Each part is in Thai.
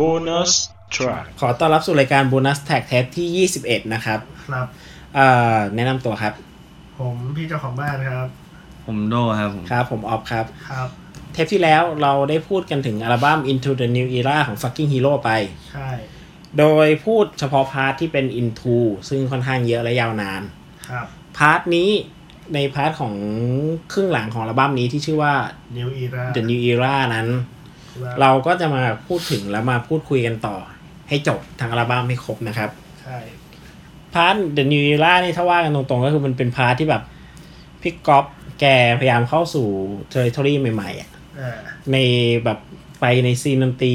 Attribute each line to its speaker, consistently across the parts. Speaker 1: bonus track
Speaker 2: ขอต้อนรับสู่รายการ Bonus Tag แท็บที่ 21 นะครับ
Speaker 3: ครับ
Speaker 2: เอ่อแนะนำตัวครับ
Speaker 3: ผมพี่เจ้าของบ้านครับ
Speaker 4: ผมโดครับผม
Speaker 2: ครับ ผมออฟครับ
Speaker 3: ครับ
Speaker 2: เทปที่แล้วเราได้พูดกันถึงอัลบั้ม Into the New Era ของ Fucking Hero ไป
Speaker 3: ใช่
Speaker 2: โดยพูดเฉพาะพาร์ทที่เป็น Into ซึ่งค่อนข้างเยอะและยาวนาน
Speaker 3: ครับ
Speaker 2: พาร์ทนี้ในพาร์ทของครึ่งหลังของอัลบั้มนี้ที่ชื่อว่า
Speaker 3: New Era
Speaker 2: The New Era นั้น เราก็จะมาพูดถึงและมาพูดคุยกันต่อ ให้จบทางอัลบั้มให้ครบนะครับ
Speaker 3: ใช่
Speaker 2: พาร์ทเดอะนิวล่านี่ถ้าว่ากันตรงๆ ก็คือมันเป็นพาร์ทที่แบบพี่ก๊อฟแกพยายามเข้าสู่เทอริทอรี่ใหม่ๆอะ
Speaker 3: เออ
Speaker 2: ในแบบไปในซีนดนตรี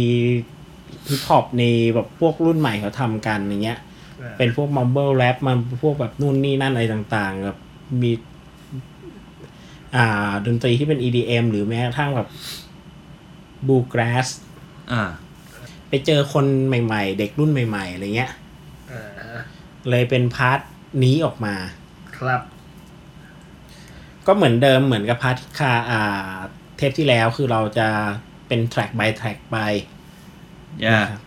Speaker 2: ฮิปฮอปในแบบพวกรุ่นใหม่เขาทำกันอย่างเงี้ย
Speaker 3: ออ
Speaker 2: เป็นพวกมัมเบิลแรปมันพวกแบบนู่นนี่นั่นอะไรต่างๆแบบมีอ่าดนตรีที่เป็น EDM หรือแม้กระทั่งแบบบูกราส
Speaker 4: อ่า
Speaker 2: ไปเจอคนใหม่ๆ เด็กรุ่นใหม่ๆอะไรเงี้ย
Speaker 3: เออ
Speaker 2: เลยเป็นพาร์ทนี้ออกมา
Speaker 3: ครับ
Speaker 2: ก็เหมือนเดิมเหมือนกับพาร์ทคาอ่าเทปที่แล้วคือเราจะเป็นแทร็ก by แทร็กไป
Speaker 4: ย่า
Speaker 2: นะครับ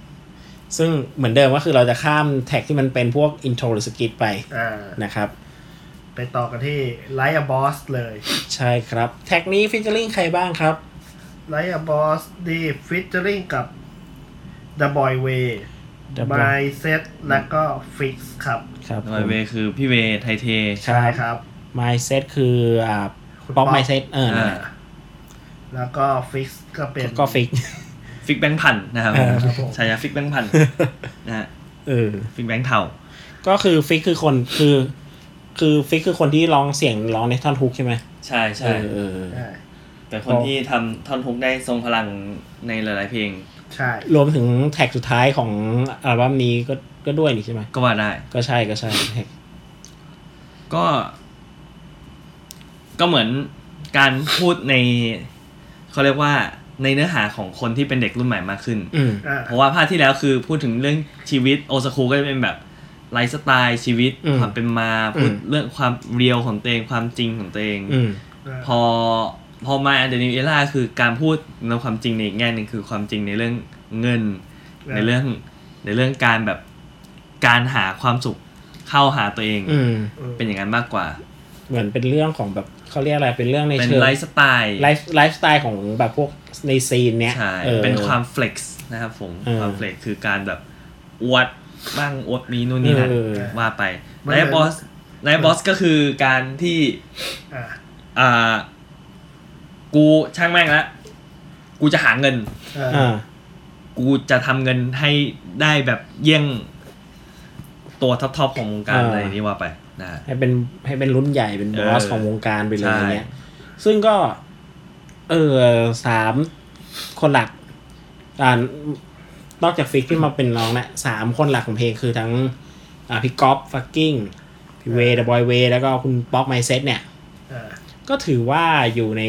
Speaker 2: ซึ่งเหมือนเดิมก็คือเราจะข้ามแทร็กที่มันเป็นพวกอินโทรหรือสกิปไป
Speaker 3: อ่า
Speaker 2: นะครับ
Speaker 3: ไปต่อกันที่ Like a Boss เลย
Speaker 2: ใช่ครับแทร็กนี้ฟิชเชอร์ลิงใครบ้างครับ
Speaker 3: Like a Boss ดีฟิชเจอริงกับ The Boy Way
Speaker 2: The Boy
Speaker 3: My Set แล้วก็ Fix ครับ
Speaker 2: ครับ
Speaker 4: โดยเวคือพี่เวไทยเท
Speaker 2: ใช่
Speaker 3: ครับ
Speaker 2: ไมเซ็ตคืออ่า
Speaker 3: คุณ
Speaker 2: ป๊อป
Speaker 3: Pop
Speaker 2: ไมเซ็ตเออนั่นแหละ
Speaker 4: อ่า
Speaker 3: แล้วก็ Fix ก็เป็น
Speaker 2: ก็ฟิก
Speaker 4: ฟิกแบงค์พันนะครับ
Speaker 2: เออ
Speaker 3: ครับผม
Speaker 4: ฉายาฟิกแบงค์ พันนะฮะ
Speaker 2: เออ
Speaker 4: ฟิกแบงค์เทา
Speaker 2: ก็คือฟิกคือคนคือ คือฟิกคือคนที่ร้องเสียงร้องในท่อนฮุกใช่ไหม
Speaker 4: ใช่
Speaker 2: เอ
Speaker 4: ใช่
Speaker 2: อเออเออ
Speaker 3: ใช่
Speaker 4: เป็นคนที่ทำท่อนฮุกได้ทรงพลังในหลาย ๆ เพลง
Speaker 3: ใช่
Speaker 2: รวมถึงแท็กสุดท้ายของอัลบั้มนี้ก็ก็ด้วยนี่ใช่ไหม
Speaker 4: ก็ว่าได้
Speaker 2: ก็ใช่ก็ใช่แท็ก
Speaker 4: ก็ ก็เหมือนการพูดใน เขาเรียกว่าในเนื้อหาของคนที่เป็นเด็กรุ่นใหม่มากขึ้น
Speaker 2: อืม
Speaker 3: อ่า
Speaker 4: เพราะว่าภาคที่แล้วคือพูดถึงเรื่องชีวิตโอซากุก็จะเป็นแบบไลฟ์สไตล์ชีวิต
Speaker 2: อืม
Speaker 4: ความเป็นมาพูด
Speaker 2: อืม
Speaker 4: เรื่องความเรียลของตัวเองความจริงของตัวเอง
Speaker 2: อืม
Speaker 4: พอพอมาเดนิเอล่าคือการพูดในความจริงในอีกแง่หนึ่งคือความจริงในเรื่องเงิน ในเรื่องในเรื่องการแบบการหาความสุขเข้าหาตัวเอง
Speaker 2: อืม
Speaker 4: เป็นอย่างนั้นมากกว่า
Speaker 2: เหมือนเป็นเรื่องของแบบเขาเรียกอะไรเป็นเรื่องใน
Speaker 4: เป็น
Speaker 2: เชิง
Speaker 4: ไลฟ์สไตล์
Speaker 2: ไลฟ์ไลฟ์สไตล์ของแบบพวกในซีนเนี้ย
Speaker 4: ใช่
Speaker 2: ออ
Speaker 4: เป็นความเฟล็กซ์นะครับผม
Speaker 2: เออ
Speaker 4: ความเฟล็กซ์คือการแบบอวดบ้างอวดนี้นู่นนี่นั่น
Speaker 2: เออ
Speaker 4: ว่าไปไลฟ์บอสไลฟ์บอสก็คือการที่
Speaker 3: อ่า
Speaker 4: อ่า กูช่างแม่งละกูจะหาเงิน
Speaker 3: เออ
Speaker 2: อ่า
Speaker 4: กูจะทำเงินให้ได้แบบเยี่ยงตัวท็อปๆของวงการอะไรนี้ว่าไปนะฮะ
Speaker 2: ให้เป็นให้เป็นรุ่นใหญ่เป็นบอส
Speaker 4: เออ
Speaker 2: ของวงการไปเลย
Speaker 4: ใช่
Speaker 2: อย่างเงี้ย ซึ่งก็ เออสามคนหลักอ่านอกจากฟิกที่มาเป็นร้องนะสามคนหลักของเพลงคือทั้ง อ่าพี่ก๊อฟฟักกิ้งพี่เวเดอะบอยเวแล้วก็คุณป๊อกไมเซ็ตเนี่ย
Speaker 3: เออ
Speaker 2: ก็ถือว่าอยู่ใน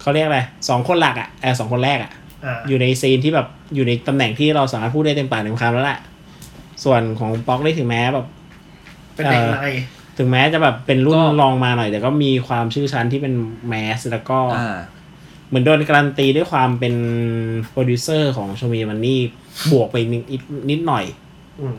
Speaker 2: เขาเรียกอะไรสองคนหลักอะ่ะเออสองคนแรกอะ่ะ
Speaker 3: อ่า
Speaker 2: อยู่ในซีนที่แบบอยู่ในตำแหน่งที่เราสามารถพูดได้เต็มปากเต็มคำแล้วแหละส่วนของป๊อกได้ถึงแม้แบบ
Speaker 3: เป็นเด็ก
Speaker 2: เอ่อ
Speaker 3: ใน
Speaker 2: ถึงแม้จะแบบเป็นรุ่น
Speaker 4: ก็
Speaker 2: รองมาหน่อย แต่ก็มีความชื่อชั้นที่เป็นแมสแล้วก็
Speaker 4: อ่า
Speaker 2: เหมือนโดนการันตีด้วยความเป็นโปรดิวเซอร์ของชมีมันนี่บวกไปนิดนิดนิดหน่อย
Speaker 3: อืม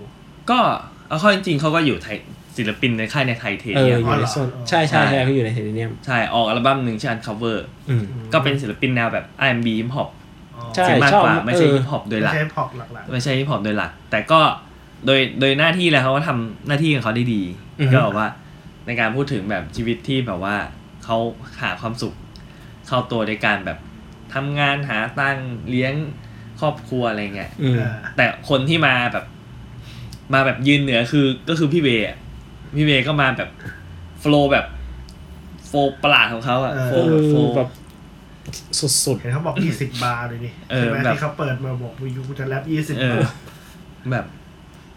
Speaker 4: ก็เอาเข้อจริงๆเขาก็อยู่ไทยศิลปินในค่ายในไทยเท
Speaker 2: เอ
Speaker 4: เนี
Speaker 2: อย
Speaker 4: ม
Speaker 2: อยู่ใน
Speaker 3: อ๋อเหรอ
Speaker 2: โซนใช่ใช่
Speaker 4: ใช่
Speaker 2: ใช่เขาอยู่ในเทเนียม
Speaker 4: ใช่ ออกอัลบั้มหนึ่งชื่อ Uncover
Speaker 2: อืม
Speaker 4: ก็เป็นศิลปินแนวแบบ R&B Hip Hop
Speaker 3: อ๋อ
Speaker 2: ใช่
Speaker 4: ซึ่งมากกว่า
Speaker 2: ชอบ
Speaker 4: ไม่ใช่
Speaker 2: เออ
Speaker 4: Hip Hop โดยห
Speaker 3: ไม่
Speaker 4: ลัก
Speaker 3: ใช่พอกหลัก
Speaker 4: ไม่ใช่ Hip Hop โดยหลัก แต่ก็โดยโดยหน้าที่แล้วเขาก็ทำหน้าที่ของเขาได้ดี
Speaker 2: อือฮึ
Speaker 4: ก็แบบว่าในการพูดถึงแบบชีวิตที่แบบว่าเขาหาความสุข เข้าตัวในการแบบทำงานหาตั้งค์เลี้ยงครอบครัวอะไรเงี้ย
Speaker 2: อืม
Speaker 3: อ่า
Speaker 4: แต่คนที่มาแบบ มาแบบยืนเหนือคือก็คือพี่เวย์อะพี่เวย์ก็มาแบบโฟลว์แบบโฟลว์ประหลาดของเขาอะ
Speaker 3: เออ
Speaker 4: โฟลว์แบบโฟ
Speaker 2: แบ
Speaker 4: ลว์
Speaker 2: บสุด
Speaker 3: เห็นเขาบอก 20 บาร์เลยนี่
Speaker 4: เออ
Speaker 3: ใช่ไหม
Speaker 4: แบบ
Speaker 3: ที่เขาเปิดมาบอกว่ายูจะแรป20
Speaker 4: เออ
Speaker 3: า
Speaker 4: บ
Speaker 3: ร์
Speaker 4: แบบ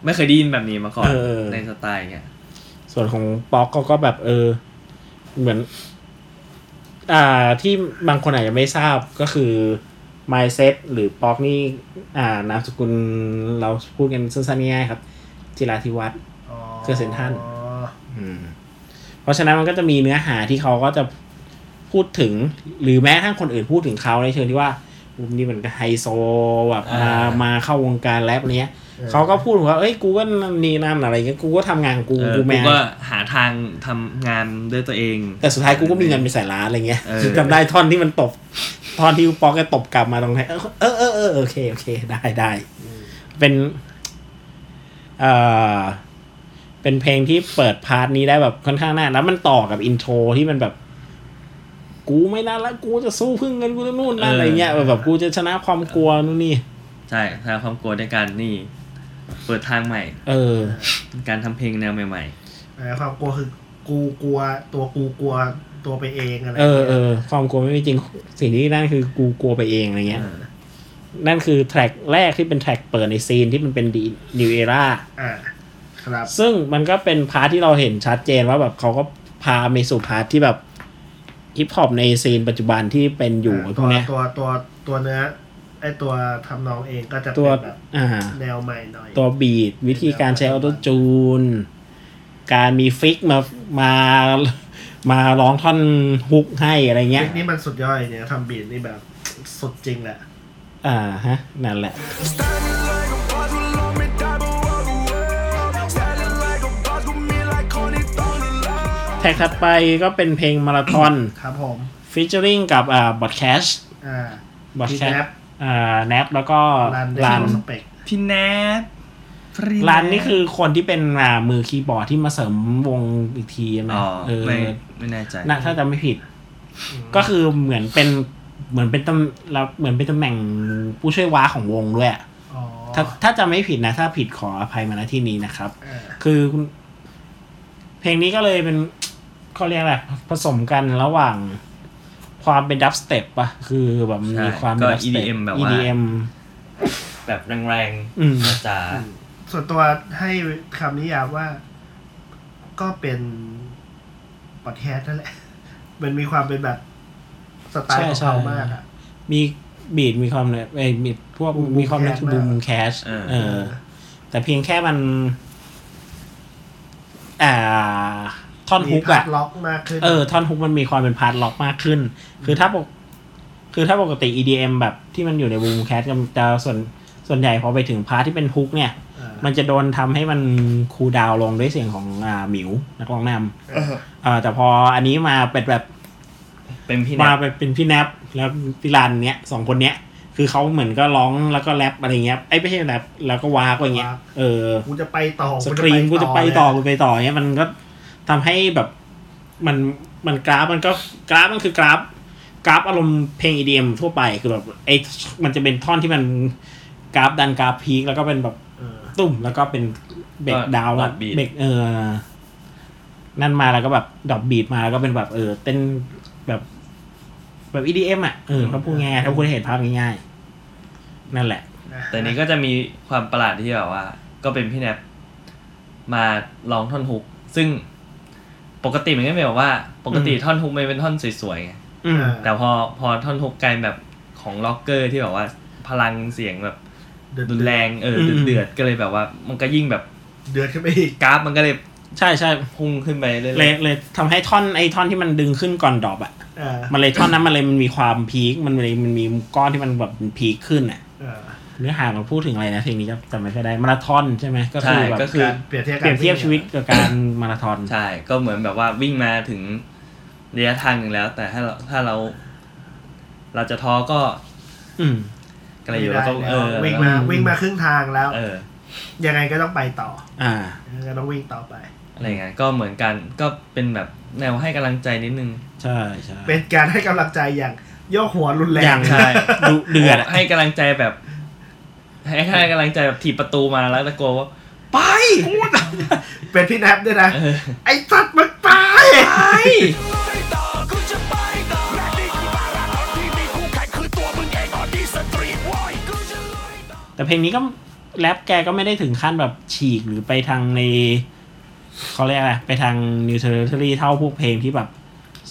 Speaker 4: ไม่เคยได้ยินแบบนี้มาก่อน
Speaker 2: เออ
Speaker 4: ในสไตล์เงี้ย
Speaker 2: ๆ ส่วนของป๊อกก็ก็แบบเออ เหมือน อ่าที่บางคนอาจจะไม่ทราบก็คือ mindset หรือป๊อกนี่ อ่านามสกุลเราพูดกันสั้นๆง่ายๆครับ จิราธิวัฒน์ คือเซ็นทรัล
Speaker 3: อ๋อ
Speaker 2: เพราะฉะนั้นมันก็จะมีเนื้อหาที่เขาก็จะพูดถึง หรือแม้กระทั่งคนอื่นพูดถึงเขาในเชิงที่ว่า รูปนี้มันก็ไฮโซแบบ
Speaker 4: อ่าม
Speaker 2: มามาเข้าวงการแรปเนี้ย
Speaker 3: เออ
Speaker 2: เขาก็พูดว่าเอ้ยกูก็นี่นั่นอะไรเงี้ยกูก็ทำงานของกู
Speaker 4: เออ
Speaker 2: กูแม
Speaker 4: กู
Speaker 2: น
Speaker 4: ก็หาทางทำงานด้วยตัวเอง
Speaker 2: แต่สุดท้ายกูก็มีเงินไปใส่ร้านอะไรเงี้ย
Speaker 4: เออ
Speaker 2: คือจำได้ท่อนที่มันตบท่อนที่ป๊อกแกตบกลับมาตรงไหนเออเออเออเออโอเคโอเคได้ได้เป็นเอ่อเป็นเพลงที่เปิดพาร์ทนี้ได้แบบค่อนข้างน่าแล้วมันต่อกับอินโทรที่มันแบบ กูไม่น่าละกูจะสู้เพึ่งเงินกูจะนู่นนั่นอะไรเงี้ยแบบแบบกูจะชนะความกลัวนู่นนี่
Speaker 4: ใช่ทางความกลัวด้วยการนี่ เปิดทางใหม่
Speaker 2: เออ
Speaker 4: การทำเพลงแนวใหม่
Speaker 3: เออความกลัวคือกูกลัวตัวกูกลัวตัวไปเองอะไร
Speaker 2: เออเออความกลัวไม่มีจริง สิ่งที่นั่นคือกูกลัวไปเองอะไรเงี้ย
Speaker 4: เออ
Speaker 2: นั่นคือแทร็กแรกที่เป็นแทร็กเปิดในซีนที่มันเป็นดีนิวเอร่า
Speaker 3: อ่าครับ
Speaker 2: ซึ่งมันก็เป็นพาร์ทที่เราเห็นชัดเจนว่าแบบเขาก็พาไปสู่พาร์ทที่แบบฮิปฮอปในซีนปัจจุบันที่เป็นอยู่ไอ้พวกเนี้ย
Speaker 3: ตัวตัวตัวตัวเนื้อไอตัวทำนองเองก็จะ
Speaker 2: ตั
Speaker 3: เป็
Speaker 2: วน
Speaker 3: แบบ
Speaker 2: อ่า
Speaker 3: แนวใหม่หน่อย
Speaker 2: ตัวบีดวิธีการใช้ออโตจูน การมีฟิกมามามาร้องท่อนฮุกให้อะไรเงี้ย
Speaker 3: นี่มันสุดยอดเนี่ยทำบีทนี่แบบสุดจริงแหละ
Speaker 2: อ่าฮะ นั่นแหละ
Speaker 1: Standing like a boss, will on me die, but walk away. Standing like a boss, with me like corny, thrown the line.
Speaker 2: แท็กถัดไปก็เป็นเพลงมาราธอน
Speaker 3: ครับผม
Speaker 2: ฟีเจอริงกับอ่าบอดแคช
Speaker 3: อ่า
Speaker 2: บอดแคช
Speaker 3: Nap
Speaker 2: อ่าแนปแล้วก็
Speaker 3: รัน
Speaker 2: รัน
Speaker 3: สเปก
Speaker 4: ๆ พี่แนทฟรี
Speaker 2: รันนี่คือคนที่เป็นอ่ามือคีย์บอร์ดที่มาเสริมวงอีกทีนะ
Speaker 4: อ๋อ
Speaker 2: เออ
Speaker 4: ไม่ไม่แน่ใจ
Speaker 2: นะถ้าจำไม่ผิด ก็คือเหมือนเป็นเหมือนเป็นตำแล้วเหมือนเป็นตำแหน่งผู้ช่วยว้าของวงด้วยอะ
Speaker 3: อ๋อ
Speaker 2: ถ้าถ้าจำไม่ผิดนะ ถ้าผิดขออภัยมาณที่นี้นะครับ
Speaker 3: อ่า
Speaker 2: คือคุณเพลงนี้ก็เลยเป็นเขาเรียกอะไรผสมกันระหว่างความเป็นดับสเต็ปปะคือแบบมันมีความ
Speaker 4: ก็
Speaker 2: เป็น dubstep
Speaker 4: EDM แบบว่า
Speaker 2: EDM
Speaker 4: แบบแรง
Speaker 2: อืม
Speaker 4: ๆจ๋า
Speaker 3: ส่วนตัวให้คำนิยามว่า ก็เป็นปอดแคสต์นั่นแหละ มันมีความเป็นแบบสไตล์ของ
Speaker 2: ใช่
Speaker 3: เขา
Speaker 2: ใช่
Speaker 3: มากอ่ะ
Speaker 2: มีบีดมีความเนี่ยไอ้ยมีพวก
Speaker 3: Boom
Speaker 2: มีความเนี่ย
Speaker 3: Boom Cash
Speaker 2: บูม
Speaker 3: มาก
Speaker 2: แคชเออ แต่เพียงแค่มัน อ่า ท่อนฮุก
Speaker 3: มีพา
Speaker 2: อะ
Speaker 3: ร์ทล็อกมากขึ้น
Speaker 2: เออ ท่อนฮุกมันมีความเป็นพาร์ทล็อกมากขึ้น คือถ้าปก คือถ้าปกติ EDM แบบที่มันอยู่ในบูมแคชกันจะส่วนส่วนใหญ่พอไปถึงพาร์ทที่เป็นฮุกเนี่ย
Speaker 3: อ่า
Speaker 2: มันจะโดนทำให้มันคูลดาวน์ลงด้วยเสียงของอ่าหมิวนักร้องนำ
Speaker 3: เออ
Speaker 2: เอ่อแต่พออันนี้มาเป็นแบบ
Speaker 4: เป็นพี่แน
Speaker 2: มา
Speaker 4: ท
Speaker 2: เป็นเป็นพี่แนบแล้วพี่รันเนี้ยสองคนเนี้ย คือเขาเหมือนก็ร้องแล้วก็แรปอะไรเงี้ยไอ้ยไม่ใช่แรปแล้วก็วากอะไรเงี้ยเออ
Speaker 3: กูจะไปต่อ
Speaker 2: สกรีนกูจะไปต่อ
Speaker 3: เลย
Speaker 2: กูไปต่อเนี้ยมันก็ทำให้แบบมันมันกราฟมันก็กราฟมันคือกราฟกราฟอารมณ์เพลง EDM ทั่วไปคือแบบไอ้มันจะเป็นท่อนที่มันกราฟดันกราฟพีคแล้วก็เป็นแบบ
Speaker 3: เออ
Speaker 2: ตุ่มแล้วก็เป็นเบรกดาวน์
Speaker 4: ด
Speaker 2: แล้ว
Speaker 4: อทบี
Speaker 2: เบรกเออ นั่นมาแล้วก็แบบดรอปบีทมาแล้วก็เป็นแบบเออเต้นแบบแบบ EDM อ่ะเออถ้าพูดง่ายๆถ้าพูดให้เห็นภาพง่ายๆ นั่นแหละ
Speaker 4: แต่นี้ก็จะมีความประหลาดที่แบบว่า ก็เป็นพี่แนทมาร้องท่อนฮุก ซึ่งปกติมันก็เป็นแบบว่า ปกติ
Speaker 2: อืม
Speaker 4: ท่อนฮุกมันเป็นท่อนสวยๆไง
Speaker 2: อืม
Speaker 3: อ่า
Speaker 4: แต่พอพอท่อนฮุกกลายแบบของล็อกเกอร์ที่แบบว่าพลังเสียงแบบ
Speaker 3: เดือด
Speaker 4: รุนแรงเออ
Speaker 2: อืม
Speaker 4: เดือดๆก็เลยแบบว่า มันก็ยิ่งแบบ
Speaker 3: เดือดขึ้นไปอีก
Speaker 4: กราฟมันก็เลย
Speaker 2: ใช่ใช่
Speaker 4: พุ่งขึ้นไปเรื่
Speaker 2: เลย
Speaker 4: อย
Speaker 2: เลยทำให้ท่อนไอ้ท่อนที่มันดึงขึ้นก่อนดรอปอ่ะ
Speaker 3: เออ
Speaker 2: มันเลยท่อนนั้นมันเลยมันมีความพีคมันเลยมันมีก้อนที่มันแบบพีคขึ้นอ่ะ
Speaker 3: เออ
Speaker 2: เนื้อหามันพูดถึงอะไรนะเพลงนี้จำจำไม่ค่อยได้มาราธอนใช่ไหมก็คื
Speaker 4: ๆใช่
Speaker 2: อแบบ
Speaker 4: ก็คือ
Speaker 3: การเปรียบเทียบ
Speaker 2: เปรียบเทียบชีวิตกับการมาราธอน
Speaker 4: ใช่ก็เหมือนแบบว่าวิ่งมาถึงระยะทางหนึ่งแล้ว แต่ถ้าเราถ้าเรา เราจะท้อก็
Speaker 2: อืม
Speaker 4: กระอยู่แล้วก็
Speaker 3: ไม่ได้
Speaker 4: เอ
Speaker 3: แล้ว
Speaker 4: อ
Speaker 3: วิ่งมา
Speaker 2: อืม
Speaker 3: วิ่งมาครึ่งทางแล้ว
Speaker 4: เออ
Speaker 3: ยังไงก็ต้องไปต่อ
Speaker 2: อ่า
Speaker 3: ยังไงก็ต้องวิ่งต่อไป
Speaker 4: อะไรอย่างเงี้ยก็เหมือนกันก็เป็นแบบแนวให้กำลังใจนิดนึง
Speaker 2: ใช่ใช่
Speaker 3: เป็นการให้กำลังใจอย่างโยกหัวรุนแร
Speaker 2: อย่าง ง
Speaker 4: ใช่
Speaker 2: ดุเดือดอะ
Speaker 4: ให้กำลังใจแบบ ให้ให้กำลังใจแบบถีบประตูมาแล้วตะโกนว่าไป
Speaker 3: เป็นพี่แนบด้วยนะ
Speaker 4: เออ
Speaker 3: ไอ้สัตว์มึงตาย
Speaker 1: ไม่ต่อกูจะไปต่อและนี่คือมาราธอนที่มีคู่แข่งคือตัวมึงเองออดี้สตรีทวอยกูจะลุยต่อ
Speaker 2: แต่เพลงนี้ก็แรปแกก็ไม่ได้ถึงขั้นแบบฉีกหรือไปทางในเขาเรียกอะไรไปทางนิวเทอร์เทอรี่เท่าพวกเพลงที่แบบ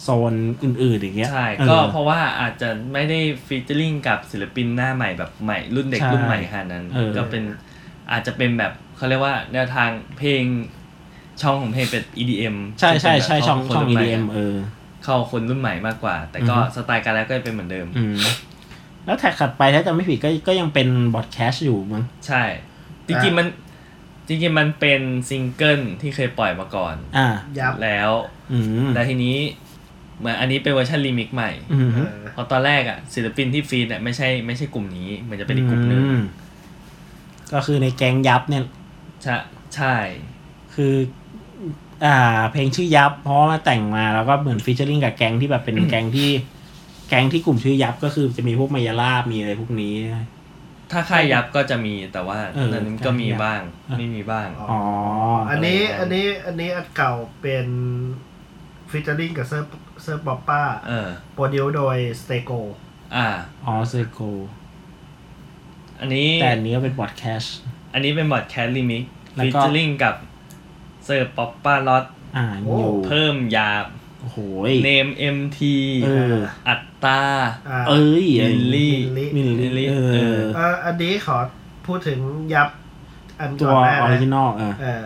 Speaker 2: โซนอื่นๆอย่างเงี้ย
Speaker 4: ใช่
Speaker 2: เออ
Speaker 4: ก็เพราะว่าอาจจะไม่ได้ฟีเจอริงกับศิลปินหน้าใหม่แบบใหม่รุ่นเด็ก
Speaker 2: ใช่
Speaker 4: รุ่นใหม่ขนาดนั้น
Speaker 2: เออ
Speaker 4: ก็เป็นอาจจะเป็นแบบเขาเรียกว่าแนวทางเพลงช่องของเพลงเป็น EDM
Speaker 2: ใช่ใช่ใช่ช่องช่อง
Speaker 4: รุ่นใหม่
Speaker 2: EDM เออ
Speaker 4: เข้าคนรุ่นใหม่มากกว่า แต่ก็
Speaker 2: อือฮึ
Speaker 4: สไตล์การแรปก็จะเป็นเหมือนเดิม
Speaker 2: อืม แล้วแท็กขัดไปถ้าจำไม่ผิดก็ก็ยังเป็นบอดแคสต์อยู่มั้ง
Speaker 4: ใช่ จริงๆมันจริงๆมันเป็นซิงเกิลที่เคยปล่อยมาก่อน
Speaker 2: อ่า
Speaker 3: ยับ
Speaker 4: แล้ว
Speaker 2: อืม
Speaker 4: แต่ทีนี้เหมือนอันนี้เป็นเวอร์ชันรีมิกซ์ใหม่
Speaker 2: อืม
Speaker 3: เออ
Speaker 4: เพราะตอนแรกอ่ะศิลปินที่ฟีดอ่ะไม่ใช่ไม่ใช่กลุ่มนี้มันจะเป็นอีกกลุ่มหนึ่ง
Speaker 2: อืมก็คือในแกงยับเนี่ย
Speaker 4: ใช่ใช่
Speaker 2: คือ อ่า เพลงชื่อยับ เพราะว่าแต่งมาแล้วก็เหมือนฟีเจอริงกับแก๊งที่แบบเป็นแก๊งที่ แก๊งที่กลุ่มชื่อยับก็คือจะมีพวกมายาลาบมีอะไรพวกนี้
Speaker 4: ถ้าค่ายยับก็จะมีแต่ว่า
Speaker 2: เออ
Speaker 4: นั้นก็มีบ้างไม่มีบ้าง
Speaker 2: อ๋อ
Speaker 3: อันนี้อั
Speaker 4: อะไรนะ
Speaker 3: นนี้อันนี้อันเก่าเป็นฟิชเจอริงกับเซิร์ฟเซิร์ฟบอปป้า
Speaker 4: เออ
Speaker 3: โปรดิวโดยสเตโก
Speaker 4: อ่า
Speaker 2: อ๋อเซโก
Speaker 4: อันนี้
Speaker 2: แต่อันนี้ก็เป็นบอดแคช
Speaker 4: อันนี้เป็นบอดแคสต์ลิมิก
Speaker 2: แล้ว
Speaker 4: ฟี
Speaker 2: ก็
Speaker 4: เจอริงกับเซอร์ป๊อปป้าลอต
Speaker 2: อ่าอยู่
Speaker 4: เพิ่มยา
Speaker 2: โอ้โห
Speaker 4: เนมเอ็มที
Speaker 2: เออ
Speaker 4: อัตตา
Speaker 3: อ่า
Speaker 2: เอ้ย
Speaker 4: มิลลี่
Speaker 2: มิล
Speaker 4: มิลลี่
Speaker 2: ลี่เออ
Speaker 4: เออ
Speaker 3: เอ่ออันนี้ขอพูดถึงยับอัน
Speaker 2: ตั
Speaker 3: ก่
Speaker 2: ว
Speaker 3: อ
Speaker 2: อ
Speaker 3: นหน้า
Speaker 2: อริจิ
Speaker 3: นะ
Speaker 2: นอลเออ
Speaker 3: เอ่อ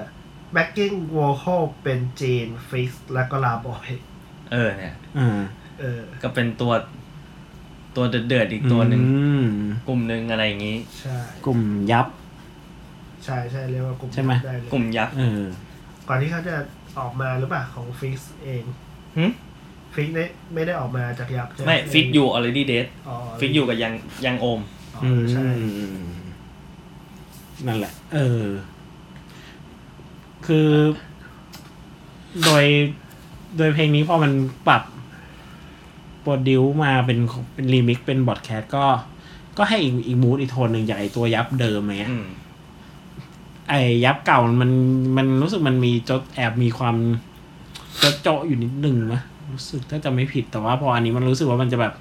Speaker 3: แบ็กกิ้งวอลโคเป็นจีนฟิกซ์แล้วก็ลาบอย
Speaker 4: เออเนี่ย
Speaker 2: อ่า
Speaker 3: เออ
Speaker 4: ก็เป็นตัวตัวเดือดๆอีกตัวหนึ่ง
Speaker 2: อืม
Speaker 4: กลุ่มหนึ่งอะไรอย่างนี้
Speaker 3: ใช่
Speaker 2: กลุ่มยับ
Speaker 3: ใช่ใช่เรียกว่ากลุ่ม
Speaker 2: ใช่ไหม
Speaker 3: ด้เลย
Speaker 4: กลุ่มยักษ์
Speaker 2: เออ
Speaker 3: ก่อนที่เขาจะออกมาหรือเปล่าของฟิกซ์เอง
Speaker 4: หึ
Speaker 3: ฟิกซ์ไม่ไม่ได้ออกมาจากยับใช่ห
Speaker 4: ไม่ฟิกอยู่ already dead
Speaker 3: อ๋อ
Speaker 4: ฟิกอยู่กับยังยังโอม
Speaker 3: อ๋อ
Speaker 2: อืม
Speaker 3: ใช่
Speaker 2: นั่นแหละ เออ คือ โดย โดยเพลงนี้พอมันปรับโปรดิวมาเป็นเป็นรีมิกเป็นบอดแคสก็ ก็ให้อีกอีกมูดอีกโทนหนึ่งจากไอตัวยับเดิมอะไรเงี้ย
Speaker 4: อืม
Speaker 2: ไอยับเก่ามันมันรู้สึกมันมีจดแอบมีความจดเจาะอยู่นิดนึงนะรู้สึกถ้าจะไม่ผิดแต่ว่าพออันนี้มันรู้สึกว่ามันจะแบบ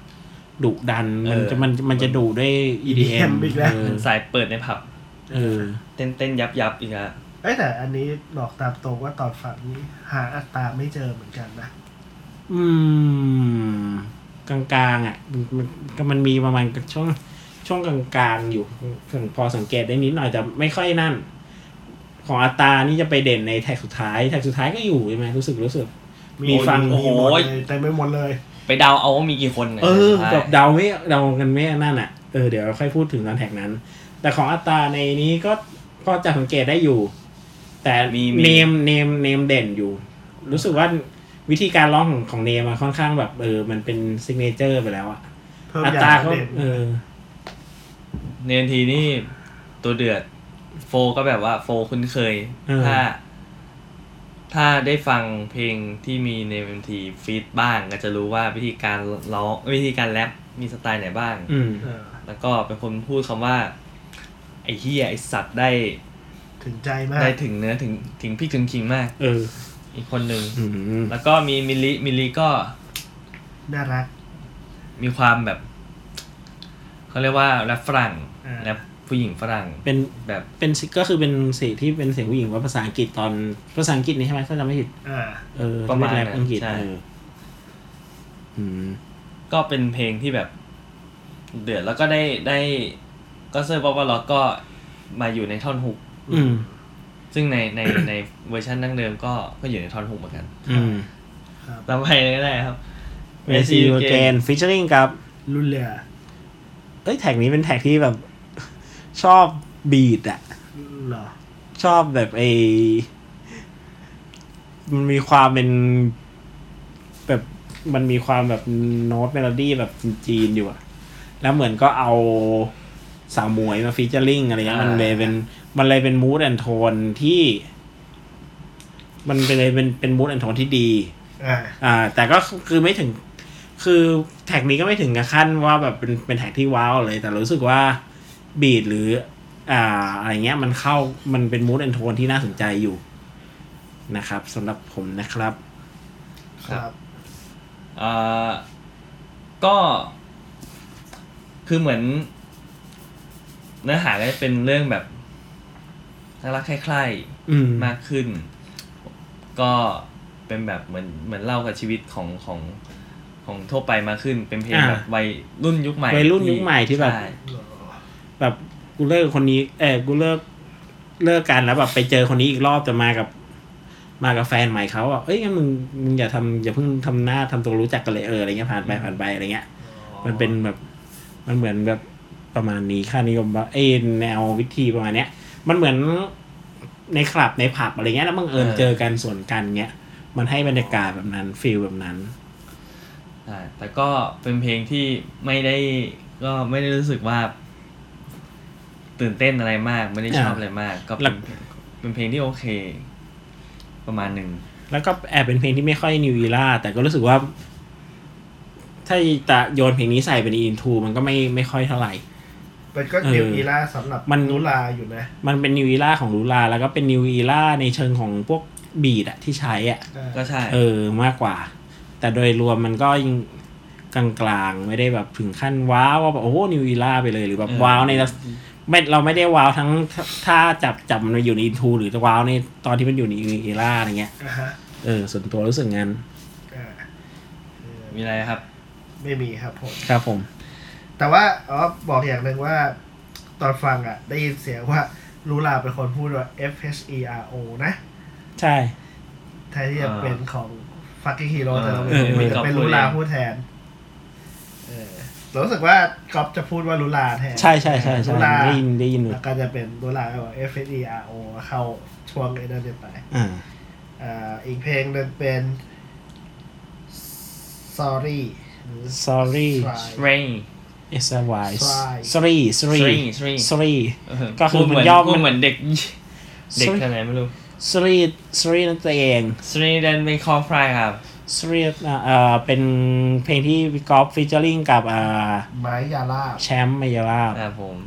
Speaker 2: ดุดัน มันจะ
Speaker 4: เออ
Speaker 2: มันมันจะดุด้วย EDM
Speaker 3: อีกแล้ว
Speaker 2: เออ
Speaker 4: สายเปิดในผับ
Speaker 2: เออ
Speaker 4: เต้นเต้นยับยับอีกแล้ว
Speaker 3: เอ้ยแต่อันนี้บอกตามตรงว่าตอนฝังนี้ หาอัตราไม่เจอเหมือนกันนะ
Speaker 2: อืม กลางๆอ่ะมันมันก็มันมีประมาณช่วงช่วงกลางๆอยู่ถึงพอสังเกตได้นิดหน่อยแต่ไม่ค่อยนั่น ของอัตรานี่จะไปเด่นในแท็กสุดท้าย แท็กสุดท้ายก็อยู่ใช่ไหมรู้สึกรู้สึก มีฟัง
Speaker 3: โอ้โหมดเลยเต็มไปหมดเลย
Speaker 4: ไปเดาเอาว่ามีกี่คนนะ
Speaker 2: เออ
Speaker 4: ใช่
Speaker 2: แบบเดาไม่เดากันไม่นั่นอ่ะเออเดี๋ยวค่อยพูดถึงตอนแท็กนั้น แต่ของอัตราในนี้ก็ก็จะสังเกตได้อยู่ แต่เนมเนมเนมเด่นอยู่ รู้สึกว่าวิธีการร้องของของเนมมันค่อนข้างแบบเออมันเป็นซิกเนเจอร์ไปแล้วอะ
Speaker 3: เพิ่ม
Speaker 2: อั
Speaker 3: ยา
Speaker 2: ตรา
Speaker 3: เส
Speaker 2: เขา
Speaker 3: พติด
Speaker 2: เออ
Speaker 4: เนนทีนี่ตัวเดือด โฟก็แบบว่าโฟคุ้นเคย
Speaker 2: เออ
Speaker 4: ถ้า ถ้าได้ฟังเพลงที่มีในเอ็มทีฟีดบ้างก็จะรู้ว่าวิธีการร้องวิธีการแรปมีสไตล์ไหนบ้าง
Speaker 2: อืม
Speaker 3: เออ
Speaker 4: แล้วก็เป็นคนพูดคำว่า ไอ้เฮียไอ้สัตว์ได้
Speaker 3: ถึงใจมาก
Speaker 4: ได้ถึงเนื้อถึงถึงพี่ถึงคิงมาก
Speaker 2: เออ
Speaker 4: อีกคนหนึ่ง
Speaker 2: อืม
Speaker 4: แล้วก็มีมิลลิมิลลิก็
Speaker 3: น่ารัก
Speaker 4: มีความแบบ เขาเรียกว่าแรปฝรั่ง
Speaker 3: อ่า
Speaker 4: แรปผู้หญิงฝรั่ง
Speaker 2: เป็น
Speaker 4: แบบ
Speaker 2: เป็นสิก็คือเป็นเสียงที่เป็นเสียงผู้หญิงว่าภาษาอังกฤษตอนภาษาอังกฤษนี่ใช่ไหมถ้าจำไม่ผิด
Speaker 3: อ่า
Speaker 2: เออ
Speaker 4: ประมาณ
Speaker 2: ที่เนแร
Speaker 4: นั้
Speaker 2: ป
Speaker 4: น
Speaker 2: อังกฤษ
Speaker 4: ใช่
Speaker 2: เออ อืม
Speaker 4: ก็เป็นเพลงที่แบบ เดือดแล้วก็ได้ได้ก็เซอร์บ๊อบล็อกก็มาอยู่ในท่อนฮุก
Speaker 2: อืม
Speaker 4: ซึ่งในใน ในเวอร์ชันดั้งเดิมก็ก็อยู่ในท่อนฮุกเหมือนกัน
Speaker 2: อืม
Speaker 4: เราไปเลยก็ได้ครับ
Speaker 2: เอซีเกนฟิชเชอริงกับ
Speaker 3: รุ่นเรือ
Speaker 2: เอ้ยแท็กนี้เป็นแท็กที่แบบ ชอบบีดอะ
Speaker 3: เหรอ
Speaker 2: ชอบแบบไอมันมีความเป็น แบบมันมีความแบบโน้ตเมโลดี้แบบจีนอยู่อะแล้วเหมือนก็เอาสาวหมวยมาฟีเจอริงอะไรเงี้ย
Speaker 4: อ่ามั
Speaker 2: มันเลยเป็นมันเลยเป็นมูดแอนโทนที่ มันเป็นเลยเป็นเป็นมูดแอนโทนที่ดี
Speaker 3: อ่า
Speaker 2: อ่า แต่ก็คือไม่ถึง คือแท็กนี้ก็ไม่ถึงกับขั้นว่าแบบเป็นเป็นแท็กที่ว้าวเลย แต่รู้สึกว่าบีดหรือ อ่า อะไรเงี้ยมันเข้ามันเป็นมูดแอนโทนที่น่าสนใจอยู่ นะครับสำหรับผมนะครับ
Speaker 3: ครับ
Speaker 4: อ่าก็คือเหมือน เนื้อหาก็จะเป็นเรื่องแบบน่ารักใคร่
Speaker 2: อืม
Speaker 4: ๆมากขึ้น ก็เป็นแบบเหมือนเหมือนเล่ากับชีวิตของของของทั่วไปมากขึ้น เป็นเพลงแบบวัยรุ่นยุคใหม่
Speaker 2: วัยรุ่นยุคใหม่ที่แบบ
Speaker 4: ช่
Speaker 2: แบบกูเลิกคนนี้ เออกูเลิกเลิกกันแล้วแบบไปเจอคนนี้อีกรอบแต่มากับ มากับแฟนใหม่เขาอ่ะเอ้ยงั้นมึงมึงอย่าทำอย่าเพิ่งทำหน้าทำตัวรู้จักกันเลยเอออะไรเงี้ยผ่านไปผ่านไปอะไรเงี้ย มันเป็นแบบ มันเหมือนแบบประมาณนี้ค่านิยมแบบเอยแนววิธีประมาณเนี้ย มันเหมือนในคลับในผับอะไรเงี้ยแล้วบังเอิญ
Speaker 4: เออ
Speaker 2: เจอกันส่วนกันเงี้ย มันให้บรรยากาศแบบนั้นฟีลแบบนั้น
Speaker 4: ใช่แต่ก็เป็นเพลงที่ไม่ได้ก็ไม่ได้รู้สึกว่า ตื่นเต้นอะไรมาก ไม่ได้ชอบ
Speaker 2: อ่า
Speaker 4: อะไรมาก ก็เป็น
Speaker 2: หลัก
Speaker 4: เป็นเพลงที่โอเค ประมาณหนึ่ง
Speaker 2: แล้วก็แอบเป็นเพลงที่ไม่ค่อยนิว e ีล่าแต่ก็รู้สึกว่า ถ้าจะโยนเพลงนี้ใส่เป็นอินทูมันก็ไม่ไม่ค่อยเท่าไหร่
Speaker 3: มันก็
Speaker 2: เออ
Speaker 3: นิวอีล่าสำหรับ
Speaker 2: มัน
Speaker 3: นุลาอยู่นะ
Speaker 2: มันเป็นนิว e ีล่าของลูลาแล้วก็เป็นนิว e ีล่าในเชิงของพวกบีดอะที่ใช้อะ
Speaker 3: เออ
Speaker 4: ก็ใช่
Speaker 2: เออมากกว่า แต่โดยรวมมันก็ยังกลางๆ ไม่ได้แบบถึงขั้นว้าวว่าแบบโอ้นิว e ีล่าไปเลยหรือแบบ
Speaker 4: เออ
Speaker 2: ว้าวในลักษไม่เราไม่ได้ว้าวทั้งถ้าจับจับมันมาอยู่ในอินทูหรือว้าวในตอนที่มันอยู่ในนิวอีล่าอะไรเงี้ย
Speaker 3: อ่าฮะ
Speaker 2: เออส่วนตัวรู้สึกงั้น
Speaker 3: อ่าเออ
Speaker 4: มีอะไรครับ
Speaker 3: ไม่มีครับผม
Speaker 2: ครับผม
Speaker 3: แต่ว่าอ๋อบอกอย่างหนึ่งว่า ตอนฟังอ่ะ ได้ยินเสียงว่าลูลาเป็นคนพูดว่า F H E R O นะ
Speaker 2: ใช่
Speaker 3: แทนที่จะ
Speaker 4: อ่า
Speaker 3: เป็นของ fucking hero แต่เรา
Speaker 4: เออ
Speaker 3: เป็น
Speaker 4: เออ
Speaker 3: เป็นลูลาพูดแทนเออเรารู้สึกว่าก๊อฟจะพูดว่าลูลาแทน
Speaker 2: ใช่ใช่ใช่ใช่
Speaker 3: ลูลา
Speaker 2: ได้ยินได้ยินอยู่
Speaker 3: แล้วก็จะเป็นลูลาก็บอก F H E R O เข้าช่วงไอ้นั่นเรียบไป
Speaker 2: อ่า
Speaker 3: อ่าอีกเพลงหนึ่งเป็น sorry หรือ
Speaker 2: sorry
Speaker 4: Stray
Speaker 2: s y
Speaker 3: Sorry
Speaker 2: sorry sorry
Speaker 4: Sorry
Speaker 2: sorry
Speaker 4: เออ
Speaker 2: ก็คือ
Speaker 4: พูดเห
Speaker 2: มันย่อม
Speaker 4: พูดเหมือนเด็ก เด็ก
Speaker 2: sorry
Speaker 4: ทางไหนไม่รู้
Speaker 2: sorry sorry นั่นตัวเอง
Speaker 4: Stray ดันเป็นคอฟรายครับ
Speaker 2: sorry อ่าเอ่อเป็นเพลงที่พี่กอล์ฟฟิชเชอริงกับอ่า
Speaker 3: ไม้ยาล่าบ
Speaker 2: แชมป์มายาลาบ
Speaker 4: อ่าผม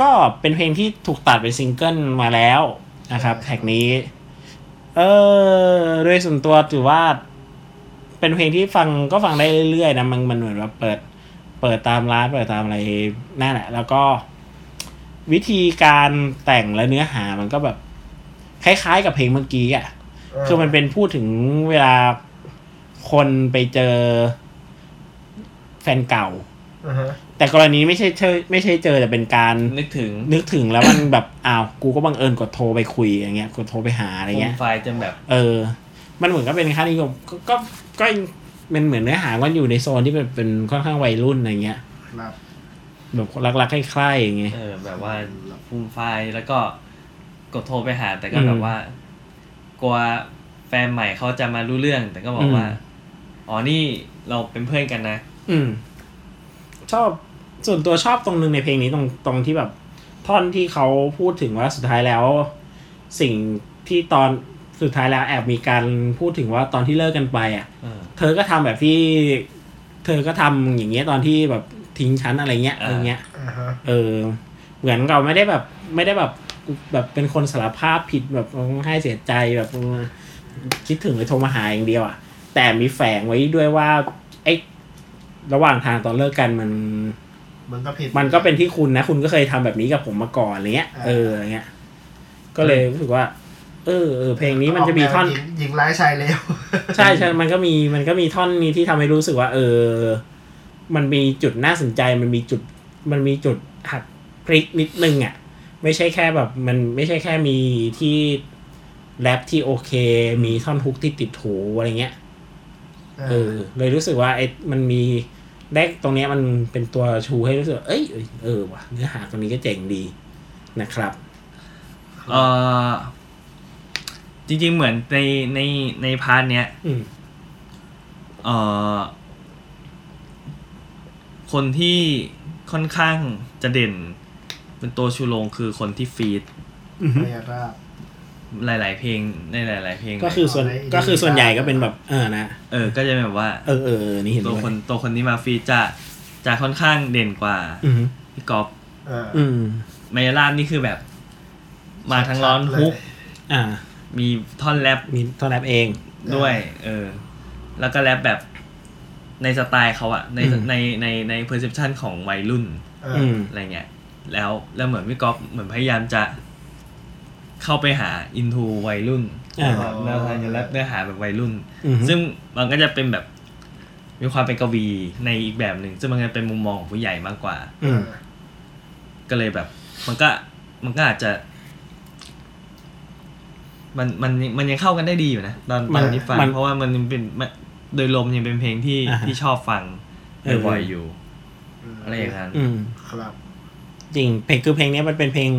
Speaker 2: ก็เป็นเพลงที่ถูกตัดเป็นซิงเกิลมาแล้วนะครับแท็กนี้ เออโดยส่วนตัวถือว่า เป็นเพลงที่ฟังก็ฟังได้เรื่อยๆนะมันมันเหมือนว่าเปิด เปิดตามร้านเปิดตามอะไรนั่นแหละ แล้วก็ วิธีการแต่งและเนื้อหามันก็แบบ คล้ายๆกับเพลงเมื่อกี้อ่ะ คือมันเป็นพูดถึงเวลาคนไปเจอแฟนเก่า
Speaker 3: อ่าฮะ
Speaker 2: แต่กรณีไม่ใช่เจอไม่ใช่เจอแต่เป็นการ
Speaker 4: นึกถึง
Speaker 2: นึกถึงแล้วมัน แบบอ้าวกูก็บังเอิญกดโทรไปคุยอย่างเงี้ยกดโทรไปหาอะไร
Speaker 4: ผม
Speaker 2: เงี้ย
Speaker 4: ไฟล์จะแบบ
Speaker 2: เออ มันเหมือนก็เป็นค่านิยมก็ก็ก็มันเหมือนเนื้อหามันอยู่ในโซนที่เป็นเป็นค่อนข้างวัยรุ่นอะไรเงี้ย
Speaker 3: ครับ
Speaker 2: แบบรักๆใคล้ๆอย่างเงี้ย
Speaker 4: เออแบบว่าฟูมไฟล์แล้วก็กดโทรไปหาแต่ก็แบ
Speaker 2: อื
Speaker 4: บ
Speaker 2: ม
Speaker 4: ว่า กลัวแฟนใหม่เขาจะมารู้เรื่อง แต่ก็บอ
Speaker 2: อื
Speaker 4: ก
Speaker 2: ม
Speaker 4: ว่าอ๋อนี่เราเป็นเพื่อนกันนะ
Speaker 2: อืม ชอบส่วนตัวชอบตรงหนึ่งในเพลงนี้ตรงตรงที่แบบ ท่อนที่เขาพูดถึงว่าสุดท้ายแล้ว สิ่งที่ตอนสุดท้ายแล้วแอบมีการพูดถึงว่าตอนที่เลิกกันไปอ่ะ
Speaker 4: เออ
Speaker 2: เธอก็ทำแบบที่ เธอก็ทำอย่างเงี้ยตอนที่แบบทิ้งฉันอะไรเงี้ย
Speaker 4: อ่า
Speaker 2: อะไรเงี้ย
Speaker 3: อ่าฮะ
Speaker 2: เออ เหมือนเราไม่ได้แบบ ไม่ได้แบบแบบเป็นคนสารภาพผิดแบบร้องไห้เสียใจแบบคิดถึงเลยโทรมาหาอย่างเดียวอะ่ะ แต่มีแฝงไว้ด้วยว่าไอ้ระหว่างทางตอนเลิกกันมัน
Speaker 3: มันก็ผิด
Speaker 2: มันก็เป็นที่คุณนะ คุณก็เคยทำแบบนี้กับผมมาก่อนอะไรเงี้ย
Speaker 3: อ่า
Speaker 2: เอออะไรเงี้ย ก็เลยรู้สึกว่า เออเออเพลงนี้มันจะมีท่อน
Speaker 3: หญิงหญิงร้ายชายเลว
Speaker 2: ใช่ใช่มันก็มีมันก็มีท่อนนี้ที่ทำให้รู้สึกว่า เออ มันมีจุดน่าสนใจ มันมีจุด มันมีจุดหักพลิกนิดนึงอ่ะ ไม่ใช่แค่แบบมันไม่ใช่แค่มีที่แรปที่โอเค มีท่อนฮุกที่ติดหูอะไรเงี้ย เออ เลยรู้สึกว่าไอ้มันมีแรกตรงเนี้ยมันเป็นตัวชูให้รู้สึกว่าเอ้ยเอ้ยเออว่ะเนื้อหาตรงนี้ก็เจ๋งดีนะครับ
Speaker 4: เออจริง ๆ เหมือนในในในพาร์ทเนี้ย
Speaker 2: อืม
Speaker 4: เอ่อ คนที่ค่อนข้างจะเด่น เป็นตัวชูโรงคือคนที่ฟีด
Speaker 3: ไมายาล่าบ
Speaker 4: หลาย ๆ เพลงในหลาย ๆ เพลง
Speaker 2: ก็คือส่วน
Speaker 3: เอาไว้
Speaker 2: ก็คือส่วนใหญ่ก็เป็นแบบ เออนะ
Speaker 4: เออ ก็จะแบบว่า
Speaker 2: เออเออเออนี่เห็น
Speaker 4: ตัว
Speaker 2: ด้วย
Speaker 4: คนตัวคนที่มาฟีดจะจะค่อนข้างเด่นกว่า
Speaker 2: อืม
Speaker 4: พี่กอฟ
Speaker 3: เออ
Speaker 2: อืม
Speaker 4: มายาลาบนี่คือแบบ มาทั้งร้อนฮุก
Speaker 2: อ่า
Speaker 4: มีท่อนแรป
Speaker 2: มีท่อนแรปเอง
Speaker 4: ด้วย เออ แล้วก็แรปแบบในสไตล์เขาอะใน
Speaker 2: อืม
Speaker 4: ในในในเพอร์เซพชันของวัยรุ่น
Speaker 3: เอ
Speaker 2: อื
Speaker 3: อ
Speaker 2: ม
Speaker 4: อะไรเงี้ย แล้วแล้วเหมือนพี่ก๊อฟเหมือนพยายามจะเข้าไปหาอินทูวัยรุ่น
Speaker 2: อ่า
Speaker 4: นะครับแล้วพยายามจะแรปเนื้อหาแบบวัยรุ่น
Speaker 2: อืม
Speaker 4: ซึ่งมันก็จะเป็นแบบมีความเป็นกวีในอีกแบบหนึ่งซึ่งมันก็เป็นมุมมองของผู้ใหญ่มากกว่า
Speaker 2: อืม
Speaker 4: ก็เลยแบบ มันก็มันก็อาจจะ มันมันมันยังเข้ากันได้ดีอยู่นะตอนต
Speaker 2: มั
Speaker 4: อน นที่ฟัง
Speaker 2: มัน
Speaker 4: เพราะว่ามันเป็นมันโดยรวมยังเป็นเพลงที่
Speaker 2: อ่าฮะ
Speaker 4: ที่ชอบฟัง
Speaker 2: เออ
Speaker 4: บ่อยๆอยู่ อะไรอย่างนั้น
Speaker 2: อืม
Speaker 3: ครับ
Speaker 2: จริงเพลงคือเพลงเนี้ยมันเป็นเพลง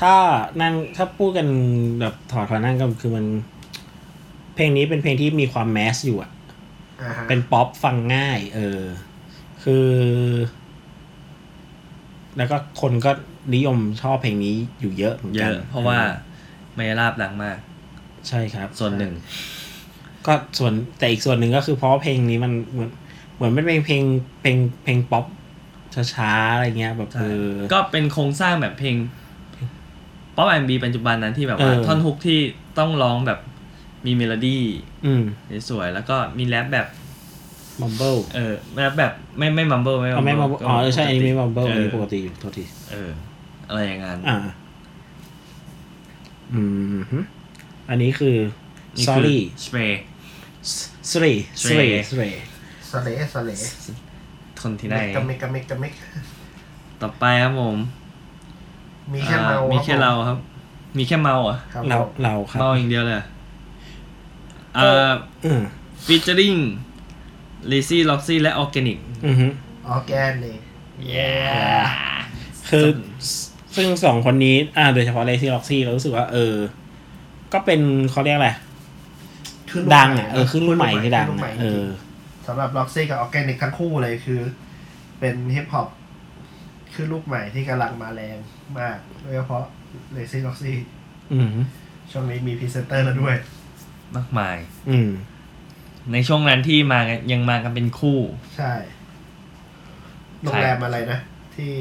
Speaker 2: ถ้านั่งถ้าพูดกันแบบถอดถอนนั่งก็คือมัน เพลงนี้เป็นเพลงที่มีความแมสอยู่อะ
Speaker 3: อ่าฮะ
Speaker 2: เป็นป๊อปฟังง่าย เออ คือ แล้วก็คนก็นิยมชอบเพลงนี้อยู่เยอะเหมือน
Speaker 4: เย
Speaker 2: กัน
Speaker 4: อะ เพราะว่าไม่ได้ราบดังมาก
Speaker 2: ใช่ครับ
Speaker 4: ส่วนหนึ่ง
Speaker 2: ก็ส่วนแต่อีกส่วนหนึ่งก็คือเพราะว่าเพลงนี้มันเหมือนเหมือนเป็นเพลงเพลงเพลงเพลงป๊อปช้าๆอะไรเงี้ย แบบเออ
Speaker 4: ก็เป็นโครงสร้างแบบเพลงป๊อปแอนบีปัจจุบันนั้นที่แบบว่า
Speaker 2: เออ
Speaker 4: ท่อนฮุกที่ต้องร้องแบบมีเมโลดี้
Speaker 2: อืม
Speaker 4: สวยๆแล้วก็มีแรปแบบ
Speaker 2: มัมเบิล
Speaker 4: เออแรปแบบไม่ไม่มัมเบิลไม่
Speaker 2: เอาไม่มัม
Speaker 4: ก็
Speaker 2: อ๋อใช่อันนี้ไม่มัมเบิล
Speaker 4: เอ
Speaker 2: อัน
Speaker 4: อ
Speaker 2: นี้ปกติอยู่โทษที
Speaker 4: เออ อะไรอย่างนั้น
Speaker 2: อ่า อืมฮึอันนี้คือ sorry
Speaker 4: สเปรย์
Speaker 2: sorry sorry
Speaker 4: Sorry
Speaker 2: sorry
Speaker 3: สะเลสะเล
Speaker 4: คนที่ไห
Speaker 3: เม
Speaker 4: น
Speaker 3: กกะเมกกะเมกกะเมก
Speaker 4: ต่อไปครับผม
Speaker 3: มีแค่เมา
Speaker 4: อ่า
Speaker 3: มี
Speaker 4: มีแค่เราครับ มีแค่เมาเหรอ่ะ
Speaker 3: ครับ
Speaker 2: เรา
Speaker 3: ผม
Speaker 2: เราครับ
Speaker 4: เมาอย่างเดียวเลยเหรอเอ่อ
Speaker 2: อืม
Speaker 4: ฟีเจอริงลิซี่ล็อกซี่และออร์แกนิก
Speaker 2: อือฮึ
Speaker 3: ออร์แกนเอง
Speaker 2: คือซึ่งสองคนนี้ อ่า โดยเฉพาะเลซี่ล็อกซี่เรารู้สึกว่า เออ ก็เป็นเขาเรียกอะไร
Speaker 3: ขึ้นรุ่น
Speaker 2: ดังอ่ะ เออขึ้นรุ่นใหม่
Speaker 3: ขึ้
Speaker 2: ที่ดัง
Speaker 3: รุ่นใหม่
Speaker 2: อ่ะเออ
Speaker 3: สำหรับล็อกซี่กับออร์แกนิกทั้งคู่เลยคือ เป็นฮิปฮอปขึ้นลูกใหม่ที่กำลังมาแรงมากโดยเฉพาะเลซี่ล็อกซี่
Speaker 2: อืมฮึ
Speaker 3: ช่วงนี้มีพรีเซนเตอร์แล้วด้วย
Speaker 4: มากมาย
Speaker 2: อืม
Speaker 4: ในช่วงนั้นที่มากันยังมากันเป็นคู่
Speaker 3: ใช่โรงแรมอะไรนะ ที่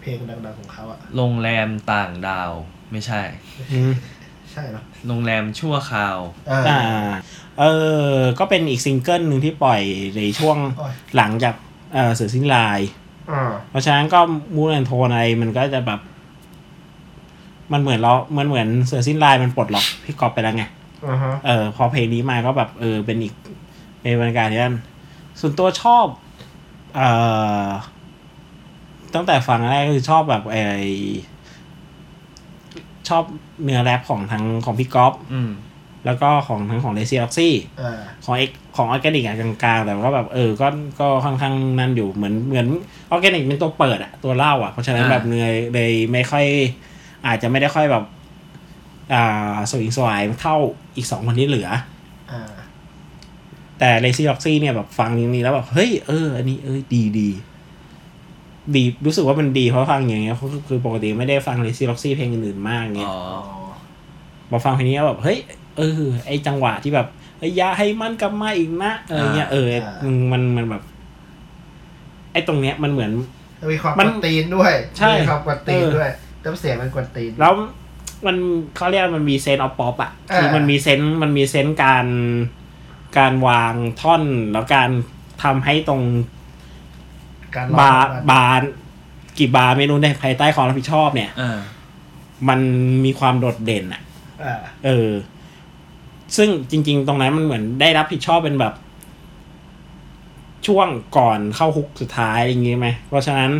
Speaker 3: เพลงดังๆของเขาอ่ะ
Speaker 4: โรงแรมต่างดาว ไม่ใช่
Speaker 2: อืม
Speaker 3: ใช่เหรอ
Speaker 4: โรงแรมชั่วคราว
Speaker 3: เอออ
Speaker 2: อ่า เออ ก็เป็นอีกซิงเกิลหนึ่งที่ปล่อยในช่วง
Speaker 3: โอ้ย
Speaker 2: หลังจากเออเสือสิ้นลาย
Speaker 3: อ่า
Speaker 2: เพราะฉะนั้นก็มูนแอนโทนอะไรมันก็จะแบบ มันเหมือนเรา มันเหมือนเสือสิ้นลายมันปลดล็อกพี่กอบไปแล้วไง
Speaker 3: อ่าฮะ
Speaker 2: เออพอเพลงนี้มาก็แบบเออเป็นอีกเป็นบรรยากาศที่นั่นส่วนตัวชอบ เอ่อ ตั้งแต่ฟังแรกก็คือชอบแบบไอชอบเนื้อแรปของทั้งของพี่ก๊อฟ
Speaker 4: อืม
Speaker 2: แล้วก็ของทั้งของเลซี่ล็อกซี่
Speaker 3: อ่า
Speaker 2: ของเอกของออร์แกนิกอะกลางๆ แต่ก็แบบเออก็ก็ค่อนข้างนั่นอยู่เหมือนเหมือนออร์แกนิกเป็นตัวเปิดอะตัวเล่าอะเพราะฉะนั้น
Speaker 4: อ่า
Speaker 2: แบบเนยเลยไม่ค่อย อาจจะไม่ได้ค่อยแบบ อ่าสวิงสวายเท่าอีกสองคนที่เหลือ
Speaker 3: อ่า
Speaker 2: แต่เลซี่ล็อกซี่เนี่ยแบบฟังอย่างนี้แล้วแบบเฮ้ยเอออันนี้เอ้ยดีดีดีรู้สึกว่ามันดีเพราะฟังอย่างเงี้ยคือคือปกติไม่ได้ฟังเลซี่ล็อกซี่เพลงอื่นๆมากเงี้ย
Speaker 4: อ๋อ
Speaker 3: อ๋อ
Speaker 2: มาฟังเพลงนี้แล้วแบบเฮ้ยเออไอจังหวะที่แบบเอ้ยอยาให้มันกลับมาอีกนะอะไรเงี้ยเออ
Speaker 3: อ่า
Speaker 2: มันมันมันแบบ ไอตรงเนี้ยมันเหมือน
Speaker 3: แล้วมีความ
Speaker 2: มั
Speaker 3: ก
Speaker 2: น
Speaker 3: วนตีนด้วย
Speaker 2: ใช่
Speaker 3: มีความกวนตีน
Speaker 2: เออ
Speaker 3: ด้วยน้ำเสียงมันกวนตีน
Speaker 2: แล้วมันเขาเรียกว่ามันมีเซนต์ออฟป๊อปอะ
Speaker 3: อ่า
Speaker 2: คือมันมีเซนต์มันมีเซนต์การการวางท่อน แล้วการทำให้ตรง
Speaker 3: การร้อง
Speaker 2: บาร์
Speaker 3: มัน
Speaker 2: บาร์กี่บาร์ไม่รู้ในภายใต้ความรับผิดชอบเนี่ย
Speaker 4: อ่า
Speaker 2: มันมีความโดดเด่นอะ
Speaker 3: อ่า
Speaker 2: เออ ซึ่งจริง ๆ ตรงนั้นมันเหมือนได้รับผิดชอบเป็นแบบ ช่วงก่อนเข้าฮุกสุดท้ายอะไรอย่างงี้ไหม เพราะฉะนั้น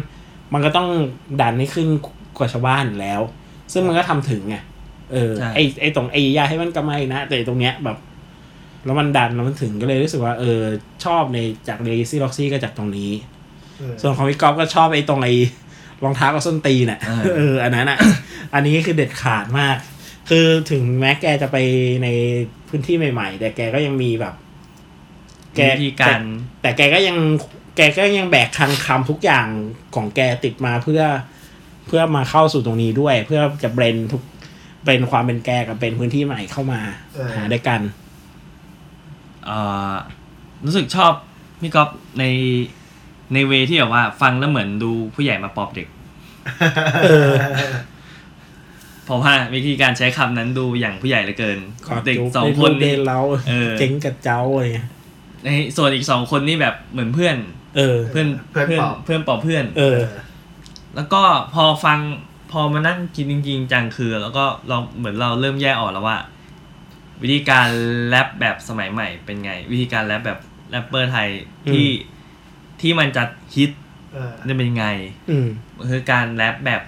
Speaker 2: มันก็ต้องดันให้ขึ้นกว่าชาวบ้านอยู่แล้ว ซึ่งมันก็ทำถึงไง เออ
Speaker 4: ใช่
Speaker 2: ไอไอตรงไอยาให้มันกำไรนะ แต่ไอ้ตรงเนี้ยแบบ แล้วมันดันแล้วมันถึงก็เลยรู้สึกว่า เออ ชอบในจากเลซี่ล็อกซี่ก็จากตรงนี้
Speaker 3: เออ
Speaker 2: ส่วนของพี่ก๊อฟก็ชอบไอ้ตรงไอ้รองเท้ากับส้นตีนอ่ะ
Speaker 4: อ่า
Speaker 2: เอออันนั้นอ่ะ อันนี้คือเด็ดขาดมาก คือถึงแม้แกจะไปในพื้นที่ใหม่ๆ แต่แกก็ยังมีแบบ แก
Speaker 4: วิธีการ
Speaker 2: แต่แต่แกก็ยังแกก็ยังแบกคันคำทุกอย่างของแกติดมาเพื่อเพื่อมาเข้าสู่ตรงนี้ด้วย เพื่อจะเบรนทุกเบรนความเป็นแกกับเบรนพื้นที่ใหม่เข้ามา
Speaker 3: เออ
Speaker 2: หาด้วยกัน
Speaker 4: เอ่อรู้สึกชอบพี่ก๊อฟในในเวที่แบบว่าฟังแล้วเหมือนดูผู้ใหญ่มาปอบเด็ก
Speaker 2: เออ
Speaker 4: เพราะว่าวิธีการใช้คำนั้นดูอย่างผู้ใหญ่เหลือเกิน
Speaker 2: ขอ
Speaker 4: เด็ก
Speaker 2: จูบ
Speaker 4: สอง
Speaker 2: ได้
Speaker 4: ค
Speaker 2: รูป
Speaker 4: น
Speaker 2: เด
Speaker 4: นี่
Speaker 2: นเรา
Speaker 4: เออ
Speaker 2: เจ๊งกับเจ้าอะไรเงี้ย
Speaker 4: ในส่วนอีกสองคนนี่แบบเหมือนเพื่อน
Speaker 2: เออ
Speaker 4: เพื่อน
Speaker 3: เพื่อนปอบ
Speaker 4: เพื่อนปอบเพื่อน
Speaker 2: เออ
Speaker 4: แล้วก็พอฟังพอมานั่งกินจริงๆจังคือ แล้วก็เราเหมือนเราเริ่มแยกออกแล้วว่า วิธีการแรปแบบสมัยใหม่เป็นไง วิธีการแรปแบบแรปเปอร์ไทยที่ที่มันจะฮิต
Speaker 3: เออ
Speaker 4: เนี่ยเป็นไง
Speaker 2: อืม
Speaker 4: คือการแรปแบบ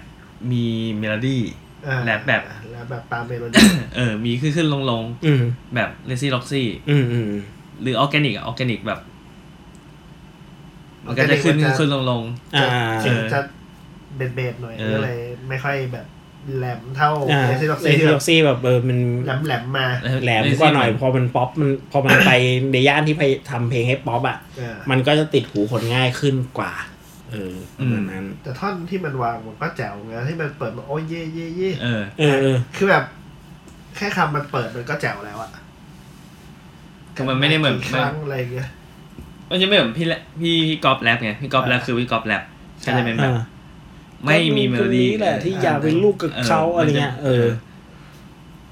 Speaker 4: มีเมโลดี้
Speaker 3: เออ
Speaker 4: แรปแบบ
Speaker 3: แรปแบบตามเมโลดี้
Speaker 4: เออ มีขึ้นขึ้นลงลง
Speaker 2: อืม
Speaker 4: ๆแบบเลซี่ล็อกซี่
Speaker 2: อืมอืม
Speaker 4: หรือออร์แกนิกออร์แกนิกแบบ มันก็จะขึ้น
Speaker 3: มันก็จะ
Speaker 4: ขึ้นลงลง
Speaker 2: อ่า
Speaker 3: เสียงจะเบ็ดเบ็ดๆหน่อย
Speaker 4: เออ
Speaker 3: ก็เลยไม่ค่อยแบบแหลมเท่า
Speaker 2: อ่าเอ
Speaker 3: เอซิ
Speaker 2: ซิล็อก ก
Speaker 3: ล็อซี่ที่แบบ
Speaker 2: ซี่แบบเออมัน
Speaker 3: แหลมแหลมๆมา
Speaker 2: แหลมกว่าหน่อยพอมันป๊อปมันพอมันไปในย่านที่ไปทำเพลงให้ป๊อปอ่ะ
Speaker 3: เออ
Speaker 2: มันก็จะติดหูคนง่ายขึ้นกว่า เออประมาณนั้น
Speaker 3: แต่ท่อนที่มันวางมันก็แจ๋วไงที่มันเปิดมาโอ้ยเย่เย่เย่
Speaker 4: เออ
Speaker 2: เออเออ
Speaker 3: คือแบบ แค่คำมันเปิดมันก็แจ๋วแล้วอะ
Speaker 4: คือมันไม่ได้เหมือน
Speaker 3: กี่ครั้งอะไรอย่างเงี้ย
Speaker 4: มันจะไม่เหมือนพี่แรพี่พี่กอล์ฟแรปไงพี่กอล์ฟแรป
Speaker 3: อ่า
Speaker 4: คือพี่กอล์ฟแรป
Speaker 3: ใช่
Speaker 4: ก็จะเป็นแบบไม่มีเมโลดี้
Speaker 2: ก็คนนี้แหละที่อยากเป็นลูกกับเขาอะไรเงี้ยเออ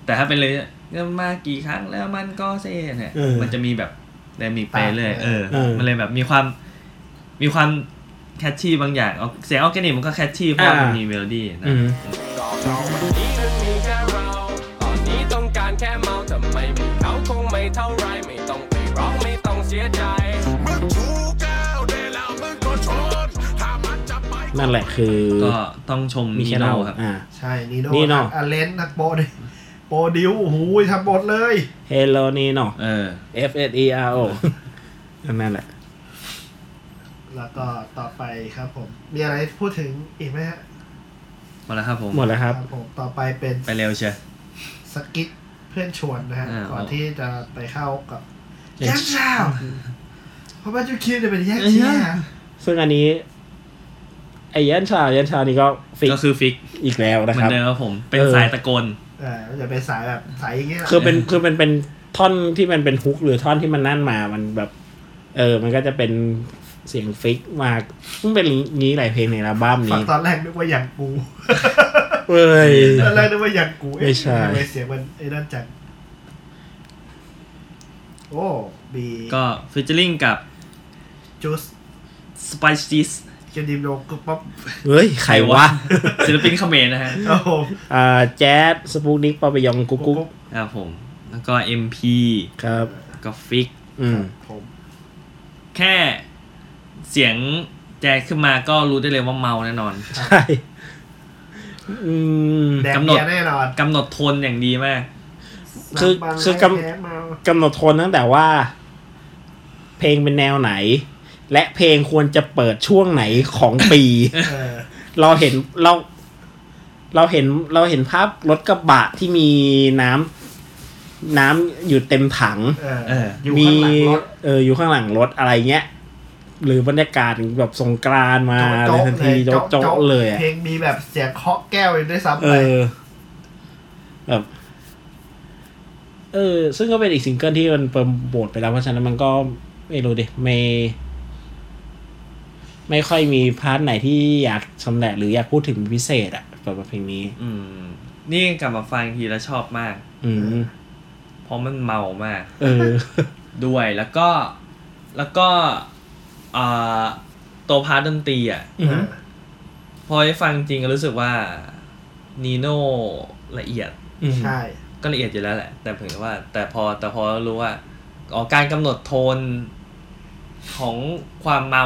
Speaker 4: แต่ถ้าเป็นเลยเนี่ยมากี่ครั้งแล้วมันก็เซ่เนี่ย
Speaker 2: เออ
Speaker 4: มันจะมีแบบไดนามีไปเรื่อยเออ
Speaker 2: เออ
Speaker 4: มันเลยแบบมีความมีความแคชชี่บางอย่างเอาเสียงออร์แกนิกมันก็แคชชี่เพราะว่ามันมีเมโลดี้นะ
Speaker 2: อืม
Speaker 5: ก็เพราะวันนี้มันมีแค่เรา ตอนนี้ต้องการแค่เมาทำไมมีเขาคงไม่เท่าไรไม่ต้องไปร้องไม่ต้องเสียใจ
Speaker 1: มึงชูแก้วได้แล้วมึงก็ชนถ้ามันจะไป
Speaker 2: นั่นแหละคือ
Speaker 4: ก็ต้องชม
Speaker 2: มี
Speaker 4: นี
Speaker 2: แค่เรา
Speaker 4: โน่ครับ
Speaker 2: อ่า
Speaker 3: ใช่นีโน่
Speaker 2: นีโน่
Speaker 3: ทั้งอาเลนทักโปดโปรดิวโอ้โหทำหมดเลย
Speaker 2: Hello Nino
Speaker 4: เออ
Speaker 2: F S E R O นั่นแหละ
Speaker 3: แล้วก็ต่อไปครับผม มีอะไรพูดถึงอีกไหมฮะ
Speaker 4: หมดแล้วครับผม
Speaker 2: หมดแล้วครับ
Speaker 3: ผมต่อไปเป็น
Speaker 4: ไปเร็วเชียว
Speaker 3: สกิทเพื่อนชวนนะฮะ
Speaker 4: อ่า
Speaker 3: ก่อนที่จะไปเข้ากับ
Speaker 2: เอ็
Speaker 3: แย่
Speaker 2: ก
Speaker 3: ง
Speaker 2: ซ์
Speaker 3: เช้าเพราะว่าจุคิวเนี่ยเป็นแย่งเช้า
Speaker 2: ซึ่งอันนี้ ไอ้ยันชายันชานี่ก็ฟิก
Speaker 4: ก็คือฟิก
Speaker 2: อีกแล้วนะ
Speaker 4: เห
Speaker 2: ค
Speaker 4: มือ
Speaker 2: รับ
Speaker 4: นเดิมครับผมเป็น
Speaker 2: เออ
Speaker 4: สายตะโกน
Speaker 3: เออมันจะเป็นสายแบบสายอย่างเงี้ย
Speaker 2: คือเป็นคือมันเป็นท่อนที่มันเป็นฮุกหรือท่อนที่มันนั่นมามันแบบ เออ มันก็จะเป็นเสียงฟิกมาเพิ่งเป็นอย่างนี้หลายเพลงในอัลบั้ม
Speaker 3: ฟัง
Speaker 2: นี้
Speaker 3: ตอนแรกนึกว่าอย่างกู
Speaker 2: เว้ย
Speaker 3: ตอนแรกนึกว่าอย่างกูเอ๊ะ
Speaker 2: ไม่ใช่
Speaker 3: ทำไมเสียงมันไอ้นั่นจังโอ้บี
Speaker 4: ก็ฟิชเชอร์ลิงกับ
Speaker 3: จูส
Speaker 4: สไปซีส
Speaker 3: เกียดิมโลกุ๊บป๊อป
Speaker 2: เฮ้ยใครวะ
Speaker 4: ศิลปินเขมรนะฮะ
Speaker 3: ครับผม
Speaker 2: อ่าแจ๊สสปูนิกปาปยองกุ๊กกุ๊ก
Speaker 4: ครับผม แล้วก็ MP
Speaker 2: ครับ
Speaker 4: ก็ฟิก
Speaker 2: อืม
Speaker 3: ผม
Speaker 4: แค่เสียงแจ๊สขึ้นมาก็รู้ได้เลยว่าเมาแน่นอน
Speaker 2: ใช่อืม
Speaker 3: แดง
Speaker 4: กำหน
Speaker 3: เบี
Speaker 4: ด
Speaker 3: ยร์แน่นอน
Speaker 4: กำหนดโทนอย่างดีมาก
Speaker 2: คือ
Speaker 3: น้ำบาง
Speaker 2: คือกำ
Speaker 3: แท้เมาก
Speaker 2: ำหนดโทนตั้งแต่ว่า เพลงเป็นแนวไหน และเพลงควรจะเปิดช่วงไหนของปี
Speaker 3: เออ
Speaker 2: เราเห็นเรา เราเห็นเราเห็นภาพรถกระบะที่มีน้ำน้ำอยู่เต็มถัง
Speaker 3: เออ
Speaker 4: เออ
Speaker 3: อยู่
Speaker 2: มี
Speaker 3: ข้างหลังรถ
Speaker 2: เอออยู่ข้างหลังรถอะไรเงี้ย หรือบรรยากาศแบบสงกรานต์มาอะไรทันทีโจ๊ะโจ๊ะเลยอะ
Speaker 3: เพลงมีแบบเสียงเคาะแก้วด้วยซ้ำ
Speaker 2: เอ
Speaker 3: ไป
Speaker 2: อ แบบ เออ ซึ่งก็เป็นอีกซิงเกิลที่มันเปิดโบทไปแล้วเพราะฉะนั้นมันก็ไม่รู้ดิไม่ ไม่ค่อยมีพาร์ทไหนที่อยากชำแหละหรืออยากพูดถึงเป็นพิเศษอะสำหรับเพลงนี้
Speaker 4: อืม นี่กลับมาฟังอีกทีแล้วชอบมาก
Speaker 2: อืม
Speaker 4: เพราะมันเมามาก
Speaker 2: เออ
Speaker 4: ด้วยแล้วก็แล้วก็อ่าตัวพาร์ทดนตรีอ่ะ
Speaker 2: อืม
Speaker 4: พอได้ฟังจริงก็รู้สึกว่านีโน่ละเอียด
Speaker 2: อืม
Speaker 3: ใช่
Speaker 4: ก็ละเอียดอยู่แล้วแหละ แต่เผยว่า แต่พอแต่พอรู้ว่าอ๋อการกำหนดโทนของความเมา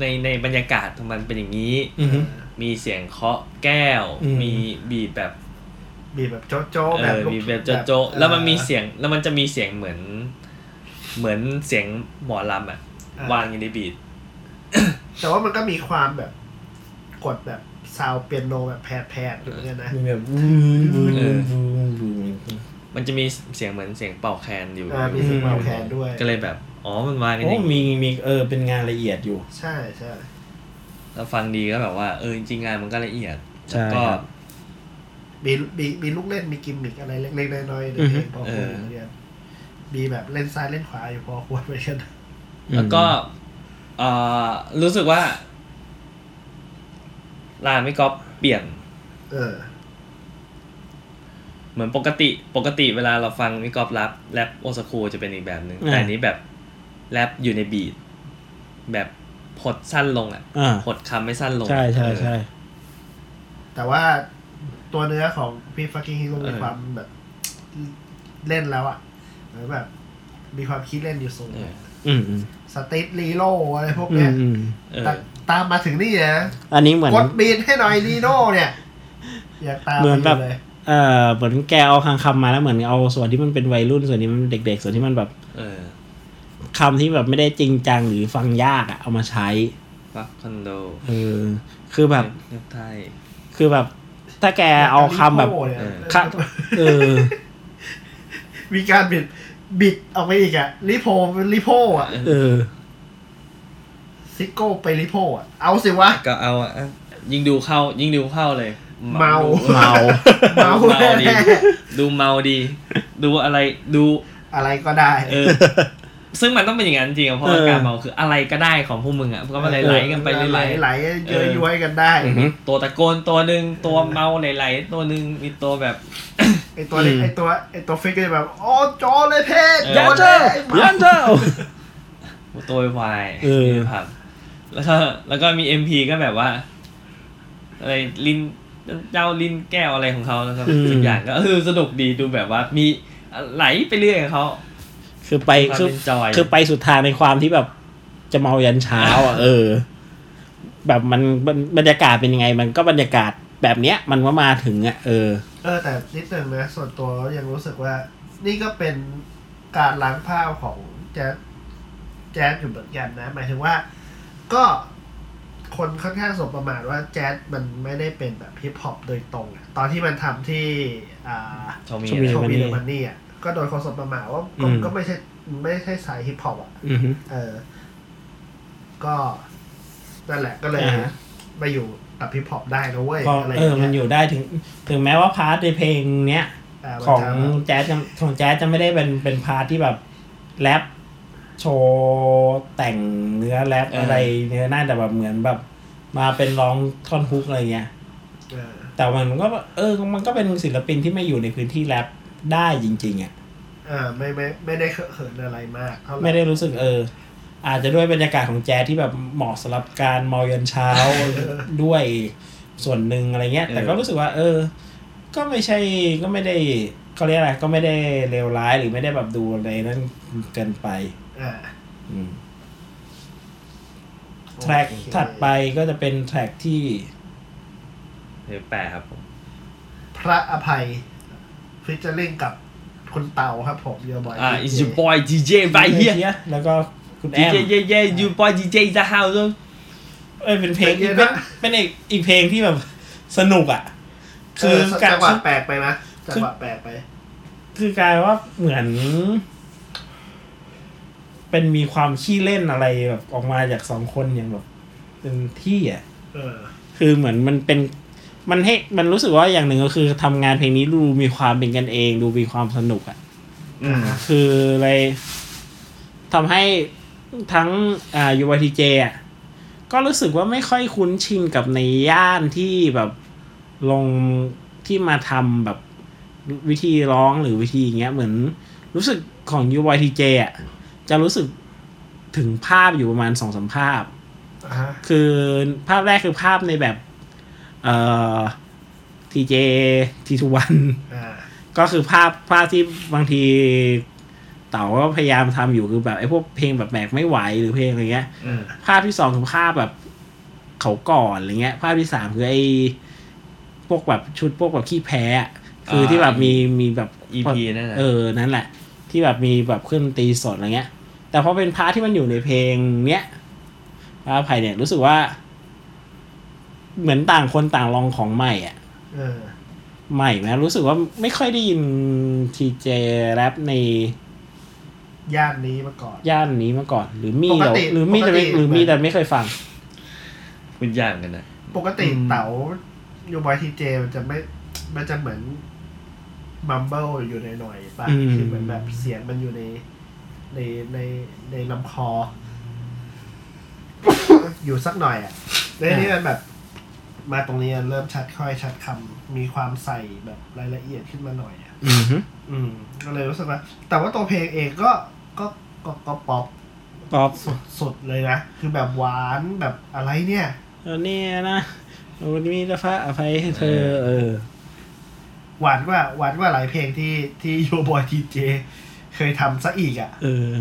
Speaker 4: ในในบรรยากาศของมันเป็นอย่างนี้
Speaker 2: อืม
Speaker 4: มีเสียงเคาะแก้ว
Speaker 2: อืม
Speaker 4: มีบีบแบบ
Speaker 3: บีบแบบโจ๊ะโจ๊ะ
Speaker 4: เอ
Speaker 3: แบบ
Speaker 4: อ
Speaker 3: ลูก
Speaker 4: บีบแบบโจะโจะแล้วมันมีเสียงแล้วมันจะมีเสียงเหมือน เหมือนเสียงหมอลำอ่ะ
Speaker 3: เออ
Speaker 4: วางอยู่ในบีด
Speaker 3: แต่ว่ามันก็มีความแบบกดแบบซาวด์เปียโนแบบแผดๆอยู่เหมือนกันนะ
Speaker 2: มีแบบวูนวูนวูนวูนวูน
Speaker 4: มันจะมีเสียงเหมือนเสียงเป่าแคนอยู่
Speaker 3: เออมีเสียง
Speaker 2: อืม
Speaker 3: เบาแคนด้วย
Speaker 4: ก็เลยแบบอ๋อมันวางกัน
Speaker 2: โอ้
Speaker 4: อย่างนี้
Speaker 2: มีมีเออ เป็นงานละเอียดอยู่
Speaker 3: ใช่ใช่
Speaker 4: แล้วฟังดีก็แบบว่าเออจริงๆงานมันก็ละเอียด
Speaker 2: ใช่
Speaker 4: แล้วก็
Speaker 2: ครับ
Speaker 3: มีมีมีลูกเล่นมีกิมมิกอะไรเล็กๆน้อยๆใน
Speaker 2: อือ
Speaker 3: เพ
Speaker 2: ฮึ
Speaker 3: ลงพอควร
Speaker 4: เออ
Speaker 3: เหมือนกันมีแบบเล่นซ้ายเล่นขวาอยู่พ อควรเหมือนกัน
Speaker 4: แล้วก็เอ่อรู้สึกว่าลานไม่ก๊อปเปลี่ยน
Speaker 3: เออ
Speaker 4: เหมือนปกติปกติเวลาเราฟังมิกอฟรับแรปโอซาคูจะเป็นอีกแบบหนึ่ง
Speaker 2: อ่า
Speaker 4: แต่อันนี้แบบแรปอยู่ในบีทแบบหดสั้นลงอ่ะ
Speaker 2: อ่า
Speaker 4: หดคำไม่สั้นลง
Speaker 2: ใช่ใช่ใช่
Speaker 4: เออ
Speaker 3: แต่ว่าตัวเนื้อของพี่ฟักกิ้งฮิโร่มีความแบบเล่นแล้วอ่ะเหมือนแบบ มีความคิดเล่นอยู่สูง
Speaker 4: เออ
Speaker 2: อืมอืม
Speaker 3: สติทลีโร่อะไรพวก
Speaker 2: อื
Speaker 3: เนี้
Speaker 2: ม
Speaker 3: ย
Speaker 2: อืม
Speaker 4: เออ
Speaker 3: ตาตามมาถึงนี่นะ
Speaker 2: อันนี้เหมือน
Speaker 3: กดบีนให้หน่อยลีโน่เนี่ย อยากตาม
Speaker 2: เหมือนแบบ
Speaker 3: ไปเลย
Speaker 2: เออเหมือนแกเอาคำคำมาแล้วเหมือนเอาส่วนที่มันเป็นวัยรุ่นส่วนที่มันเป็นเด็ก ๆ ส่วนที่มันแบบ
Speaker 4: เออ
Speaker 2: คำที่แบบไม่ได้จริงจังหรือฟังยากอะเอามาใช้
Speaker 4: ฟักคอนโด
Speaker 2: เออคือแบบ
Speaker 4: เรียบไทย
Speaker 2: คือแบบ ถ้าแกเอาคำแบบ
Speaker 3: เนี่ย
Speaker 4: เออ
Speaker 2: ค่ะเออ
Speaker 3: มีการบิดบิดออกไปอีกอะริโพเป็นริโพอะ
Speaker 2: เออ
Speaker 3: ซิโก้ไปริโพอะเอาสิวะ
Speaker 4: ก็เอาอะยิ่งดูเข้ายิ่งดูเข้าเลย
Speaker 3: เมา
Speaker 2: เมา
Speaker 3: เมา
Speaker 4: ดูเมาดี
Speaker 3: แน่
Speaker 4: ดูเมาดี ดูอะไรดู
Speaker 3: ๆอะไรก็ได้
Speaker 4: เออ ซึ่งมันต้องเป็นอย่างนั้นจริงอะเพราะว่า
Speaker 2: เออ
Speaker 4: การเมาคืออะไรก็ได้ของพวกมึงอะก็มาไหลๆกันไปเรื่อย
Speaker 3: ไหลๆเยอะย้วยกันได้
Speaker 2: อือหือ
Speaker 4: ๆตัวตะโกนตัวหนึ่งตัวเมาไหลๆตัวหนึ่งมีตัวแบบ
Speaker 3: ไอตัวเล็ก
Speaker 2: อืม
Speaker 3: ไอตัวไอตัวฟิกก็จะแบบอ๋อจอเลยเพศ
Speaker 4: เออ
Speaker 3: จอเลย
Speaker 2: ยันเจ้า
Speaker 4: ตัววาย
Speaker 2: เออ
Speaker 4: ในผับแล้วก็แล้วก็มีเอ็มพีก็แบบว่า อะไรลินเจ้าลินแก้วอะไรของเขาแล้วก็ทุกอย่างก็คือสนุกดีดูแบบว่ามีไหลไปเรื่อยของเขา
Speaker 2: คือไป
Speaker 4: ความ
Speaker 2: คือ
Speaker 4: enjoy
Speaker 2: คือไปสุดทางในความที่แบบจะเมายันเช้าอ่ะ เออ แบบมันมันบรรยากาศเป็นยังไง มันก็บรรยากาศแบบเนี้ย มันก็มาถึงอ่ะเออ
Speaker 3: เออแต่นิดหนึ่งนะส่วนตัวก็ยังรู้สึกว่า นี่ก็เป็นการล้างภาพของแจ๊สแจ๊สอยู่เหมือนกันนะ หมายถึงว่า ก็คนค่อนข้างสบประมาทว่าแจ๊สมันไม่ได้เป็นแบบฮิปฮอปโดยตรงอะตอนที่มันทำที่อ่า
Speaker 4: โชมี
Speaker 2: โชมิ
Speaker 3: โช
Speaker 4: อะไร
Speaker 2: เดอะมันนี่
Speaker 3: ว์มีเดอะมันนี่อ่ะก็โดนคนสบประมาทว่าก็
Speaker 2: อืม
Speaker 3: ก็ไม่ใช่ไม่ใช่สายฮิปฮอปอ่ะ
Speaker 2: อือฮึ
Speaker 3: เออ ก็นั่นแหละก็เลย
Speaker 2: อ่าฮะ
Speaker 3: มาอยู่กับฮิปฮอปได้นะเว้ย
Speaker 2: พอ
Speaker 3: อะไร
Speaker 2: เออ มันอยู่ได้ถึง ถึงแม้ว่าพาร์ทในเพลงเนี้ย
Speaker 3: ข
Speaker 2: ข
Speaker 3: อ
Speaker 2: อง ง
Speaker 3: เงี้ย
Speaker 2: แจ๊สจะของแจ๊สจะไม่ได้เป็นเป็นพาร์ทที่แบบแรปโชว์แต่งเนื้อแรปอะไรเนื้อหน้าแต่แบบเหมือนแบบ มาเป็นร้องท่อนฮุกอะไรเงี้ย
Speaker 3: เออ
Speaker 2: แต่มันก็เออมันก็เป็นศิลปินที่ไม่อยู่ในพื้นที่แรปได้จริงๆอ่ะ
Speaker 3: เออไม่ไม่ไม่ได้เคอะเขินอะไรมากเท่าไหร่
Speaker 2: ไม่ได้รู้สึกเออ อาจจะด้วยบรรยากาศของแจ๊สที่แบบเหมาะสำหรับการเมายันเช้า ด้วยส่วนหนึ่งอะไรเงี้ย แต่ก็รู้สึกว่า เออ ก็ไม่ใช่ก็ไม่ได้เขาเรียกอะไรก็ไม่ได้เลวร้ายหรือไม่ได้แบบดูอะไรนั่นเกินไป
Speaker 3: อ่า
Speaker 2: อืมแทร็ก
Speaker 3: โอเค
Speaker 2: ถัดไปก็จะเป็นแทร็กที่
Speaker 4: เดี๋ยวแปะครับผม
Speaker 3: พระอภัยฟิชเจอริงกับคุณเตาครับผมเยอะบ่อย
Speaker 4: อ่า is your boy DJ ไปเฮีย
Speaker 2: Idea แล้วก็คุณแอม
Speaker 4: DJ yeah yeah you boy DJ is the house
Speaker 2: เอ้ยเป็นเพลงอีกเป็นเป็นอีกอีกเพลงที่แบบสนุกอ่ะ
Speaker 3: คื
Speaker 2: คือ อกา
Speaker 3: จั
Speaker 2: ร
Speaker 3: งหวะแปลกไปนะจังหวะแปลกไป
Speaker 2: คือกลายว่าเหมือน เป็นมีความขี้เล่นอะไรแบบออกมาจากสองคนอย่างแบบเต็มที่อ่ะ
Speaker 3: เออ
Speaker 2: คือเหมือนมันเป็นมันให้มันรู้สึกว่าอย่างหนึ่งก็คือทำงานเพลงนี้ดูมีความเป็นกันเอง ดูมีความสนุกอ่ะ
Speaker 4: อืม
Speaker 2: คือเลยทำให้ทั้งอ่า UYTJ อ่ะก็รู้สึกว่าไม่ค่อยคุ้นชินกับในย่านที่แบบลงที่มาทำแบบวิธีร้องหรือวิธีอย่างเงี้ยเหมือนรู้สึกของ UYTJ อ่ะจะรู้สึกถึงภาพอยู่ประมาณสองสามภาพ
Speaker 3: อ่าฮะ
Speaker 2: คือภาพแรกคือภาพในแบบเอ่อ TJ ทีทุวัน
Speaker 3: อ่า
Speaker 2: ก็คือภาพภาพที่บางทีเต๋าก็พยายามทำอยู่คือแบบไอ้พวกเพลงแบบแบกไม่ไหวหรือเพลงอะไรเงี้ย
Speaker 4: อืม
Speaker 2: ภาพที่สองคือภาพแบบเขาก่อนอะไรเงี้ย ภาพที่สามคือไอ้พวกแบบชุดพวกแบบขี้แพ้อะคือที่แบบมีมีแบบ
Speaker 4: EP นั่นแหละ
Speaker 2: เออนั่นแหละ ที่แบบมีแบบเครื่องดนตรีสดอะไรเงี้ย แต่พอเป็นพาร์ทที่มันอยู่ในเพลงเนี้ยพาร์ทไผ่เนี่ยรู้สึกว่า เหมือนต่างคนต่างลองของใหม่อ่ะ
Speaker 3: เออ
Speaker 2: ใหม่ไหมรู้สึกว่าไม่ค่อยได้ยินทีเจแรปใน
Speaker 3: ย่านนี้มาก่อน
Speaker 2: ย่านนี้มาก่อน หรือมี
Speaker 3: ปก
Speaker 2: แต่
Speaker 3: ติ
Speaker 2: หรือมีแต่ไม่
Speaker 3: ปกติ
Speaker 2: หรือมีแต่ไม่เคยฟัง
Speaker 4: คุณยากเหมือนกันนะ
Speaker 3: ปกติ
Speaker 4: อืม
Speaker 3: เต๋าอยู่บอยทีเจมันจะไม่ มันจะเหมือนมัมเบิลอยู่ในหน่อยๆป่ะ
Speaker 2: อืม
Speaker 3: คือเหมือนแบบเสียงมันอยู่ใน ในในในลำคอ อยู่สักหน่อยอ่ะแล้วนี่มันแบบ มาตรงนี้เริ่มชัดค่อยชัดคำมีความใส่แบบรายละเอียดขึ้นมาหน่อยอ่ะ
Speaker 2: อือฮึ
Speaker 3: อืม ก็เลยรู้สึกว่า แต่ว่าตัวเพลงเองก็ก็ก็ก็ป๊อป
Speaker 2: ป๊อป
Speaker 3: สุดเลยนะ คือแบบหวานแบบอะไรเนี่ย
Speaker 2: แล้วเนี่ยนะวันนี้จะพระอภัยให้เธอ เออ
Speaker 3: หวานกว่าหวานกว่าหลายเพลงที่ที่โยบอยทีเจเคยทำซะอีกอะ่ะ
Speaker 2: เออ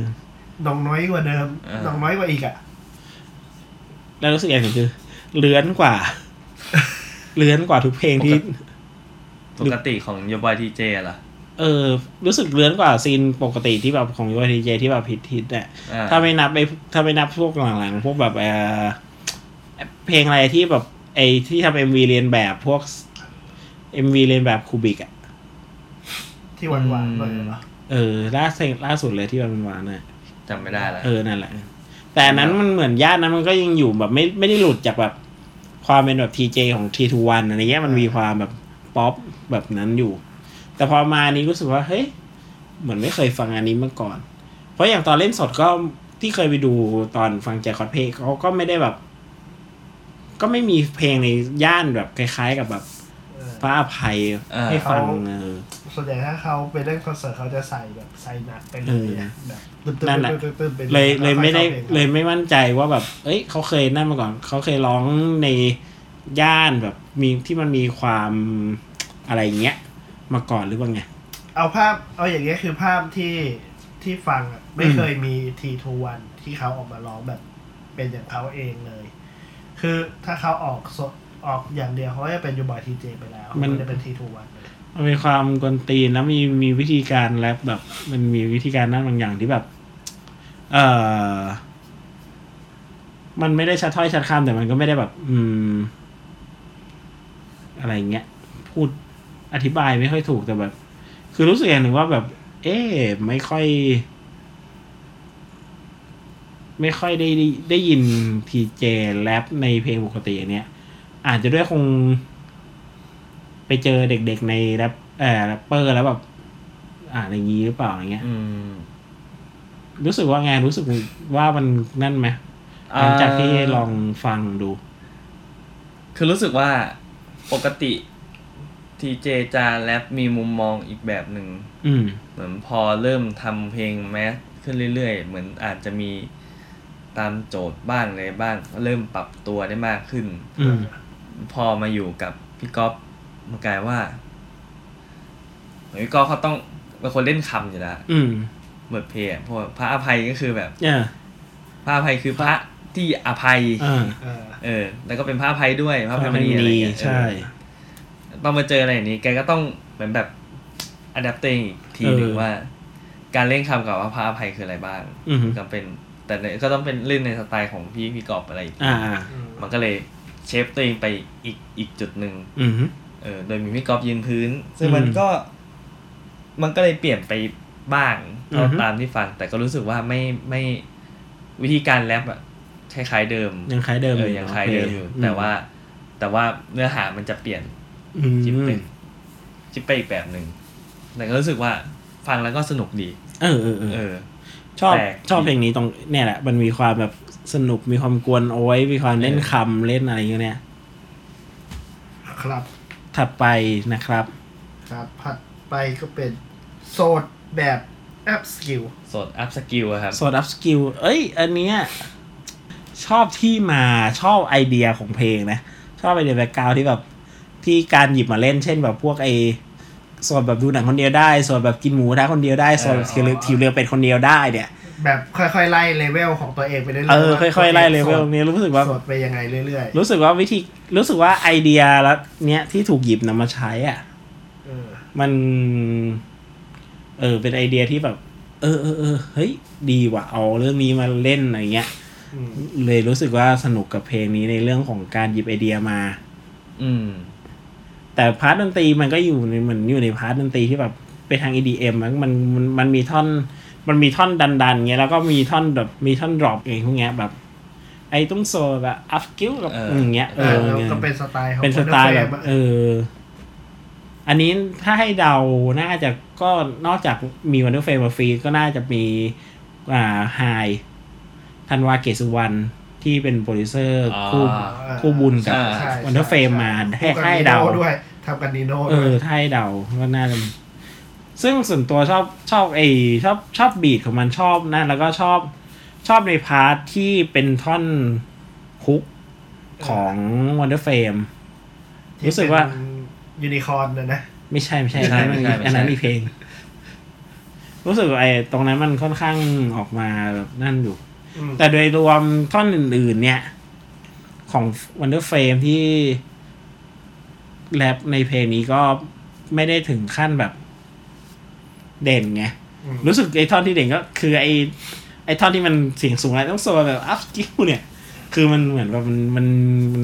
Speaker 3: น้องน้อยกว่าเดิม
Speaker 4: อ่า
Speaker 3: น้องน้อยกว่าอีกอะ่ะ
Speaker 2: แล้วรู้สึกอย่างหนึ่งคือเลื้อนกว่า เลื้อนกว่าทุกเพลงที่
Speaker 4: ปกติของยบอยทีเจเหรอ
Speaker 2: เออ รู้สึกเลื้อนกว่าซีนปกติที่แบบของยูไอทีเจที่แบบฮิตฮิตเนี่ย
Speaker 4: อ่
Speaker 2: ถ้าไม่นับไอ้ถ้าไม่นับพวกหลังๆ พวกแบบเอ่อ เพลงอะไรที่แบบไอ้ที่ทำเอ็มวีเรียนแบบพวกเอ็มวีเรียนแบบคูบิกอ่ะ
Speaker 3: ที่หวานหวานๆหน่อยเหรอ
Speaker 2: เออล่าสุดล่าสุดเลยที่มันมาเนี่ย
Speaker 4: จำไม่ได้แล้ว
Speaker 2: เออนั่นแหละ แต่อันนั้นมันเหมือนญาตินะมันก็ยังอยู่แบบไม่ไม่ได้หลุดจากแบบความเป็นแบบทีเจของทีทูวันอะไรเงี้ยมันมีความแบบป๊อปแบบนั้นอยู่ แต่พอมาอันนี้รู้สึกว่าเฮ้ยเหมือนไม่เคยฟังอันนี้มาก่อน เพราะอย่างตอนเล่นสดก็ที่เคยไปดูตอนฟังแจคคอตเพลงเขาก็ไม่ได้แบบ ก็ไม่มีเพลงในย่านแบบคล้าย ๆ กับแบบ
Speaker 3: เออ
Speaker 2: ฟ้าอภัย
Speaker 4: เออ
Speaker 2: ให้ฟัง
Speaker 3: เขา
Speaker 2: เออ
Speaker 3: ส่วนใหญ่ถ้าเขาไปเล่นคอนเสิร์ตเขาจะใส่แบบใส่หนักไปเล
Speaker 2: เอย อ
Speaker 3: อะแบบตึ้มๆ
Speaker 2: นั่นแหละ
Speaker 3: ตึ้มๆตึ้มๆไป
Speaker 2: เลย
Speaker 3: แว
Speaker 2: เลย
Speaker 3: ค่อ
Speaker 2: ไม่ได้
Speaker 3: ข้าพง
Speaker 2: เลยไม่มั่นใจว่าแบบ เอ้ยเขาเคยนั่นมาก่อนเขาเคยร้องในย่านแบบมีที่มันมีความอะไรอย่างเงี้ยมาก่อนหรือว่าไง
Speaker 3: เอาภาพเอาอย่างเงี้ยคือภาพที่ที่ฟังอะไม่
Speaker 2: อืม
Speaker 3: เคยมีทีทูวันที่เขาออกมาร้องแบบเป็นอย่างเขาเองเลย คือถ้าเขาออกสดออกอย่างเดียวเขาจะเป็นยูบอยทีเจไปแล้วเขาไม่ได้เป็นทีทูวันเลย
Speaker 2: มันมีความกวนตีนแล้วมีมีวิธีการแรปแบบ มันมีวิธีการนั่นบางอย่างที่แบบ เออมันไม่ได้ชัดถ้อยชัดคำแต่มันก็ไม่ได้แบบ อืม อะไรอย่างเงี้ยพูดอธิบายไม่ค่อยถูกแต่แบบ คือรู้สึกอย่างหนึ่งว่าแบบ เอ๊ะไม่ค่อย ไม่ค่อยได้ได้ได้ยินทีเจแรปในเพลงปกติอย่างเนี้ยอาจจะด้วยคง ไปเจอเด็กๆในแรปเอ่อแรปเปอร์แล้วแบบ อ่านอย่างนี้หรือเปล่าอย่างเงี้ย
Speaker 4: อืม
Speaker 2: รู้สึกว่าไงรู้สึกว่ามันนั่นไหมหลังจากที่ลองฟังดู
Speaker 4: คือรู้สึกว่าปกติทีเจจาแรปมีมุมมองอีกแบบหนึ่ง
Speaker 2: อืม
Speaker 4: เหมือนพอเริ่มทำเพลงแมสขึ้นเรื่อยๆ เหมือนอาจจะมีตามโจทย์บ้างอะไรบ้าง เริ่มปรับตัวได้มากขึ้น
Speaker 2: อืม
Speaker 4: พอมาอยู่กับพี่ก๊อฟมันกลายว่าเหมือนพี่ก๊อฟเขาต้องเป็นคนเล่นคำอยู่แล้ว
Speaker 2: อืม
Speaker 4: เบิดเพลงอะเพราะพระอภัยก็คือแบบ
Speaker 2: เอ่า
Speaker 4: พระอภัยคือพระที่อภัย
Speaker 2: อ่า
Speaker 3: เออ
Speaker 4: เออ แล้วก็เป็นพระอภัยด้วยพระอภัยม
Speaker 2: มั
Speaker 4: ณีอะไร
Speaker 2: ดี
Speaker 4: เงี้ย
Speaker 2: ใช่
Speaker 4: เออ ต้องมาเจออะไรอย่างนี้แกก็ต้องเหมือนแบบอัด p ัตัวเองอีกทีหนึ่งว่า การเล่นคำกับว่าพระอภัยคืออะไรบ้าง
Speaker 2: อืม
Speaker 4: ก็เป็น แต่ในก็ต้องเป็นเล่นในสไตล์ของพี่พี่กอบอะไรอีก
Speaker 2: อ่า
Speaker 4: มันก็เลยเชฟตัวเองไปอีกอีกจุดหนึ่ง
Speaker 2: อืม
Speaker 4: เออโดยมีพี่กอบยืนพื้น ซึ่งมัน
Speaker 2: อืม
Speaker 4: ก็ มันก็เลยเปลี่ยนไปบ้าง
Speaker 2: อือฮึ
Speaker 4: ตามที่ฟัง แต่ก็รู้สึกว่าไม่ไม่วิธีการแรปอะคล้ายๆเดิม
Speaker 2: ยังคล้ายเดิม
Speaker 4: เออยังคล้ายเดิมอยู่
Speaker 2: โค
Speaker 4: แต่ว่า แต่ว่าเนื้อหามันจะเปลี่ยน
Speaker 2: อืม
Speaker 4: จิบไปจิบไปอีกแบบหนึ่ง แต่ก็รู้สึกว่าฟังแล้วก็สนุกดี
Speaker 2: เออเออเออ
Speaker 4: เออ
Speaker 2: ชอบ
Speaker 4: แปลก
Speaker 2: ชอบเพลงนี้ตรงเนี่ยแหละ มันมีความแบบสนุกมีความกวนโอ้ยมีความเล่นคำเล่นอะไรอย่างเงี้ยเนี่ย
Speaker 3: ครับ
Speaker 2: ถัดไปนะครับ
Speaker 3: ครับผัดไปก็เป็นโสดแบบ แอปสกิล
Speaker 4: สดอัพสกิลครับ
Speaker 2: โซดับสกิล เอ้ย อันเนี้ยชอบที่มาชอบไอเดียของเพลงนะ ชอบไอเดียแบ็กกราวที่แบบที่การหยิบมาเล่น เช่นแบบพวกไอส่วนแบบดูหนังคนเดียวได้ ส่วนแบบกินหมูกระท้าคนเดียวได้ ส่วนแบบ
Speaker 3: เออ
Speaker 2: ทิวเรือทิวเรือเป็นคนเดียวได้เนี่ย
Speaker 3: แบบค่อยๆ ไล่เลเวลของตัวเองไปเรื่อยๆ
Speaker 2: เออ
Speaker 3: ว่า
Speaker 2: ค่อยๆไล่เลเวล
Speaker 3: ตัวอง
Speaker 2: นี้รู้สึก
Speaker 3: โสด
Speaker 2: ว่า
Speaker 3: โสดไปยังไงเรื่อย
Speaker 2: รู้สึกว่าวิธีรู้สึกว่าไอเดียแล้วเนี้ยที่ถูกหยิบนำมาใช้อ่ะ
Speaker 3: ๆเออ
Speaker 2: มัน เออ เป็นไอเดียที่แบบ เออเออเออเฮ้ย ดีว่ะเอาเรื่องนี้มาเล่นอะไรเงี้ย
Speaker 3: อืม
Speaker 2: เลยรู้สึกว่าสนุกกับเพลงนี้ในเรื่องของการหยิบไอเดียมา
Speaker 4: อืม
Speaker 2: แต่พาร์ทดนตรีมันก็อยู่ในเหมือนอยู่ในพาร์ทดนตรีที่แบบไปทาง EDM มันมันมันมันมีท่อน มันมีท่อนดันๆเงี้ยแล้วก็มีท่อนแบบมีท่อนดรอปเองพวกเงี้ยแบบ ไอ้ต้องโซแบบอัพกิ้วแบบ
Speaker 4: เอออ
Speaker 2: อย่างเงี้ยเออ
Speaker 3: แล้ว
Speaker 2: เนี่ย
Speaker 3: ก็เป็นสไตล์ของ
Speaker 2: เป็นส
Speaker 3: Wonder
Speaker 2: ไตล์แบบ
Speaker 3: Frame อะ
Speaker 2: เออ อันนี้ถ้าให้เดาน่าจะก็นอกจากมีวันเดอร์เฟรมมาฟรีก็น่าจะมีอ่าไฮธันวาเกตสุวรรณที่เป็นโปรดิวเซอร์คู่
Speaker 4: อ่า
Speaker 3: เออ
Speaker 2: คู่บุญกับ
Speaker 4: อ่า
Speaker 3: ใช่
Speaker 2: Wonder
Speaker 3: ใช่
Speaker 2: Frame มาให้
Speaker 3: คู่กับ
Speaker 2: ให้
Speaker 3: นีโน่
Speaker 2: เดา
Speaker 3: ด้วยทำกันนีโน่
Speaker 2: เอ
Speaker 3: ด้ว
Speaker 2: อย ถ้าให้เดาก็น่าจะซึ่งส่วนตัวชอบชอบไอชอบชอบบีทของมันชอบนะ แล้วก็ชอบชอบในพาร์ทที่เป็นท่อนฮุกของ Wonder Frame รู้สึกว่า
Speaker 3: ยูนิคอร์นนะนะ
Speaker 2: ไม่ใช่ไม่ใช่
Speaker 4: ไม่ใช่
Speaker 2: อันนั้น
Speaker 4: ไม่ใช่ไม่ใช่
Speaker 2: อันนั้นมีเพลง รู้สึกว่าไอตรงนั้นมันค่อนข้างออกมาแบบนั่นอยู่
Speaker 3: อืม
Speaker 2: แต่โดยรวมท่อนอื่น ๆ เนี่ย ของ Wonder Frame ที่แรปในเพลงนี้ก็ไม่ได้ถึงขั้นแบบเด่นไง
Speaker 3: อืม
Speaker 2: รู้สึกไอ้ท่อนที่เด่นก็คือไอ้ไอ้ท่อนที่มันเสียงสูงอะไรต้องโซแบบอัพกิ้วเนี่ย คือมันเหมือนแบบมันมันมัน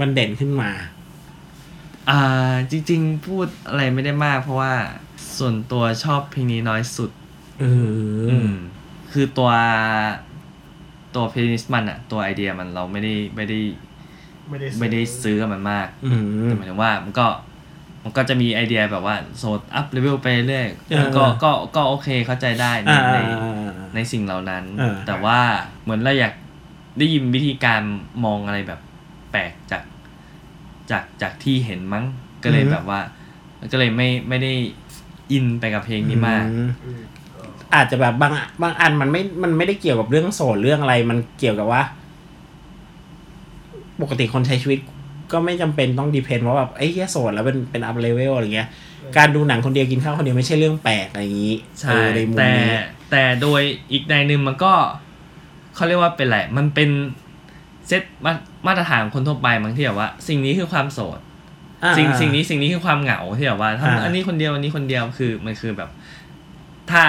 Speaker 2: มันเด่นขึ้นมา
Speaker 4: อ่าจริง ๆ พูดอะไรไม่ได้มาก เพราะว่าส่วนตัวชอบเพลงนี้น้อยสุด
Speaker 2: เออ
Speaker 4: อืม คือตัวตัวเพลงมันอะตัวไอเดียมันเราไม่ได้ไม่ได้
Speaker 3: ไม่ได้
Speaker 4: ไม่ได้ซื้อกับมันมาก
Speaker 2: อืม
Speaker 4: แต่หมายถึงว่ามันก็มันก็จะมีไอเดียแบบว่าโซดอัพเลเวลไปเรื่อย
Speaker 2: เออ
Speaker 4: มันก็ก็ก็โอเคเข้าใจได้ใน
Speaker 2: อ่า
Speaker 4: ในในสิ่งเหล่านั้น
Speaker 2: เออ
Speaker 4: แต่ว่าเหมือนเราอยากได้ยินวิธีการมองอะไรแบบแปลกจากจากจากที่เห็นมั้งก็เลยแบบว่า ก็เลยไม่ไม่ได้อินไปกับเพลงนี้มาก
Speaker 2: อืม
Speaker 3: อืมอ๋อ
Speaker 2: อาจจะแบบบางบางอันมันไม่ มันไม่ได้เกี่ยวกับเรื่องโสดเรื่องอะไร มันเกี่ยวกับว่า ปกติคนใช้ชีวิต ก็ไม่จำเป็นต้องดีเพนว่าแบบไอ้ยแค่โสดแล้วเป็นเป็นอัพเลเวลอะไรเงี้ย การดูหนังคนเดียวกินข้าวคนเดียวไม่ใช่เรื่องแปลกอะไรอย่างนี้
Speaker 4: ใช่
Speaker 2: เออในมุม
Speaker 4: แต่
Speaker 2: นี้
Speaker 4: แต่โดยอีกในหนึ่งมันก็เขาเรียกว่าเป็นไรมันเป็นเซตมามาตรฐานของคนทั่วไปบางที่แบบว่า สิ่งนี้คือความโสด
Speaker 2: อ่า
Speaker 4: สิ่งสิ่งนี้สิ่งนี้คือความเหงาที่แบบว่าถ้า
Speaker 2: อ่า
Speaker 4: อันนี้คนเดียวอันนี้คนเดียวคือมันคือแบบ ถ้า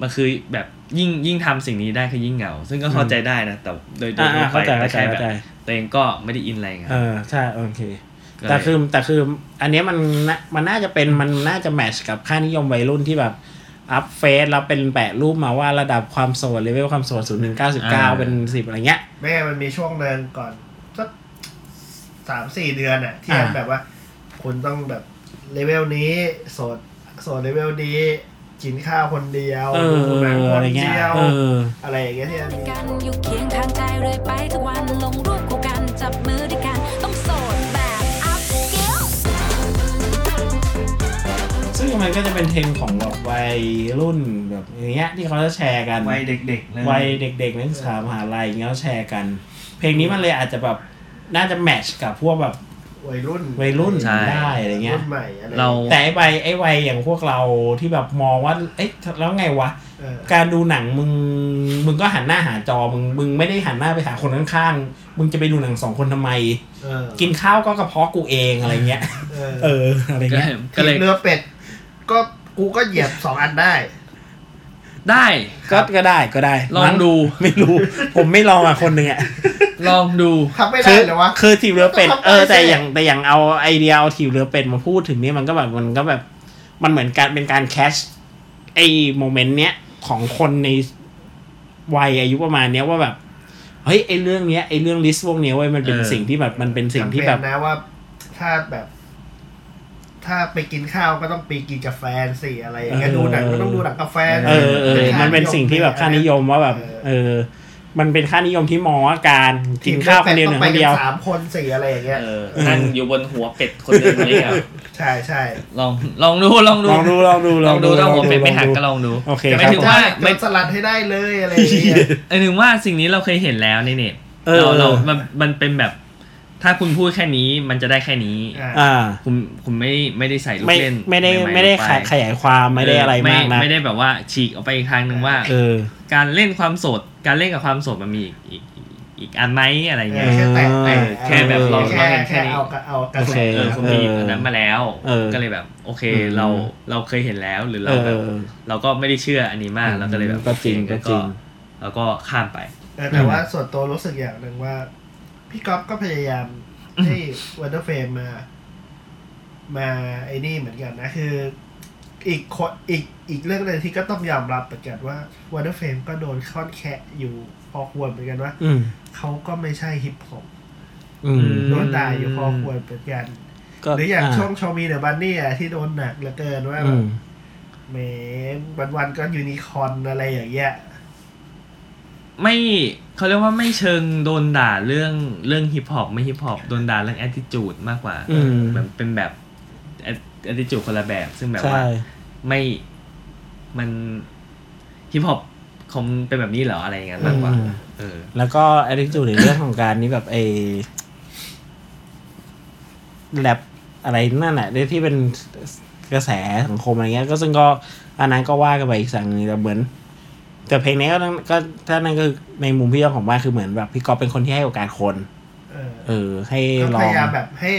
Speaker 4: มันคือแบบยิ่งยิ่งทำสิ่งนี้ได้คือยิ่งเหงา ซึ่งก็เข้าใจได้นะแต่โดยโด
Speaker 2: อ่าย
Speaker 4: ทั่ว
Speaker 2: เข้าใจ
Speaker 4: ไปแต่
Speaker 2: เข้าใจ
Speaker 4: แค่แบ
Speaker 2: เข้า
Speaker 4: บ
Speaker 2: ใจ
Speaker 4: ตัวเองก็ไม่ได้อินอะไรไง
Speaker 2: เออใช่โอเค
Speaker 4: ก็เลย
Speaker 2: แต่คือแต่คืออันเนี้ยมันน่ะมันน่าจะเป็นมันน่าจะแมทชกับค่านิยมวัยรุ่นที่แบบอัพเฟซแล้วเป็นแปะรูปมาว่าระดับความโสดเลเวลความโสดศูนย์ถึงเก้าสิบเก้าเป็นสิบอะไรเงี้ย
Speaker 3: แม่มันมีช่วงเดินก่อนสักสามสี่เดือนอ่ะ ที่
Speaker 2: อ่า
Speaker 3: แบบว่า คุณต้องแบบเลเวลนี้โสดโสดเลเวลนี้กินข้าวคนเดียว
Speaker 2: เออ
Speaker 3: ดูหนังค
Speaker 2: อะไร
Speaker 3: น
Speaker 2: เงี้ย
Speaker 3: เดียว
Speaker 2: เออ
Speaker 3: อะไรอย่างเงี้ยที่มันมี
Speaker 6: กันอยู่เคียงทางใจเรื่อยไปทุกวันลงรูปคู่กันจับมือด้วยกัน ต้องโสดแบบอัพสกิล
Speaker 2: ซึ่งมันก็จะเป็นเทรนด์ของแบบวัยรุ่นแบบอย่างเงี้ยที่เขาจะแชร์กัน
Speaker 4: วัยเด็กๆเลย
Speaker 2: วัยเด็กๆนักศึกษามหาลัยอย่างเงี้ยเขาแชร์กัน เพลงนี้มันเลยอาจจะแบบน่าจะแมทชกับพวกแบบ
Speaker 3: วัยรุ่น
Speaker 2: วัยรุ่น
Speaker 4: ใช่
Speaker 2: ได้อะไรเงี้ย
Speaker 3: นใหม่อะไร
Speaker 4: เรา
Speaker 2: แต่ไอ้วัยไอ้วัยอย่างพวกเราที่แบบมองว่า เอ๊ะแล้วไงวะ
Speaker 3: เออ
Speaker 2: การดูหนังมึงมึงก็หันหน้าหาจอมึงมึงไม่ได้หันหน้าไปหาคนข้างๆมึงจะไปดูหนังสองคนทำไม
Speaker 3: เออ
Speaker 2: กินข้าวก็กระเพาะกูเองอะไรเงี้ย
Speaker 3: เออ
Speaker 2: เอออะไร
Speaker 4: ก็
Speaker 2: เงี้ย
Speaker 4: ก็เลย
Speaker 3: เนื้อเป็ด ก็กูก็เหยียบสองอันได้
Speaker 4: ได้
Speaker 2: ก็ก็ได้ก็ได้
Speaker 4: ลอง
Speaker 2: มั้
Speaker 4: ดู
Speaker 2: ไม่รู้ ผมไม่ลองอ่ะคนหนึ่งอ่ะ
Speaker 4: ลองดู
Speaker 3: ขับไม่ได้
Speaker 2: คือ
Speaker 3: เลยวะ
Speaker 2: คือทีมเรือเป็ด
Speaker 3: ต้องทำ
Speaker 2: เออแต่
Speaker 3: ไปสิ
Speaker 2: อย่างแต่อย่างเอาไอเดียเอาทีมเรือเป็ดมาพูดถึงเนี่ยมันก็แบบมันก็แบบมันเหมือนการเป็นการแคชไอโมเมนต์เนี้ยของคนในวัยอายุประมาณเนี้ยว่าแบบเฮ้ยไอเรื่องเนี้ยไอเรื่องลิสต์พวกเนี้ยเว้ยมันเป็น
Speaker 4: เออ
Speaker 2: สิ่งที่แบบมันเป็นสิ่งที่แบบ
Speaker 3: จำเป็นนะว่า ถ้าแบบ ถ้าไปกินข้าวก็ต้องไปกินกาแฟนสิอะไรอย่างเงี้ย
Speaker 2: เออ
Speaker 3: ดูหนังก็ต้องดูหนังกาแฟ
Speaker 2: เออเออมันเป็นสิ่งที่แบบค่านิยมว่าแบบ เออ มันเป็นค่านิยมที่มองว่าการกินข้าวคนเดียวหนึ่งคนเดียว
Speaker 3: สามคนสี่อะไรอย่างเงี้ย
Speaker 4: เออนั่งอยู่บนหัวเป็ดคนหนึงอะไรเงี้ย
Speaker 3: ใช่ใช่
Speaker 4: ลองลองดูลองดู
Speaker 2: ลองดูลองดู
Speaker 4: ลองดูถ้าผมเป็นไม่หัก
Speaker 2: ลองดู
Speaker 4: ก็ลองดู
Speaker 2: โอเค
Speaker 4: แต่
Speaker 2: ค
Speaker 4: ไม่
Speaker 2: รับ
Speaker 4: ถึงว่าไม่
Speaker 3: ไม่สลัดให้ได้เลยอะไรอย่างเงี้ย
Speaker 4: ไอ้ถึงว่าสิ่งนี้เราเคยเห็นแล้วในเน็ต
Speaker 2: เออ
Speaker 4: เราเรามันมันเป็นแบบ ถ้าคุณพูดแค่นี้มันจะได้แค่นี้
Speaker 3: อ่ะ
Speaker 2: อ่า
Speaker 4: คุณคุณไม่ไม่ได้ใส่ลูก
Speaker 2: ไม่
Speaker 4: เล่น
Speaker 2: ไม่ได้
Speaker 4: ใหๆ
Speaker 2: ไม่ได้
Speaker 4: ลงป
Speaker 2: ขยขยายความไม่ได้อะไรมากนะ
Speaker 4: ไม่ได้แบบว่าฉีกออกไปอีกทางหนึ่งว่า
Speaker 2: เออ
Speaker 4: การเล่นความโสดการเล่นกับความโสดมันมีอีกอีกอีกอีกอันไหมอะไร
Speaker 3: แ
Speaker 4: เงี้ย
Speaker 3: ค่แตะแตะ
Speaker 4: แค่แบบลอง
Speaker 3: แค่
Speaker 4: ลองแค่
Speaker 3: แค่
Speaker 4: นี้
Speaker 3: เอากระเอากระ
Speaker 2: โอ
Speaker 3: แส
Speaker 2: เค
Speaker 4: เออคุณมีอันนั้นมาแล้ว
Speaker 2: เออ
Speaker 4: ก็เลยแบบโอเค
Speaker 2: อืม
Speaker 4: เราเราเคยเห็นแล้วหรือ
Speaker 2: เอ
Speaker 4: เราแบบ
Speaker 2: อ
Speaker 4: เราก็ไม่ได้เชื่ออันนี้มากเราก็เลยแบบ
Speaker 2: ก็จริง
Speaker 4: โอเค
Speaker 2: ก็จริง
Speaker 4: แล้วก็ข้ามไป
Speaker 3: เออแต่ว่า
Speaker 2: อืม
Speaker 3: ส่วนตัวรู้สึกอย่างหนึ่งว่า พี่ก๊อฟก็พยายามให้วันเดอร์เฟรมมา มาไอ้นี่เหมือนกันนะ คือ อีกคนอีกอีกเรื่องหนึ่งที่ก็ต้องยอมรับเหมือนกันว่าวันเดอร์เฟรมก็โดนค่อนแคะอยู่พอควรเหมือนกันว่า
Speaker 2: อืม
Speaker 3: เขาก็ไม่ใช่ฮิปฮอป
Speaker 2: อืม
Speaker 4: ม
Speaker 3: โดนด่าอยู่พอควรเหมือนกัน
Speaker 2: ก็
Speaker 3: หรืออย่างช่องชอมีเดอะบันนี่อะที่โดนหนักเหลือเกินว่า
Speaker 2: อืม
Speaker 3: เมนวันๆก็ยูนิคอร์นอะไรอย่างเงี้ย
Speaker 4: ไม่เขาเรียกว่าไม่เชิงโดนด่าเรื่องเรื่องฮิปฮอปไม่ฮิปฮอปโดนด่าเรื่อง attitude มากกว่า
Speaker 2: อืม
Speaker 4: แบบเป็นแบบ attitude คนละแบบ ซึ่งแบบ
Speaker 2: ใช่
Speaker 4: ว่าไม่มันฮิปฮอปคงเป็นแบบนี้เหรออะไรอย่างเงี้ยมากกว่า เออ
Speaker 2: แล้วก็อ t t i t u d e ในเรื่องของการนี้แบบไอแรปอะไรนั่นแหละที่เป็นกระแสสังคมอะไรเงี้ย ก็ซึ่งก็อันนั้นก็ว่ากันไปอีกสั่งหนึงแต่เหมือน แต่เพลงนี้ก็ต้องก็ถ้านั่นก็คือในมุมพี่เจ้าของบ้านคือเหมือนแบบพี่กอฟเป็นคนที่ให้โอกาสคน
Speaker 3: เออ
Speaker 2: เออ ให้
Speaker 3: ก็
Speaker 2: ล
Speaker 3: พ
Speaker 2: อง
Speaker 3: ยายามแบบให้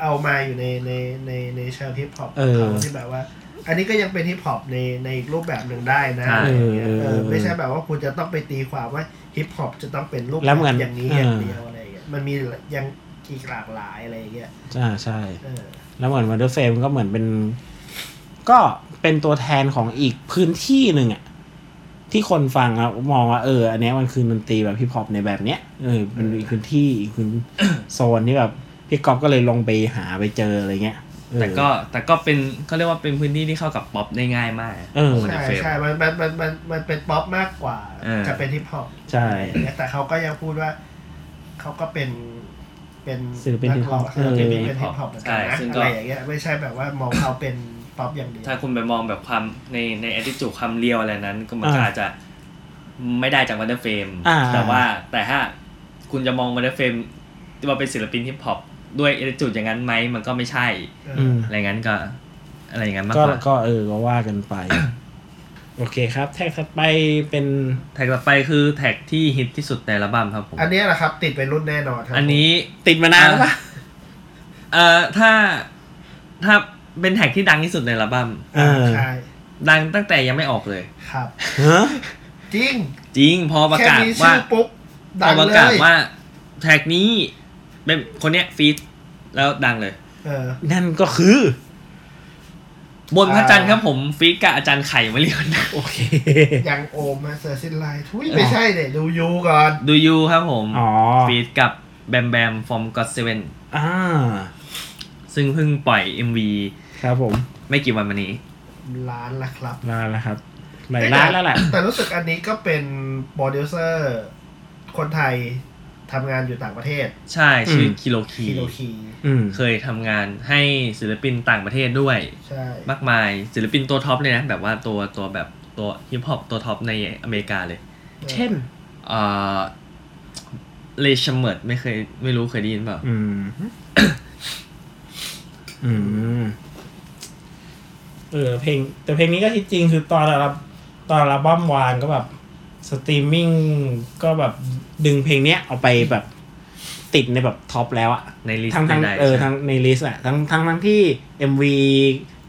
Speaker 3: เอามาอยู่ในในในในเชิงฮิปฮอป
Speaker 2: เออ
Speaker 3: ที่แบบว่า อันนี้ก็ยังเป็นฮิปฮอปในในอีกรูปแบบหนึ่งได้นะ
Speaker 4: ใช่
Speaker 3: อะไรอย่างเงี้ย
Speaker 2: เออ
Speaker 3: เออไม่ใช่ แบบว่าคุณจะต้องไปตีความว่าฮิปฮอปจะต้องเป็นรูป
Speaker 2: แล้วเหมือน
Speaker 3: อย่างนี้
Speaker 2: เอออ
Speaker 3: อย่างเดียวอะไรอย่างเงี้ยมันมียังอีกหลากหลายอะไรอย่างเงี้ย
Speaker 2: อ่าใช่
Speaker 3: เออ
Speaker 2: แล้วเหมือนวันเดอร์เฟมก็เหมือนเป็น ก็เป็นตัวแทนของอีกพื้นที่หนึ่งอะที่คนฟังอะมองว่าเออ อันเนี้ยมันคือดนตรีแบบฮิปฮอปในแบบเนี้ยเออเป็นอีกพื้นที่อีกพื้น โซนที่แบบพี่กอบก็เลยลงไปหาไปเจออะไรเงี้ยเออ
Speaker 4: แต่ก็แต่ก็เป็นเขาเรียกว่าเป็นพื้นที่ที่เข้ากับป๊อปได้ง่ายมาก
Speaker 2: เออ
Speaker 4: ของมัน
Speaker 3: ใช่
Speaker 4: เฟรม
Speaker 3: ใช่มันมันมันมันมันเป็นป๊อปมากกว่า
Speaker 4: เออ
Speaker 3: จะเป็นฮิปฮอป
Speaker 2: ใช่
Speaker 3: แต่เขาก็ยังพูดว่าเขาก็เป็นเป็น
Speaker 2: ศิลปิน
Speaker 3: กร้
Speaker 2: hip
Speaker 3: ง
Speaker 2: hop
Speaker 3: ศิลปิน
Speaker 2: เออ
Speaker 3: เป็นฮิปฮอปเหมือนกัน
Speaker 4: ใช่
Speaker 3: นะ
Speaker 4: ซึ่ง
Speaker 3: อะ
Speaker 4: ก็
Speaker 3: ไรอย่างเงี้ยไม่ใช่แบบว่ามองเขาเป็นป๊อปอย่างเดียว
Speaker 4: ถ้าคุณไปมองแบบความในในแอติจูความเรียวอะไรนั้น ก็มันก็
Speaker 2: อ่า
Speaker 4: อาจจะไม่ได้จากวันเดอร์เฟรม
Speaker 2: อ่า
Speaker 4: แต่ว่าแต่ถ้าคุณจะมองวันเดอร์เฟรมว่าเป็นศิลปินฮิปฮอปด้วยแอติจูอย่างนั้นไหมมันก็ไม่ใช่
Speaker 3: เอ
Speaker 2: อื
Speaker 3: อ
Speaker 2: ม
Speaker 4: อะไรงั้นก็อะไรอย่างนั้นมาก
Speaker 2: ก็
Speaker 4: กว่า
Speaker 2: ก็เออก็ว่ากันไป โอเคครับ แท็กถัดไปเป็น
Speaker 4: แท็กต่อไปคือแท็กที่ฮิตที่สุดในอัลบั้มครับผม
Speaker 3: อันเนี้ยแหละครับ ติดเป็นรุ่นแน่นอนครับ
Speaker 4: อันนี้
Speaker 2: ติดมานาน แล้วปะ
Speaker 4: เอ่อถ้าถ้าเป็นแท็กที่ดังที่สุดในอัลบั้ม
Speaker 2: เออ
Speaker 3: ใช่
Speaker 4: ดังตั้งแต่ยังไม่ออกเลย
Speaker 3: ครับ
Speaker 2: ฮะ
Speaker 3: จริง
Speaker 4: จริงพอประ
Speaker 3: แค่
Speaker 4: กาศ
Speaker 3: มี
Speaker 4: ว่า
Speaker 3: ชื่อปุ๊บ
Speaker 4: พ
Speaker 3: ดั
Speaker 4: อง ประ
Speaker 3: เล
Speaker 4: กาศ
Speaker 3: ย
Speaker 4: ว่าแท็กนี้เป็นคนเนี้ยฟีดแล้วดังเลย
Speaker 3: เออ
Speaker 2: นั่นก็คือ
Speaker 4: บนพระ
Speaker 3: อ่า
Speaker 4: จันทร์ครับผมฟีดกับอาจารย์ไข่ มาเรียนนะ
Speaker 2: โอเค
Speaker 3: ยังโอมมาเซอร์ซินไลน์ทุยไม่ใช่เด็ดูยูก่อน
Speaker 4: ดูยูครับผม
Speaker 2: อ๋อ
Speaker 4: ฟีดกับแบมแบมฟอร์มก็อตเซเว่น
Speaker 2: อ่า
Speaker 4: ซึ่งเพิ่งปล่อย MV
Speaker 2: ครับผม
Speaker 4: ไม่กี่วันมานี้
Speaker 3: ร้านละครับ
Speaker 2: ร้านแล้วครับหลายร้านแล้วแหละ
Speaker 3: แต่รู้สึกอันนี้ก็เป็นโปรดิวเซอร์ คนไทยทำงานอยู่ต่างประเทศ
Speaker 4: ใช่ชื่ออ
Speaker 2: ม
Speaker 4: คิโลคี
Speaker 3: คีโนคี
Speaker 2: อืม
Speaker 4: เคยทำงานให้ศิลปินต่างประเทศด้วย
Speaker 3: ใช่
Speaker 4: มากมายศิลปินตัวท็อปเลยนะ แบบว่าตัวตัวแบบตัวฮิปฮอปตัวท็อปในอเมริกาเลย
Speaker 2: เช่น
Speaker 4: เอ่อเลชเมิร์ดไม่เคยไม่รู้เคยได้ยินเปล่า
Speaker 2: อืม อืม เออ เพลง แต่เพลงนี้ก็ที่จริงคือตอนอัลบตอนอัลบั้มวานก็แบบ สตรีมมิ่งก็แบบดึงเพลงเนี้ยเอาไปแบบ ติดในแบบท็อปแล้วอะ
Speaker 4: ในลิส
Speaker 2: ทั้ง
Speaker 4: ต์
Speaker 2: ทั้ง
Speaker 4: ใดๆ
Speaker 2: เออ
Speaker 4: ใช่
Speaker 2: ทั้งในลิสต์อะทั้งทั้งทั้งที่ MV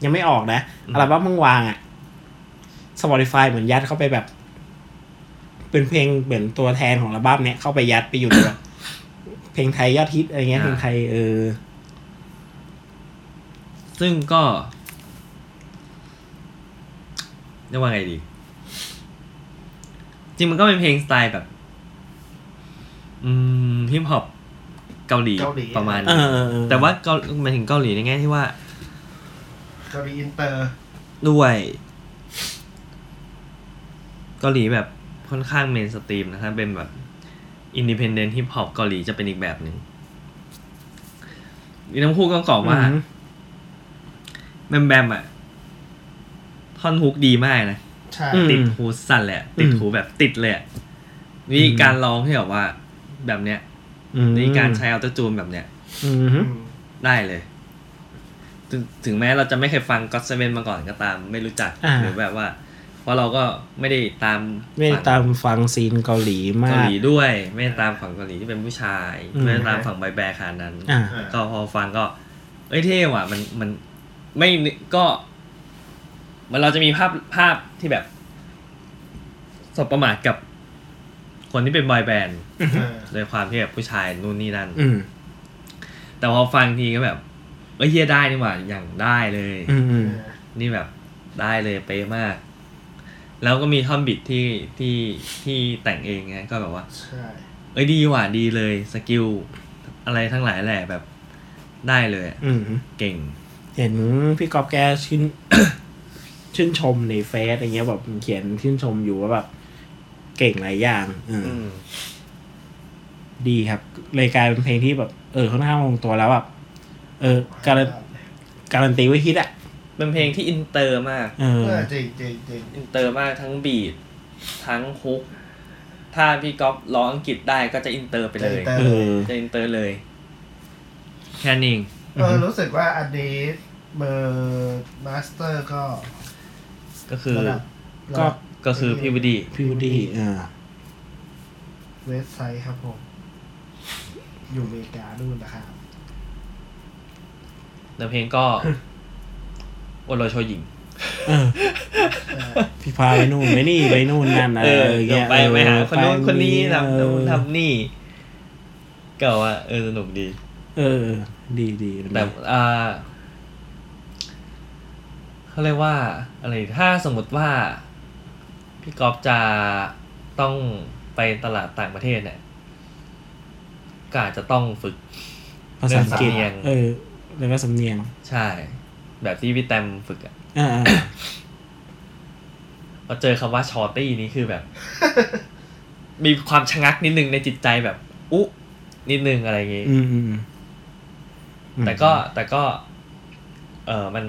Speaker 2: ยังไม่ออกนะอัลบั้มเพิ่งวางอะ Spotify เหมือนยัดเข้าไปแบบ เป็นเพลงเหมือนตัวแทนของอัลบั้มเนี้ยเข้าไปยัดไปอยู่ในแบบ เพลงไทยยอดฮิตอะไรเงี้ยเพลงไทยเออ
Speaker 4: ซึ่งก็เรียกว่าไงดี จริงมันก็เป็นเพลงสไตล์แบบ อืมฮิปฮอปเกาหลี
Speaker 3: เกาหลี
Speaker 4: ประมาณ
Speaker 2: เอ
Speaker 4: นั้น
Speaker 2: อเออเออ
Speaker 4: แต่ว่าเกาหมายถึงเกาหลีในแง่ที่ว่า
Speaker 3: เกาหลีอินเตอร์
Speaker 4: ด้วยเกาหลีแบบค่อนข้างเมนสตรีมนะครับเป็นแบบอินดิเพนเดนต์ฮิปฮอปเกาหลีจะเป็นอีกแบบหนึ่งมีน้ำคู่ก็กล่าวว่า
Speaker 2: อืม
Speaker 4: แบมแบมอะท่อนฮุกดีมากนะ
Speaker 3: ใช่
Speaker 2: อืม
Speaker 4: ติดหูสั่นเลยอะติดหูแบบติดเลยอะวิธีการร้องที่แบบว่า แบบเนี้ย
Speaker 2: อืม
Speaker 4: วิธีการใช้อัลตจูนแบบเนี้ย
Speaker 2: อืม
Speaker 3: อืม
Speaker 4: ได้เลย ถึงถึงแม้เราจะไม่เคยฟังก็อตเซเว่นมาก่อนก็ตาม ไม่รู้จัก
Speaker 2: อ่า
Speaker 4: หรือแบบว่า เพราะเราก็ไม่ได้ตาม
Speaker 2: ไม่ได้ตามฟังซีนเกาหลี
Speaker 4: ฝั่ง
Speaker 2: มา
Speaker 4: เกาก หลีด้วย ไม่ได้ตามฝั่งเกาหลีที่เป็นผู้ชาย
Speaker 2: อืม
Speaker 4: ไม่ได้ตามฝั่งใบแบร์ขนาดนั้น
Speaker 2: อ่า
Speaker 3: อ่า
Speaker 4: ก็พอฟังก็ เอ้ยเท่ว่ะ มันมันไม่นึกก็ มันเราจะมีภาพภาพที่แบบสบประมาทกับคนที่เป็นบอยแบนด์
Speaker 3: เออ
Speaker 4: โดยความที่แบบผู้ชายนู่นนี่นั่น
Speaker 2: อืม
Speaker 4: แต่พอฟังทีก็แบบเอ้ยเฮียได้นี่หว่าอย่างได้เลย
Speaker 2: อืมอื
Speaker 3: เอ
Speaker 2: ม
Speaker 3: อ
Speaker 4: นี่แบบได้เลยเป๊ะมาก แล้วก็มีท่อนบิดที่ที่ที่แต่งเองไงก็แบบว่า
Speaker 3: ใช่
Speaker 4: เอ้ยดีหว่าดีเลยสกิลอะไรทั้งหลายแหละแบบได้เลยอะ
Speaker 2: อืม
Speaker 4: เก่ง
Speaker 2: เห็นพี่กอบแกชื่น ชื่นชมในเฟซอะไรเงี้ยแบบเขียนชื่นชมอยู่ว่าแบบ เก่งหลายอย่างอืม ดีครับ เลยกลายเป็นเพลงที่แบบ เออค่อนข้างลงตัวแล้วแบบเออ การันการันตีไว้ฮิตอ่ะ
Speaker 4: เป็นเพลงที่อินเตอร์มาก
Speaker 2: เออ
Speaker 3: เออจริงจริงจริง
Speaker 4: อินเตอร์มากทั้งบีดทั้งฮุก ถ้าพี่ก๊อฟร้องอังกฤษได้ก็จะอินเตอร์ไปเลย
Speaker 2: เออ
Speaker 4: จะอินเตอร์เลย แค่นี้เอง
Speaker 3: เออรู้สึกว่าอันนี้เบอร์มาสเตอร์ก็
Speaker 4: ก็คือ
Speaker 3: ระดับ
Speaker 2: ก็
Speaker 4: ก็คือพี่วดี
Speaker 2: พี่วูดดี้อ่า
Speaker 3: เวสไซด์ครับผม อยู่อเมริกานู่นนะครับ
Speaker 4: เนื้อเพลงก็โอโรโชหญิง
Speaker 2: เออพี่พาไปนู่นไปนี่ไปนู่นนั่นนะ
Speaker 4: เออ
Speaker 2: าง
Speaker 4: เดี๋ย
Speaker 2: งี้
Speaker 4: วย ไปไปหาคนนู้น
Speaker 2: ไป
Speaker 4: คนนี้ทำ
Speaker 2: เออ
Speaker 4: นู่นทำนี่ก็ว่าเออสนุกดี
Speaker 2: เออ ดีดีเป็นไง
Speaker 4: แต่อ่าเขาเรียกว่า อะไรถ้าสมมติว่า พี่กอฟจะต้องไปตลาดต่างประเทศเนี่ยก็อาจจะต้องฝึก
Speaker 2: ภาษาอังกฤษ
Speaker 4: เรื่องสำเนียง
Speaker 2: เออ แล้วก็สำเนียง
Speaker 4: ใช่ แบบที่พี่แตมฝึกอะ
Speaker 2: อ่า
Speaker 4: พอเจอคำว่าชอตตี้นี้คือแบบ มีความชะงักนิดนึงในจิตใจแบบ อุ๊นิดนึงอะไรอย่างงี้
Speaker 2: ๆอืมอืมอืม
Speaker 4: แต่ก็แต่ก็ เออมัน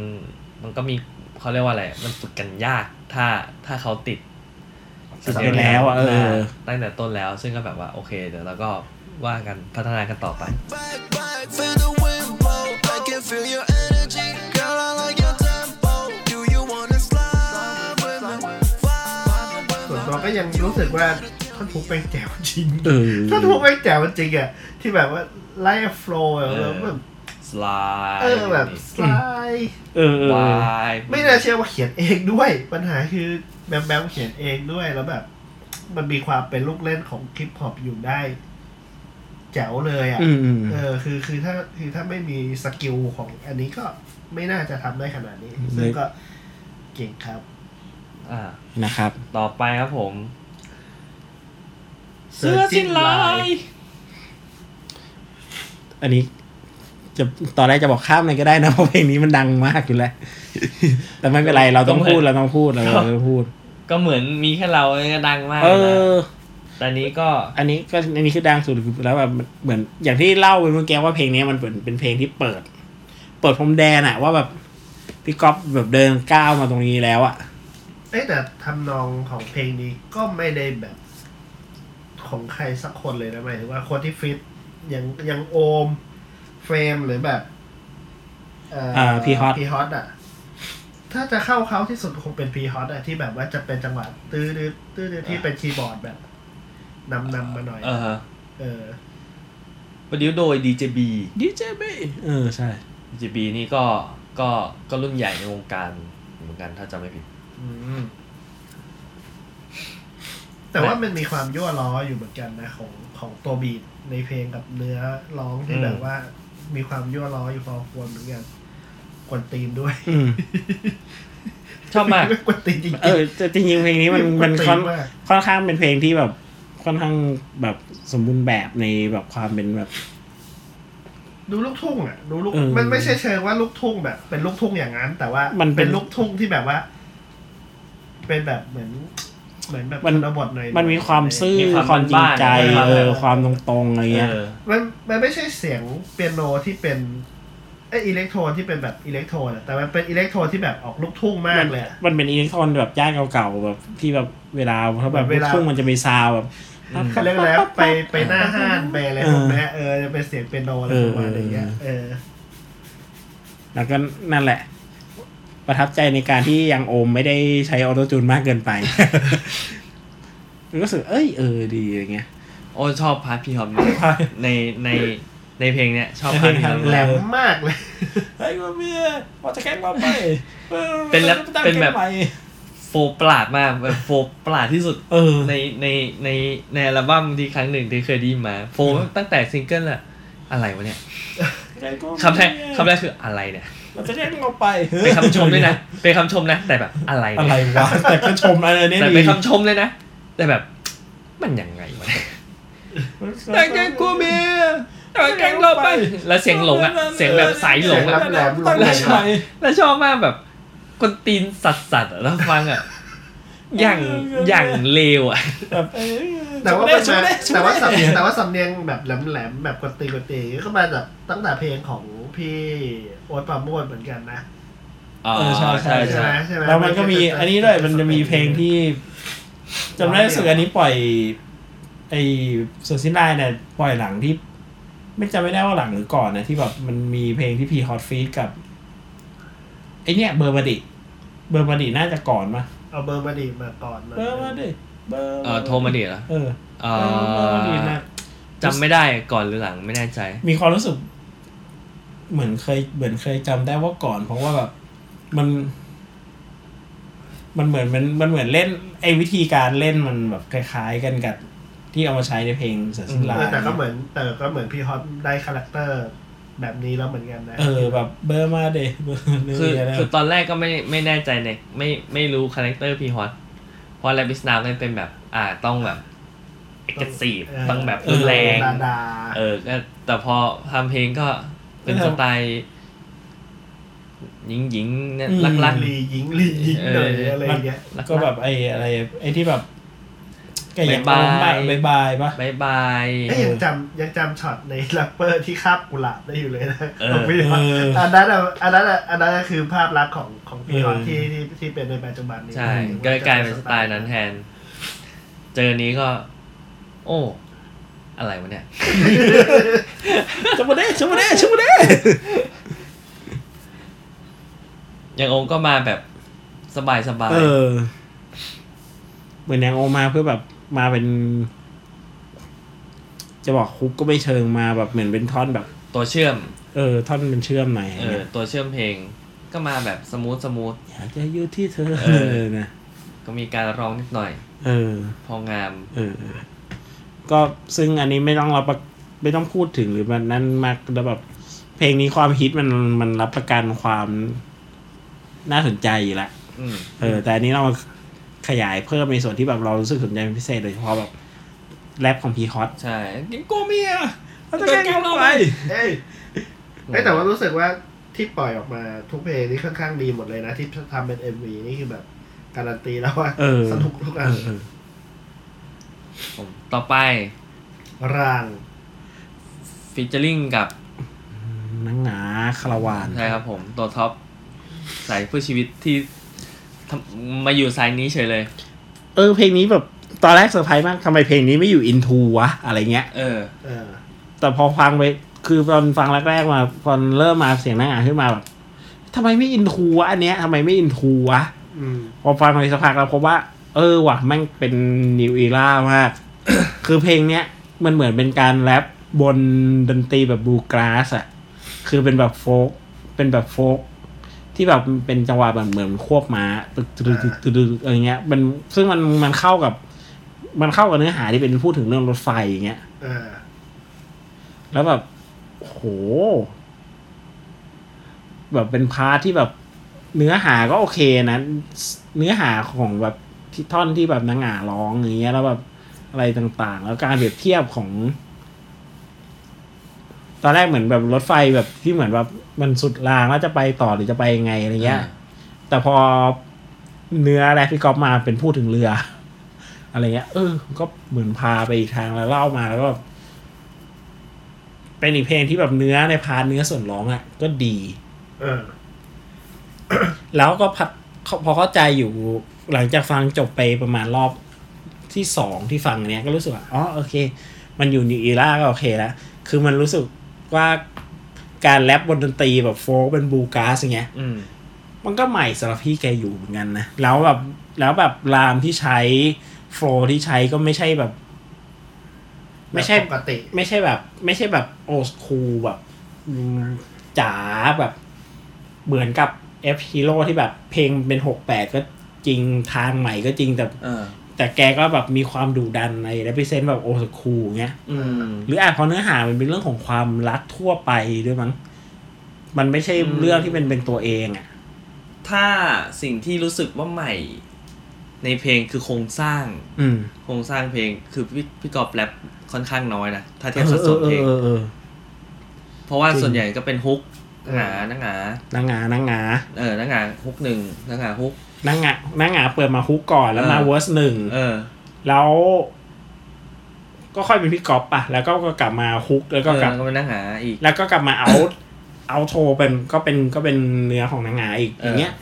Speaker 4: มันก็มีเขาเรียกว่าอะไร มันฝึกกันยาก ถ้าถ้าเขาติด
Speaker 2: สุดไปแล้วอ่ะเออ
Speaker 4: ตั้งแต่ต้นแล้ว ซึ่งก็แบบว่า โอเค เดี๋ยวเราก็ว่ากันพัฒนากันต่อไป
Speaker 7: Back, back, feel the wind blow. I can feel your energy, girl. I like your tempo. Do you wanna slide with me?
Speaker 3: ส่วนตัวก็ยังรู้สึกว่าท่อนทุกเป็นแจ๋วจริง
Speaker 2: เออ
Speaker 3: ท่อนทุกเป็นแจ๋วจริงอะที่แบบว่าไล่โฟล์แบบ
Speaker 4: เออ
Speaker 3: แบบ
Speaker 4: สไลด์
Speaker 3: เออแบบสไลด์
Speaker 2: เออเออ
Speaker 4: วาย
Speaker 3: ไม่น่าเชื่อว่าเขียนเองด้วย ปัญหาคือแบมแบมเขียนเองด้วยแล้วแบบ มันมีความเป็นลูกเล่นของคลิปฮอปอยู่ได้ แจ๋วเลยอะ
Speaker 2: อืมอืม
Speaker 3: เออคือคือถ้าคือถ้าไม่มีสกิลของอันนี้ก็ไม่น่าจะทำได้ขนาดนี้ ซึ่งก็เก่งครับ
Speaker 4: อ่า
Speaker 2: นะครับ
Speaker 4: ต่อไปครับผม
Speaker 3: เสื้อสิ้นลาย
Speaker 2: อันนี้ จะตอนแรกจะบอกข้ามเลยก็ได้นะเพรา ะเพลงนี้มันดังมากอยู่แล้ว แต่ไม่เป็น ไรเราต้องพูดเราต้องพูดเราต้องพูด
Speaker 4: ก็เหมือนมีแค่เราก็ดังมาก
Speaker 2: เอ
Speaker 4: นะ
Speaker 2: อ
Speaker 4: แต่อันนี้ก็
Speaker 2: อันนี้ก็อันนี้คือดังสุดแล้วแบบเหมือนอย่างที่เล่าไปเมื่อกี้ว่าเพลงนี้มันเป็นเป็นเพลงที่เปิด เปิดพรมแดนอะว่าแบบพี่ก๊อฟแบบเดินก้าวมาตรงนี้แล้วอะ
Speaker 3: เอ้ยแต่ทำนองของเพลงนี้ก็ไม่ได้แบบของใครสักคนเลยนะหมายถึงว่าคนที่ฟิตยังยังโอมเฟรมหรือแบบเ
Speaker 2: าพี่ฮอต
Speaker 3: พีฮอตอ่ะ ถ้าจะเข้าเขาที่สุดคงเป็นพีฮอตอ่ะที่แบบว่าจะเป็นจังหวะตื้อดื้อตื้อดื้อที่เป็นคีย์บอร์ดแบบนำนำมาหน่อย
Speaker 4: เออ
Speaker 3: เออ
Speaker 4: ประดิวโดย DJB
Speaker 2: ดีเจเบเออใช่
Speaker 4: DJB นี่ก็ก็ก็รุ่นใหญ่ในวงการเหมือนกันถ้าจำไม่ผิด
Speaker 3: อืม แต่ว่ามันมีความยั่วล้ออยู่เหมือนกันนะของของตัวบีดในเพลงกับเนื้อร้องที่
Speaker 4: อืม
Speaker 3: แบบว่า มีความยั่วล้ออยู่พอควรเหมือนกันกวนตีนด้วย
Speaker 2: อืม
Speaker 4: ชอบมาก
Speaker 3: กวนตีนจริงๆ
Speaker 2: เออแต่จริงๆเพลงนี้มันมัน
Speaker 3: กว
Speaker 2: ค่อน
Speaker 3: ตีมาก
Speaker 2: ค่อนข้างเป็นเพลงที่แบบค่อนข้างแบบสมบูรณ์แบบในแบบความเป็นแบบ
Speaker 3: ดูลูกทุ่งอ่ะดูลูก
Speaker 2: เออ
Speaker 3: มันไม่ใช่เชิงว่าลูกทุ่งแบบ เป็นลูกทุ่งอย่างนั้น แต่ว่า
Speaker 2: มั
Speaker 3: มัน
Speaker 2: เป็น
Speaker 3: ลูกทุ่งที่แบบว่า เป็นแบบเหมือน เหมือนแบบ
Speaker 2: มัน
Speaker 3: ชบทหน่อย
Speaker 2: มันมีความซื่อ
Speaker 4: มีความ
Speaker 2: ความจริงใจ
Speaker 4: บ้านๆ
Speaker 2: เออความตรงๆอะไรเงี้ย
Speaker 4: เออ
Speaker 3: มันมันไม่ใช่เสียงเปียโนที่เป็นไออิเล็กโทรที่เป็นแบบอิเล็กโทรนะแต่มันเป็นอิเล็กโทรที่แบบออกลูกทุ่งมากเลยอะ
Speaker 2: มันเป็นอิเล็กทรอนแบบย่านเก่าๆแบบที่แบบเวลาเขาแบบ
Speaker 3: เวลา
Speaker 2: ช่วงมันจะมีซาวแบบ
Speaker 3: เขาเรียกแล้วไปไปหน้าห้านไปอะไร
Speaker 2: เออ
Speaker 3: พวกเนี้ยเออจะเป็นเสียงเปียโนอะไรประมาณอย่างเงี้ย
Speaker 2: เออ
Speaker 3: เออ
Speaker 2: แล้วก็นั่นแหละ ประทับใจในการที่ยังโอมไม่ได้ใช้ออโตจูนมากเกินไป รู้สึกเอ้ยเออดีอย่างเงี้ย
Speaker 4: โอ้ชอบพาร์ทพี่ ฮอปมากในในในเพลงเนี้ยชอบพาร์ทพี่ฮอป
Speaker 2: เออ
Speaker 3: แหล
Speaker 4: มาก
Speaker 3: มมากเลย
Speaker 2: เฮ้ยมาเมียพอจะแก้มาไป
Speaker 4: เป็นแล้วเป็นแบบ โฟร์ประหลาดมากแบบโฟร์ประหลาดที่สุด
Speaker 2: เออ
Speaker 4: ในในในในอัลบั้มที่ครั้งหนึ่งที่เคยได้ยินมา โฟร์ตั้งแต่ซิงเกิลอะอะไรวะเนี่ยคำแรกคำแรกคืออะไรเนี่ย
Speaker 2: เราจะแก้มาไป
Speaker 4: เป็นคำชมด้วยนะเป็นคำชมนะ แต่แบบอะไร
Speaker 2: อะ
Speaker 4: เนี่
Speaker 2: ไร
Speaker 4: ยว
Speaker 2: ะแต่ก็ชมอะไรเนี่ย
Speaker 4: แต่
Speaker 2: ดี
Speaker 4: เป็นคำชมเลยนะ แต่แบบมันยังไงวะเนี่ยแต่งงานกูเมียแต่งงานเราไปแล้วเสียงหลงอะเสียงแบบสายหลงอะ
Speaker 3: แหลมๆหลง
Speaker 2: ตั้งใจ
Speaker 4: แล้วชอบมากแบบกวนตีนสัตว์สัตว์แล้วฟังอ่ะ อย่างอย่างเลวอ่ะ
Speaker 2: แบบเอ้ย
Speaker 3: แต่ว่ามัน
Speaker 2: ช
Speaker 3: มา
Speaker 2: ได้ชได้
Speaker 3: แต่ว่า
Speaker 2: ช
Speaker 3: สำ
Speaker 2: ได้
Speaker 3: เนียงแต่ว่าสำเนียงแบบแหลมแหลมๆแบบกวนตีนกวนตีนก็มาจากตั้งแต่เพลงของพี่โอ๊ตปราโมดเหมือนกันนะ
Speaker 4: อ๋อ
Speaker 2: เออใช่ใช่
Speaker 3: ใช่ไหมใช่ไหม
Speaker 2: แล้วมันก็มีอันนี้ด้วยมันจะมีเพลงที่จำได้รู้สึกอันนี้ปล่อย ไอส่วนสิ้นลายเนี่ยปล่อยหลังที่ ไม่จำไม่ได้ว่าหลังหรือก่อนนะที่แบบมันมีเพลงที่พีฮอตฟีดกับไอเนี่ยเบอร์บดิเบอร์บดิน่าจะก่อนปะ
Speaker 3: เอาเบอร์มาดีมาก่อนเลย
Speaker 2: เบอร์บดิเบอร์
Speaker 4: เออโทรมาดิเหรอ
Speaker 2: เออ
Speaker 4: เอ
Speaker 2: เออเบอร์บดิ
Speaker 4: อ
Speaker 2: นะ
Speaker 4: จำไม่ได้ก่อนหรือหลังไม่แน่ใจ
Speaker 2: มีความรู้สึก เหมือนเคยเหมือนเคยจำได้ว่าก่อน เพราะว่าแบบ มัน มันเหมือนมันมันเหมือนเล่นไอ้วิธีการเล่นมันแบบคล้ายๆกันกับที่เอามาใช้ในเพลงเสือสินลา
Speaker 3: เออแต่ก็เหมือนแต่ก็เหมือนพี่ฮอตได้คาแรคเตอร์แบบนี้แล้วเหมือนกันนะ
Speaker 2: เออแบบเบอร์มาเดเบอร์เน
Speaker 4: คือ
Speaker 2: อะไร
Speaker 4: คือตอนแรกก็ไม่ไม่แน่ใจในไม่ไม่รู้คาแรคเตอร์พี่ฮอตเพราะแรบิสนามันเป็นแบบอ่าต้องแบบเอกสีบต้องแบบรุนแรง
Speaker 3: ดาดา
Speaker 4: เออก็แต่พอทำเพลงก็เป็นสไตล์หญิงหญิงๆเนี่ยรักรัก
Speaker 3: ลีหญิงลีหญิง
Speaker 4: เออ
Speaker 3: หน่อยอะไรอย่างเงี้ย
Speaker 4: รัก
Speaker 2: ก็แบบไอ้อะไรไอ้ที่แบบแกอย่าง
Speaker 4: บ๊ายบาย
Speaker 2: บายบายปะ
Speaker 4: บายบาย
Speaker 3: เอ้ยยังจำยังจำช็อตในแรปเปอร์ที่คาบกุหลาบได้อยู่เลยนะ
Speaker 4: เออ
Speaker 3: ของพี่ฮอต
Speaker 2: เอออั
Speaker 3: อันนั้นอะอันนั้นอะอันนั้นอะคือภาพลักษณ์ของของพี่ฮอตที่ที่ที่เป็นในปัจจุบันนี้
Speaker 4: ใช่ก็กลายเป็นสไตล์นั้นแทน เจอนี้ก็ โอ้ อะไรวะเนี่ย
Speaker 2: ชมเด้ชมเด้ชมเด้
Speaker 4: ยังองค์ก็มาแบบสบายสบาย
Speaker 2: เออ เหมือนนางโอมาเพื่อแบบมาเป็น จะบอกคุกก็ไม่เชิงมาแบบเหมือนเป็นท่อนแบบ
Speaker 4: ตัวเชื่อม
Speaker 2: เออ ท่อนเป็นเชื่อมหน่อย
Speaker 4: เออ ตัวเชื่อมเพลง ก็มาแบบสมูทสมูท
Speaker 2: อยากจะอยู่ที่เธอ
Speaker 4: เออ
Speaker 2: เออ นะ
Speaker 4: ก็มีการร้องนิดหน่อย
Speaker 2: เออ
Speaker 4: พองาม
Speaker 2: เออเออ ก็ซึ่งอันนี้ไม่ต้องรับประไม่ต้องพูดถึงหรือแบบนั้นมากแล้วแบบเพลงนี้ความฮิตมันมันรับประกันความน่าสนใจอยู่ละ
Speaker 4: อืม
Speaker 2: เออ แต่อันนี้เรามาขยายเพิ่มในส่วนที่แบบเรารู้สึกสนใจเป็นพิเศษโดยเฉพาะแบบแรปของพีฮอต
Speaker 4: ใช่กินโกเมีย
Speaker 2: เราจะแก้เราไป
Speaker 3: เอ้ยเอ้ยแต่ว่ารู้สึกว่าที่ปล่อยออกมาทุกเพลงนี่ค่อนข้างดีหมดเลยนะ ที่ทำเป็น MV นี่คือแบบการันตีแล้วว่า
Speaker 2: เออ
Speaker 3: สนุกทุก
Speaker 2: เอ
Speaker 3: อัน
Speaker 2: อเออ
Speaker 4: ผมต่อไป
Speaker 3: ร่าง
Speaker 4: ฟิชเจอริงกับ
Speaker 2: นังหนาคาราวาน
Speaker 4: ใช่ครับผม ตัวท็อป สายเพื่อชีวิตที่ทำมาอยู่สายนี้เฉยเลย
Speaker 2: เออเพลงนี้แบบตอนแรกเซอร์ไพรส์มากทำไมเพลงนี้ไม่อยู่อินทูวะอะไรเงี้ย
Speaker 4: เออ
Speaker 3: เออ
Speaker 2: แต่พอฟังไป คือตอนฟังแรกๆมาตอนเริ่มมาเสียงหน้าอ่านขึ้นมาแบบทำไมไม่อินทูวะอันเนี้ยทำไมไม่อินทูวะ
Speaker 3: อืม
Speaker 2: พอฟังไปสักพักแล้วพบว่า เออว่ะแม่งเป็นนิวอีรามาก คือเพลงเนี้ย มันเหมือนเป็นการแรปบนดนตรีแบบบลูกราสอะคือเป็นแบบโฟกเป็นแบบโฟกที่แบบเป็นจังหวะแบบเหมือนควบม้าตึกตึกตึกตึกตึกอะไรเงี้ย มันซึ่งมันมันเข้ากับ มันเข้ากับเนื้อหาที่เป็นพูดถึงเรื่องรถไฟอย่างเงี้ย
Speaker 3: เออ
Speaker 2: แล้วแบบโห แบบเป็นพาร์ทที่แบบเนื้อหาก็โอเคนะ เนื้อหาของแบบที่ท่อนที่แบบนางหงาร้องอย่างเงี้ยแล้วแบบอะไรต่างๆ แล้วการเปรียบเทียบของ ตอนแรกเหมือนแบบรถไฟแบบที่เหมือนแบบมันสุดรางแล้วจะไปต่อหรือจะไปยังไงอะไรเงี้ย
Speaker 4: อ่า
Speaker 2: แต่พอเนื้อแรกพี่ก๊อฟมาเป็นพูดถึงเรือ อะไรเงี้ย เออ ก็เหมือนพาไปอีกทางแล้วเล่ามาแล้วก็ เป็นอีกเพลงที่แบบเนื้อในพาร์ทเนื้อส่วนร้องอะ่ะ ก็ดี
Speaker 3: เออ
Speaker 2: แล้วก็พัดพอเข้าใจอยู่หลังจากฟังจบไปประมาณรอบที่สองที่ฟังเนี้ยก็รู้สึกว่าอ๋อโอเค มันอยู่นิวอีร่าก็โอเคแล้วคือมันรู้สึกว่าการแรปบนดนตรีแบบโฟกเป็นบลูกราสอย่างเงี้ย
Speaker 4: อืม
Speaker 2: มันก็ใหม่สำหรับพี่แกอยู่เหมือนกันนะ แล้วแบบแล้วแบบรามที่ใช้โฟลว์ที่ใช้ก็ไม่ใช่แบบ ไม่ใช่
Speaker 3: แบบปกติ
Speaker 2: ไม่ใช่แบบ ไม่ใช่แบบโอสคูแบบอืมจ๋าแบบ เหมือนกับ F Hero ที่แบบเพลงเป็นหกแปดก็จริงทางใหม่ก็จริงแต่
Speaker 4: เออ
Speaker 2: แต่แกก็แบบมีความดุดันในและพิเศษแบบโอสคูเงี้ย
Speaker 4: อืม
Speaker 2: หรืออาจเพราะเนื้อหามันเป็นเรื่องของความรักทั่วไปด้วยมั้งมันไม่ใช่เรื่องที่เป็นเป็นตัวเองอะ
Speaker 4: ถ้าสิ่งที่รู้สึกว่าใหม่ ในเพลงคือโครงสร้าง
Speaker 2: อืม
Speaker 4: โครงสร้างเพลงคือพี่พี่กอบแรปค่อนข้างน้อยนะ ถ้าเทียบสัดส่วนเพลง
Speaker 2: ออออออ
Speaker 4: เพราะว่า
Speaker 2: จริง
Speaker 4: ส่วนใหญ่ก็เป็นฮุกหงาหนังหงาน
Speaker 2: างงานางงา
Speaker 4: เออหนังหงาฮุกหนึ่งหนังหงาฮุก
Speaker 2: นางงานางงาเปิดมาฮุกก่อนแล้วมา
Speaker 4: เออ
Speaker 2: เวอร์สหนึ่ง
Speaker 4: เออ
Speaker 2: แล้ว ก็ค่อยเป็นพี่ก๊อปป่ะ แล้วก็ก็กลับมาฮุกแล้วก็
Speaker 4: ก็
Speaker 2: กลับ
Speaker 4: ก็เป็นหนังหงาอีก
Speaker 2: แล้วก็กลับมาเอา เอาโทรเป็นก็เป็นก็เป็นเนื้อของนางงาอีก
Speaker 4: เออ
Speaker 2: อ
Speaker 4: อ
Speaker 2: ย่างเงี้ย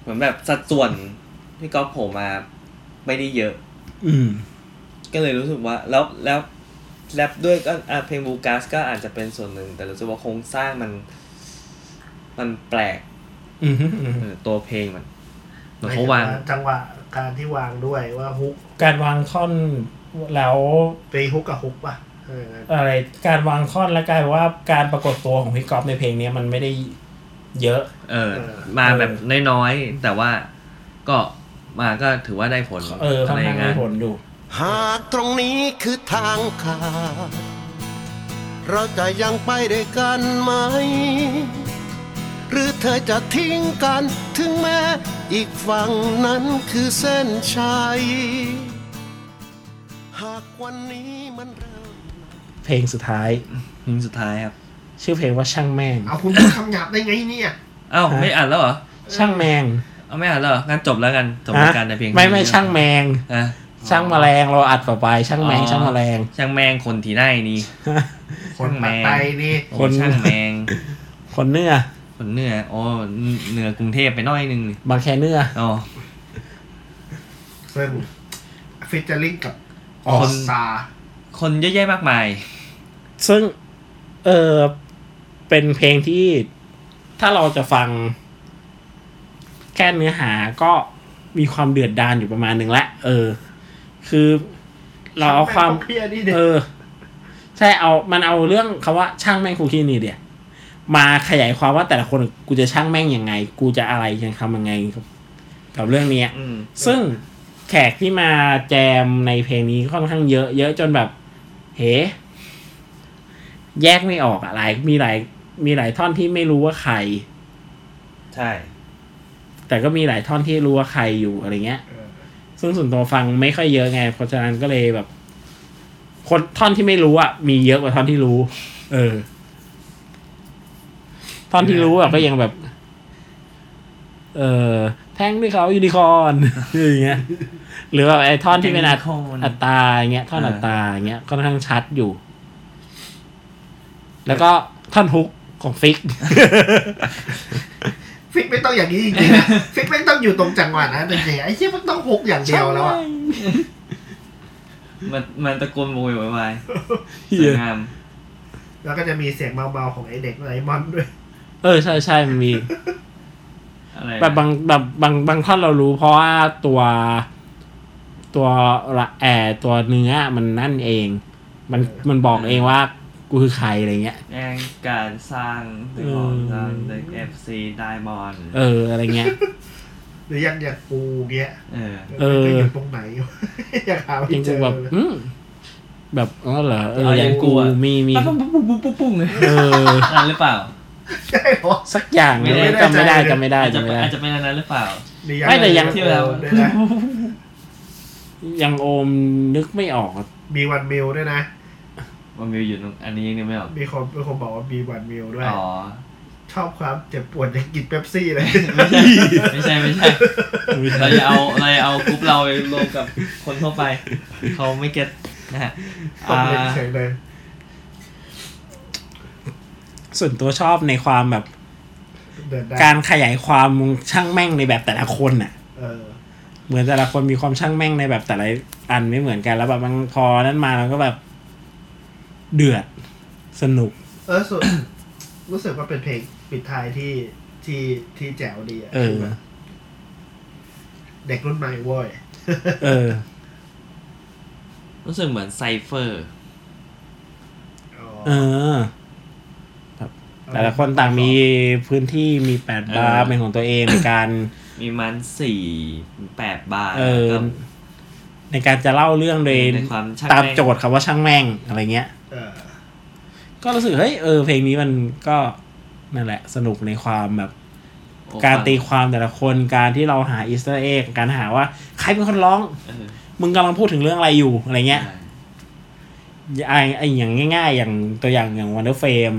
Speaker 4: เหมือนแบบสัดส่วนพี่กอบโผล่มาไม่ได้เยอะ
Speaker 2: อืม
Speaker 4: ก็เลยรู้สึกว่าแล้วแล้วแรปด้วยก็อ่ะเพลงบูกัสก็อาจจะเป็นส่วนหนึ่ง แต่รู้สึกว่าโครงสร้างมัน มันแปลก
Speaker 2: อืมฮึอืม
Speaker 4: เอ
Speaker 2: ฮึ
Speaker 4: อตัวเพลงมันเหมือนเขาวาง
Speaker 3: จังหวะการที่วางด้วยว่าฮุก
Speaker 2: การวางท่อนแล้ว
Speaker 3: ตีฮุกกับฮุกป่ะเออ
Speaker 2: อะไร การวางท่อนและกลายเป็นว่าการปรากฏตัวของพี่ก๊อปในเพลงเนี้ยมันไม่ได้ เยอะ
Speaker 4: เออ
Speaker 3: เออ
Speaker 4: มาแบบน้อยๆ แต่ว่าก็มาก็ถือว่าได้ผล
Speaker 2: เออค่อ
Speaker 4: อะ
Speaker 2: นข้า
Speaker 4: ไรอย่าง ง
Speaker 2: มี
Speaker 4: เงี้ย
Speaker 2: ผลอยู่
Speaker 7: หากตรงนี้คือทางขาดเราจะยังไปด้วยกันไหม หรือเธอจะทิ้งกันถึงแม้อีกฝั่งนั้นคือเส้นชัย หากวันนี้มันเริ่ม
Speaker 2: เพลงสุดท้าย
Speaker 4: ทิ้งสุดท้ายครับ
Speaker 2: ชื่อเพลงว่าช่างแม่ง
Speaker 3: เอาคุณพูดคำหยาบได้ไงเนี่ย
Speaker 4: เอ้า
Speaker 2: ฮะ
Speaker 4: ไม่อ่านแล้วเหรอ
Speaker 2: ช่างแมง
Speaker 4: เอาไม่อ่านแล้วเหรองั้นจบแล้วกันจบรายการในเพียง
Speaker 2: ฮะไม่ไม่ช่างแมง
Speaker 4: อ่ะ
Speaker 2: ช่างแมลงเราอัดต่อไป ช่างแมง
Speaker 4: อ๋อ
Speaker 2: ช่างแมลง
Speaker 4: ช่างแมงคนที่ได้นี่
Speaker 3: คนมาไตนี่
Speaker 4: โอ้
Speaker 2: คน
Speaker 4: ช่างแมง
Speaker 2: คนเนื้อ
Speaker 4: คนเหนือโอ้เหนือกรุงเทพไปหน้อยนึง
Speaker 2: บางแคเนื้อ
Speaker 4: อ๋อ
Speaker 3: ซึ่งฟิชเจอริงกับอ
Speaker 4: อ๋
Speaker 3: อ
Speaker 4: อ
Speaker 3: สตา
Speaker 4: คนเยอะแยะมากมาย
Speaker 2: ซึ่ง เออเป็นเพลงที่ถ้าเราจะฟัง แค่เนื้อหาก็มีความเดือดดานอยู่ประมาณหนึ่งละเออ คือเราเอาความ
Speaker 3: เพี้ยนี่เด็
Speaker 2: เออ ใช่เอามันเอาเรื่องคำว่าช่างแม่งคูที่นี่เดียมาขยายความว่าแต่ละคนกูจะช่างแม่งยังไง กูจะอะไรยังทำยังไงกับกับเรื่องเนี้ย
Speaker 4: อืม
Speaker 2: ซึ่งแขกที่มาแจมในเพลงนี้ค่อนข้างเยอะ เยอะจนแบบ เฮ้แยกไม่ออกอะไร มีหลายมีหลายท่อนที่ไม่รู้ว่าใคร
Speaker 4: ใช่
Speaker 2: แต่ก็มีหลายท่อนที่รู้ว่าใครอยู่อะไรเงี้ย ซึ่งส่วนตัวฟังไม่ค่อยเยอะไง เพราะฉะนั้นก็เลยแบบ คนท่อนที่ไม่รู้อ่ะมีเยอะกว่าท่อนที่รู้ เออ ท่อนที่รู้อ่ะก็ยังแบบ เออแท่งด้วยเขายูนิคอร์น อย่างเงี้ย หรือแบบไอ้ท่อนที่เป็นอัต
Speaker 4: แท่งยูนิคอร์น
Speaker 2: อัตราอย่างเงี้ย ท่อนอัตราอย่างเงี้ยค่อนข้างชัดอยู่ แล้วก็ท่อนฮุกของฟิก
Speaker 3: ฟิกไม่ต้องอย่างนี้จริงๆนะฟิกไม่ต้องอยู่ตรงจังหวะนะจริงๆไอ้เชี่ยมันต้องหกอย่างเดียวแล้วอะ
Speaker 4: มันมันตะโกนโวยวายวาย
Speaker 2: เหี้
Speaker 4: สวย ยงาม
Speaker 3: แล้วก็จะมีเสียงเบาๆของไอ้เด็กไลมอนด้วย
Speaker 2: เออใช่ใช่มันมี
Speaker 4: อะไร
Speaker 2: แบบบางแบบบางบางท่อนเรารู้เพราะว่าตัวตัวละแอร์ตัวเนื้อมันนั่นเอง มันมันบอกเองว่ากูคือใครอะไรเงี้ย
Speaker 4: แองการสร้างเดอะ
Speaker 2: เอ
Speaker 4: อ
Speaker 2: อ
Speaker 4: นสร้างเดอะเอฟซีไดมอนด์
Speaker 2: เอออะไรเงี้ย
Speaker 3: หรือยังอย่างกูเงี้ย
Speaker 4: เออ
Speaker 2: เออ
Speaker 3: มันจะอยู่ตรงไหน อยากหา
Speaker 2: จ
Speaker 3: ไม่เจ
Speaker 2: ริงๆ
Speaker 3: อ
Speaker 2: แบบ
Speaker 3: เลย
Speaker 2: อืมแบบอ๋อเหรอเออ
Speaker 4: เอา
Speaker 2: อย่
Speaker 4: อา
Speaker 2: ย่าง ง
Speaker 4: กู
Speaker 2: กู
Speaker 4: อะ
Speaker 2: มีมี
Speaker 4: ปุ๊บปุ๊บปุ๊บปุ๊บปุ๊บเลย
Speaker 2: เออ
Speaker 4: นั่นหรือเปล่า
Speaker 3: ใช่เหรอ
Speaker 2: สักอย่าง
Speaker 4: ไม่ได้
Speaker 2: จำไม่ได้
Speaker 3: ใจเลย
Speaker 2: จำไม่ได้
Speaker 4: อาจจะ
Speaker 2: จำ
Speaker 4: เป็
Speaker 2: ไม่
Speaker 4: น
Speaker 2: ได้
Speaker 4: อาจจะเป็นอันนั้นหรือเปล่า
Speaker 3: หรือยัง
Speaker 2: ไม่แต่ยัง
Speaker 4: เที่ยวแล้ว
Speaker 3: ด้วยนะ
Speaker 2: ยังโอมนึกไม่ออกอะ
Speaker 3: มีวันมิลด้วยนะ
Speaker 4: มันมีอยู่ตรงอันนี้ยังนึกไม่ออก
Speaker 3: มีคนมีคนบอกว่ามีวันมิลด้วย
Speaker 4: อ๋อ
Speaker 3: ชอบความเจ็บปวดอย่างกินเป๊ปซี่เลย
Speaker 4: ไม่ใช่ ไม่ใช่ไม่ใช่เราจะเอาเราจะเอากรุ๊ปเราไปรวมกับคนทั่วไป เขาไม่เก็ตนะฮะ
Speaker 3: ตบ
Speaker 4: อ่า
Speaker 3: เล่นเฉยเลย
Speaker 2: ส่วนตัวชอบในความแบบ
Speaker 3: เดินได้
Speaker 2: การขยายความช่างแม่งในแบบแต่ละคนน่ะ
Speaker 3: เออ
Speaker 2: เหมือนแต่ละคนมีความช่างแม่งในแบบแต่ละอันไม่เหมือนกันแล้วแบบมันพอนั้นมาแล้วก็แบบเดือดสนุก
Speaker 3: เออสุด รู้สึกว่าเป็นเพลงปิดท้ายที่ที่ที่แจ๋วดีอะ
Speaker 2: เออ
Speaker 3: คือแบบเด็กรุ่นใหม่เว้ย
Speaker 2: เออ
Speaker 4: รู้สึกเหมือนไซเฟอร์
Speaker 2: เออ แต่ละคนต่างมีพื้นที่มีแปด
Speaker 4: เออ
Speaker 2: บาร์เป็นของตัวเองในการ
Speaker 4: มีมันสี่แปดบาท
Speaker 2: เออ
Speaker 4: ครับ
Speaker 2: ในการจะเล่าเรื่องโดย
Speaker 4: ในความช่าง
Speaker 2: ตาม
Speaker 4: แม่ง
Speaker 2: โจทย์คำว่าช่างแม่งอะไรเงี้ย
Speaker 3: เออ
Speaker 2: ก็รู้สึกเฮ้ยเออเพลงนี้มันก็นั่นแหละ สนุกในความแบบ
Speaker 4: โอ้
Speaker 2: การตี
Speaker 4: ฟัง
Speaker 2: ความแต่ละคนการที่เราหาอีสเตอร์เอ็กการหาว่าใครเป็นคนร้อง
Speaker 4: เออ
Speaker 2: มึงกำลังพูดถึงเรื่องอะไรอยู่อะไรเงี้ย
Speaker 4: ใช่
Speaker 2: ไอไออย่างง่ายๆ อย่างตัวอย่างอย่างวันเดอร์เฟม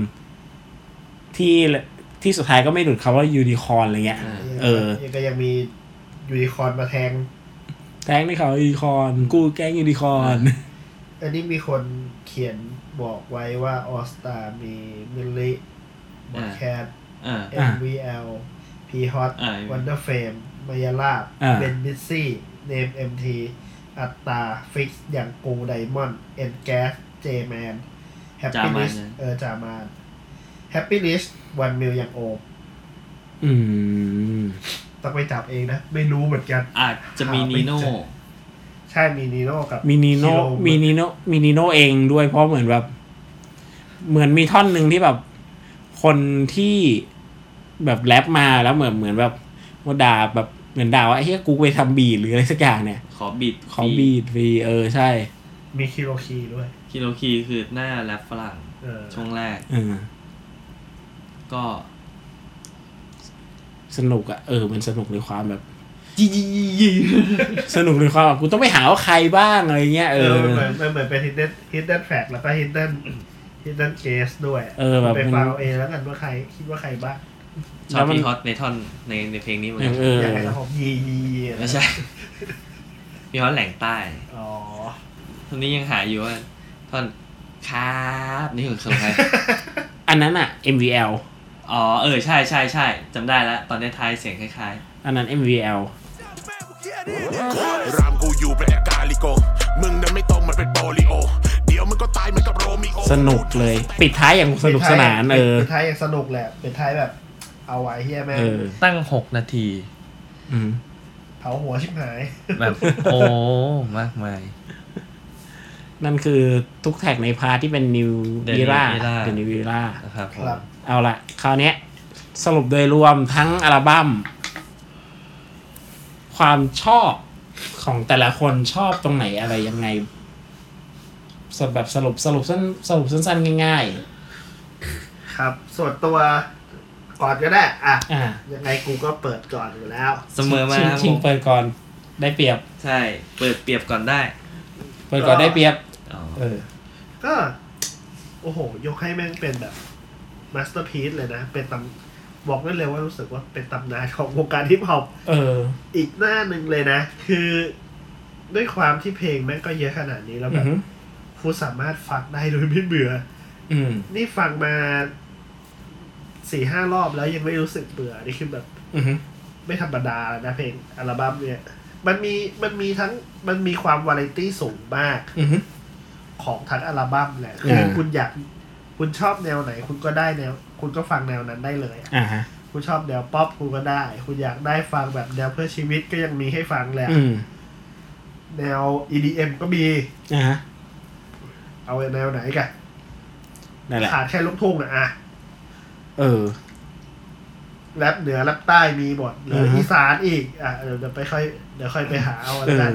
Speaker 2: ที่ที่สุดท้ายก็ไม่หลุดคำว่ายูนิคอร์นอะไรเงี้ย
Speaker 4: เออ
Speaker 2: เออ
Speaker 3: ยังก็ยังมียูนิคอร์นมาแทง
Speaker 2: แท้งนี่เขายูนิคอร์นกูแกล้งยูนิคอร์น
Speaker 3: อันนี้มีคนเขียนบอกไว้ว่าออสตามีมิลลิบอดแคท
Speaker 4: เออ
Speaker 3: MVL P Hot
Speaker 4: อ่า
Speaker 3: Wonder Frame มายาลาบ
Speaker 2: อ่า
Speaker 3: เบนบิซี่เนม MT อัตตาฟิกอย่างกูไดมอนด์เอ็นแก๊สเจแมนแฮปปี้ลิส
Speaker 4: จามานนะ
Speaker 3: เออจามานแฮปปี้ลิสวันมิลอย่างโอม
Speaker 2: อืม
Speaker 3: ต้องไปจับเองนะ ไม่รู้เหมือนกัน
Speaker 4: อาจจะมีนีโน่
Speaker 3: ใช่มีนีโน่กับ
Speaker 2: มีนีโน
Speaker 3: คิโร
Speaker 2: มีนีโนมีนีโนเองด้วยเพราะเหมือนแบบ เหมือนมีท่อนหนึ่งที่แบบ คนที่ แบบแรปมาแล้วเหมือนเหมือนแบบว่าด่าแบบเหมือนด่าว่าไอ้เฮียกูไปทำบีดหรืออะไรสักอย่างเนี่ย
Speaker 4: ขอบิด
Speaker 2: ของบีดฟรีเออใช่
Speaker 3: มีคิโรคีด้วย
Speaker 4: คิโนคีคือหน้าแรปฝรั่ง
Speaker 3: เออ
Speaker 4: ช่วงแรก
Speaker 2: เออ
Speaker 4: ก็
Speaker 2: สนุกอะเออมันสนุกในความแบบ
Speaker 4: ยียียี
Speaker 2: สนุกในความแบบกูต้องไปหาว่าใครบ้างอะไรเงี้ย
Speaker 3: เอ
Speaker 2: เอ
Speaker 3: อ
Speaker 2: อ
Speaker 3: มันเหมือนมันเหมือนเป็น hidden hidden fact แล้วก็ hidden hidden case ด้วย
Speaker 2: เออแบบ
Speaker 3: ไป
Speaker 2: มัน
Speaker 3: ฟังเอาเองแล้วกันว่าใครคิดว่าใครบ้าง
Speaker 4: ชอบ
Speaker 2: แล้วมัน
Speaker 4: ที่ฮอตในท่อนในในเพลงนี้เหมือนกัน
Speaker 2: เออ
Speaker 3: อยากให้ผมยียียีอะไร
Speaker 4: ไม่ใช่ มีฮอตแหล่งใต้
Speaker 3: อ๋อ
Speaker 4: ท่อนนี้ยังหาอยู่ว่าท่อนครับนี่คือของใคร
Speaker 2: อันนั้นอะ MVL
Speaker 4: อ๋อเออใช่ใช่ใช่จำได้แล้ว ตอนในท้ายๆเสียงคล้าย
Speaker 2: อันนั้น MVL
Speaker 1: รามกูอยู่เป็นกาลิโก มึงนั้นไม่ตรงมันเป็นโปลิโอ เดี๋ยวมึงก็ตายเหมือนกับโรมิโอ
Speaker 2: สนุกเลย ปิดท้ายอย่างสนุกสนานเออ
Speaker 3: เป็นท้ายอย่างสนุกแหละ เป็นท้ายแบบ เอาไว้เฮียแม่ง
Speaker 2: เออ
Speaker 4: ๆ ตั้งหกนาที
Speaker 2: อืม
Speaker 3: เผาหัวชิบหาย
Speaker 4: แบบ โอ้ มากมาย
Speaker 2: นั่นคือทุกแท็กในพาร์ทที่เป็นนิว
Speaker 4: The
Speaker 2: วีล่า
Speaker 4: New Era
Speaker 2: เดนิววีล่า
Speaker 4: นะครับผม
Speaker 3: ครับ
Speaker 2: เอาละคราวเนี้ย สรุปโดยรวมทั้งอัลบั้มความชอบของแต่ละคนชอบตรงไหนอะไรยังไงสแบบสรุปสรุปสั้นสรุปสั้นๆ ง่าย
Speaker 3: ครับ ส่วนตัวก่อนก็ได้ อ่ะ
Speaker 2: ๆ อ่า
Speaker 3: ยังไงกูก็เปิดก่อนอยู่แล้ว
Speaker 4: เสมอมา
Speaker 2: ชิง
Speaker 4: ครับ
Speaker 2: ชิ
Speaker 4: ผ
Speaker 2: ง
Speaker 4: ม
Speaker 2: เปิดก่อนได้เปรียบ
Speaker 4: ใช่เปิดเปรียบก่อนได้
Speaker 2: เปิดก่อนได้เปรียบ
Speaker 4: อ๋อ
Speaker 2: เออ
Speaker 3: ก็ โอ้โห ยกให้แม่งเป็นแบบมาสเตอร์พี e เลยนะ เป็นตำบอกได้เลยว่ารู้สึกว่าเป็นตำนานของวงการฮิปฮอป
Speaker 2: เออ
Speaker 3: อีกหน้าหนึ่งเลยนะ คือด้วยความที่เพลงแม่งก็เยอะขนาดนี้แล้ว
Speaker 2: อื
Speaker 3: แบ
Speaker 2: อบ หือ
Speaker 3: กูสามารถฟังได้โดยไม่เบื่อ
Speaker 2: อืม
Speaker 3: นี่ฟังมาสี่ห้ารอบแล้วยังไม่รู้สึกเบื่อ นี่คือแบบ
Speaker 2: อือหือ
Speaker 3: ไม่ธรรมดาแล้วนะเพลงอัลบั้มเนี่ย มันมีมันมีทั้งมันมีความวาไรตี้สูงมาก
Speaker 2: อือหือ
Speaker 3: ของทั้งอัลบั้มแหละคือ
Speaker 2: อ่า
Speaker 3: คุณอยากคุณชอบแนวไหน คุณก็ได้แนว คุณก็ฟังแนวนั้นได้เลยอะ
Speaker 2: อ่าฮะ
Speaker 3: คุณชอบแนวป๊อปคุณก็ได้ คุณอยากได้ฟังแบบแนวเพื่อชีวิตก็ยังมีให้ฟังแหละ
Speaker 2: อืม
Speaker 3: แนว EDM ก็มี
Speaker 2: อ่าฮะ
Speaker 3: เอาแนวไหนกัน
Speaker 2: นั่นแหละ
Speaker 3: ขาดแค่ลูกทุ่งนะอะ
Speaker 2: เออ
Speaker 3: แรปเหนือแรปใต้มีหมดเหลือ
Speaker 2: อฮึ
Speaker 3: อีสานอีก อ่ะเดี๋ยวเดี๋ยวไปค่อยเดี๋ยวค่อยไปหาเอาแล้วกัน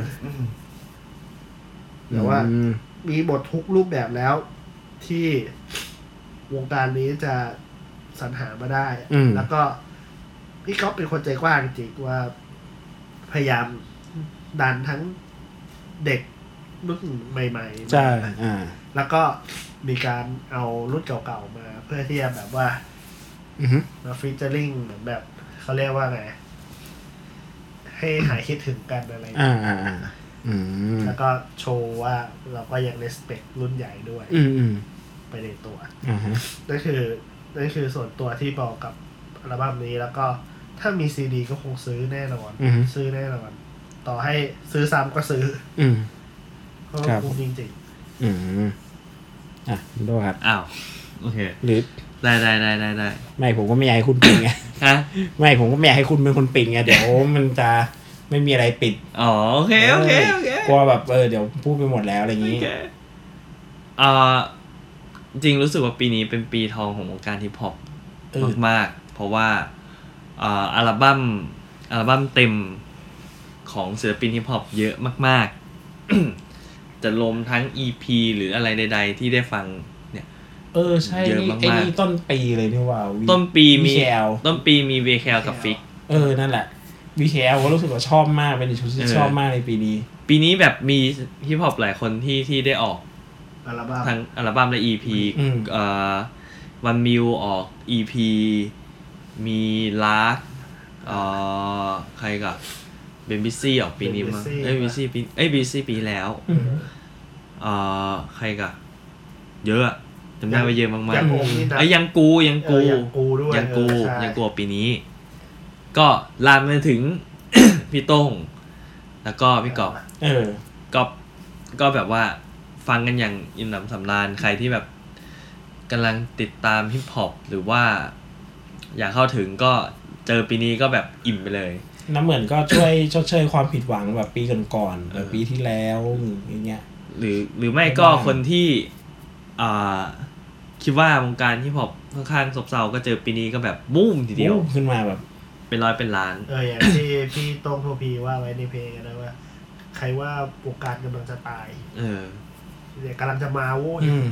Speaker 3: แต่ว่า
Speaker 2: อืม
Speaker 3: มีหมดทุกรูปแบบแล้ว ที่วงการนี้จะสรรหามาได้
Speaker 2: อืม
Speaker 3: แล้วก็พี่ก๊อฟเป็นคนใจกว้างจริงว่า พยายามดันทั้งเด็กรุ่นใหม่ๆ
Speaker 2: ใช่อ่า
Speaker 3: แล้วก็มีการเอารุ่นเก่าๆมา เพื่อที่จะแบบว่า
Speaker 2: อือฮึ
Speaker 3: มาฟีเจอริงเหมือนแบบเขาเรียกว่าไง ให้หายคิดถึงกันอะไรอย่าง
Speaker 2: อ่า
Speaker 3: เงี้ย
Speaker 2: อ่าอ่าอืม
Speaker 3: แล้วก็โชว์ว่าเราก็ยังเลสเปครุ่นใหญ่ด้วย
Speaker 2: อืมอืม
Speaker 3: ไปในตัว
Speaker 2: อ่าฮะ
Speaker 3: นั่นคือนั่นคือส่วนตัวที่บอกกับอัลบั้มนี้แล้วก็ถ้ามีซีดีก็คงซื้อแน่นอน
Speaker 2: อือฮึ
Speaker 3: ซื้อแน่นอน ต่อให้ซื้อซ้ำก็ซื้อ
Speaker 2: อืม
Speaker 3: เพราะว่า
Speaker 2: ครับ
Speaker 3: คุ้มจริง
Speaker 2: อืมอ่ะคุณโด้วยครับ
Speaker 4: อ้าวโอเค
Speaker 2: หรือ
Speaker 4: ได้ได้ได้ได้ได้
Speaker 2: ไม่ผมก็ไม่อยากให้คุณปิดไง
Speaker 4: ฮะ
Speaker 2: ไม่ผมก็ไม่อยากให้คุณเป็นคนปิดไงเดี๋ยวมันจะไม่มีอะไรปิด
Speaker 4: อ๋อโอเคโอเคโอเค
Speaker 2: กลัวแบบเออเดี๋ยวพูดไปหมดแล้วอะไรอย่างงี้
Speaker 4: เอ่อจริงรู้สึกว่าปีนี้เป็นปีทองของวงการฮิปฮอป
Speaker 2: เออ
Speaker 4: มากๆ เพราะว่าเอ่ออัลบั้มอัลบั้มเต็มของศิลปินฮิปฮอปเยอะมากๆ จะรวมทั้ง EP หรืออะไรใด ๆ ที่ได้ฟังเนี่ย
Speaker 2: เออใช่
Speaker 4: เยอะ
Speaker 2: นี่
Speaker 4: มากๆ
Speaker 2: ไอ้นี่ต้นปีเลยนี่หว่า V-
Speaker 4: ต้นปีมี
Speaker 2: VKL
Speaker 4: ต้นปีมีเวคลกับฟิก
Speaker 2: เออนั่นแหละ VKL ก็รู้สึกว่าชอบมากเป็นอีกชุดที่
Speaker 4: เออ
Speaker 2: ชอบมากในปีนี้
Speaker 4: ปีนี้แบบมีฮิปฮอปหลายคนที่ที่ได้ออก
Speaker 3: ๆอัลบั้ม
Speaker 4: ทั้งอัลบั้มและ EP
Speaker 2: อืม
Speaker 4: เอ่อวันมิวออก EP มีลาร์กเอ่อใครกับเบนบิซี่ออกปีนี้มั้งเอ้ยบิซี่ปีเอ้ยบิซี่ปีแล้ว
Speaker 2: อืม
Speaker 4: เอ่อใครกับเยอะอะจำได้ว่าเยอะมาก
Speaker 3: ยั
Speaker 4: ๆ
Speaker 3: งองค์นี่นะ
Speaker 4: ไอ้ยยังกูยังกู
Speaker 3: เออยังกูด้วย
Speaker 4: ยังกู
Speaker 3: เออใช่
Speaker 4: ยังกูออกปีนี้ ก็ลามมาถึง พี่โต้งแล้วก็พี่กอบ
Speaker 2: เออ
Speaker 4: ก็ก็แบบว่าฟังกันอย่างอิ่มหนำสำราญใครที่แบบกำลังติดตามฮิปฮอปหรือว่า อยากเข้าถึงก็เจอปีนี้ก็แบบอิ่มไปเลย
Speaker 2: น้ำเหมือนก็ช่วย ชดเชยความผิดหวังแบบปีก่อนๆแบ
Speaker 4: เอบ อ
Speaker 2: ปีที่แล้วอย่างเงี้ย
Speaker 4: หรือหรือไม่ก็
Speaker 2: ไม่ได้
Speaker 4: คนที่อ่าคิดว่าวงการฮิปฮอป ข้างๆซบเซาก็เจอปีนี้ก็แบบบูมทีเดียว
Speaker 2: โอ้ขึ้นมาแบบ
Speaker 4: เป็นร้อยเป็นล้าน
Speaker 3: เอออย่างที่พี่โต้งโทพีว่าไว้ในเพลงนะว่า ใครว่าโอกาสกำลังจะตาย
Speaker 4: เออ
Speaker 3: เดี๋ยวกำลังจะมาโว้ย
Speaker 2: อืม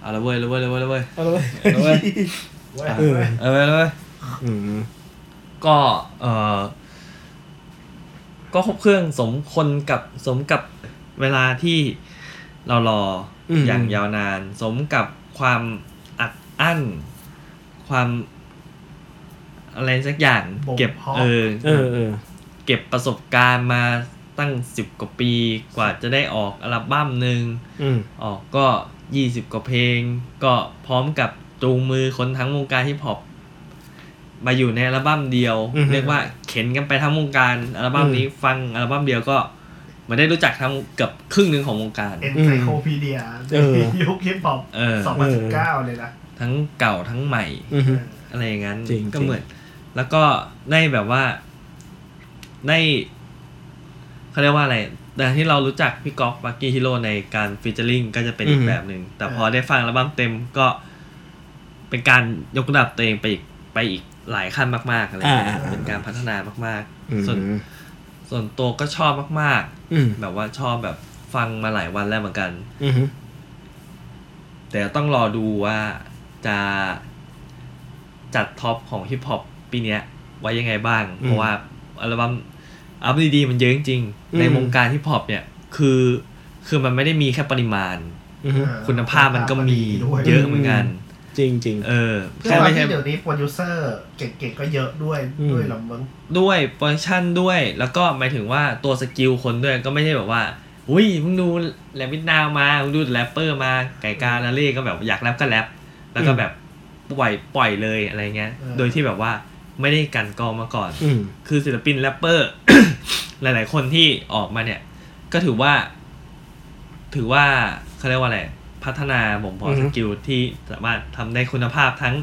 Speaker 4: เอาละเว้ยละเว้ยละเว้ยละเว้ย
Speaker 2: เอาเลย
Speaker 4: เอาเลย
Speaker 3: เว้ย
Speaker 2: เออ
Speaker 3: เว้ย
Speaker 4: เอาเว้ยละเว้ย
Speaker 2: อืม
Speaker 4: ก็เออก็ครบเครื่องสมคนกับสมกับเวลาที่เรารออ
Speaker 2: ม
Speaker 4: อย่างยาวนาน สมกับความอัดอั้น ความ อะไรสักอย่างเก็บเออ
Speaker 2: เออเออ
Speaker 4: เก็บประสบการณ์มาตั้งสิบกว่าปีกว่าจะได้ออกอัลบั้มหนึ่ง
Speaker 2: อืม
Speaker 4: ออกก็ 20 กว่าเพลง ก็พร้อมกับจูงมือคนทั้งวงการฮิปฮอปมาอยู่ในอัลบั้มเดียว
Speaker 2: อือฮึ
Speaker 4: เรียกว่าเข็นกันไปทั้งวงการอัลบั้มนี้ฟังอัลบั้มเดียวก็เหมาได้รู้จักทั้งเกือบครึ่งหนึ่งของวงการ
Speaker 3: เอ็นไซโคพีเดีย
Speaker 2: เออ
Speaker 3: ยุคฮิปฮอป
Speaker 4: เออ
Speaker 3: สองพันสิบเก้าเลยนะ
Speaker 4: ทั้งเก่าทั้งใหม่
Speaker 2: อืม
Speaker 4: อะไรอย่างนั้น
Speaker 2: จริง
Speaker 4: ก็
Speaker 2: จริง
Speaker 4: เหมือน แล้วก็ได้แบบว่าได้เขาเรียกว่าอะไร แต่ที่เรารู้จักพี่ก๊อฟบักกี้ฮิโร่ในการฟีเจอริงก็จะเป็นอีกแบบหนึ่ง แต่พอได้ฟังอัลบั้มเต็มก็เป็นการยกระดับตัวเองไปอีกไปอีกหลายขั้นมาก ๆ อะไรอย่างเงี้ย
Speaker 2: อ่าอ่า
Speaker 4: เป็นการพัฒนามาก
Speaker 2: อืม
Speaker 4: ๆ ส่วนส่วนตัวก็ชอบมาก
Speaker 2: อืม
Speaker 4: ๆ แบบว่าชอบแบบฟังมาหลายวันแล้วเหมือนกัน
Speaker 2: อืม
Speaker 4: แต่ต้องรอดูว่าจะจัดท็อปของฮิปฮอปปีเนี้ย ไว้ยังไงบ้าง เพราะว่าอัลบั้มอัลบั้มดีๆมันเยอะจริงๆ ในวงการฮิปฮอปเนี่ยคือคือมันไม่ได้มีแค่ปริมาณ
Speaker 2: อืม
Speaker 4: คุณภาพมันก็มี
Speaker 3: ด้วย
Speaker 4: เยอะเหมือนกัน
Speaker 2: จริงจริง
Speaker 4: เออ
Speaker 3: เพื่
Speaker 4: แค่
Speaker 3: อ
Speaker 4: ไม่
Speaker 3: ว่า
Speaker 4: ใช่
Speaker 3: ที่เดี๋ยวนี้โปรดิวเซอร์เก่งๆก็เยอะด้วย
Speaker 2: อืม
Speaker 3: ด้วยลำมึง
Speaker 4: ด้วยโปรดักชันด้วย แล้วก็หมายถึงว่าตัวสกิลคนด้วยก็ไม่ใช่แบบว่าอุ้ยมึงดูแรปวิดนาวมามึงดูแรปเปอร์มาไก่กาลาเล่ก็แบบอยากแรปก็แรปแล้วก็แบบปล่อยปล่อยเลยอะไรเงี้ย โดยที่แบบว่าไม่ได้กันกองมาก่อน
Speaker 2: อืม
Speaker 4: คือศิลปินแรปเปอร์ หลาย ๆ คนที่ออกมาเนี่ย ก็ถือว่า ถือว่าเขาเรียกว่าอะไร พัฒนาบ่มเพาะสกิลที่สามารถทำได้คุณภาพทั้ง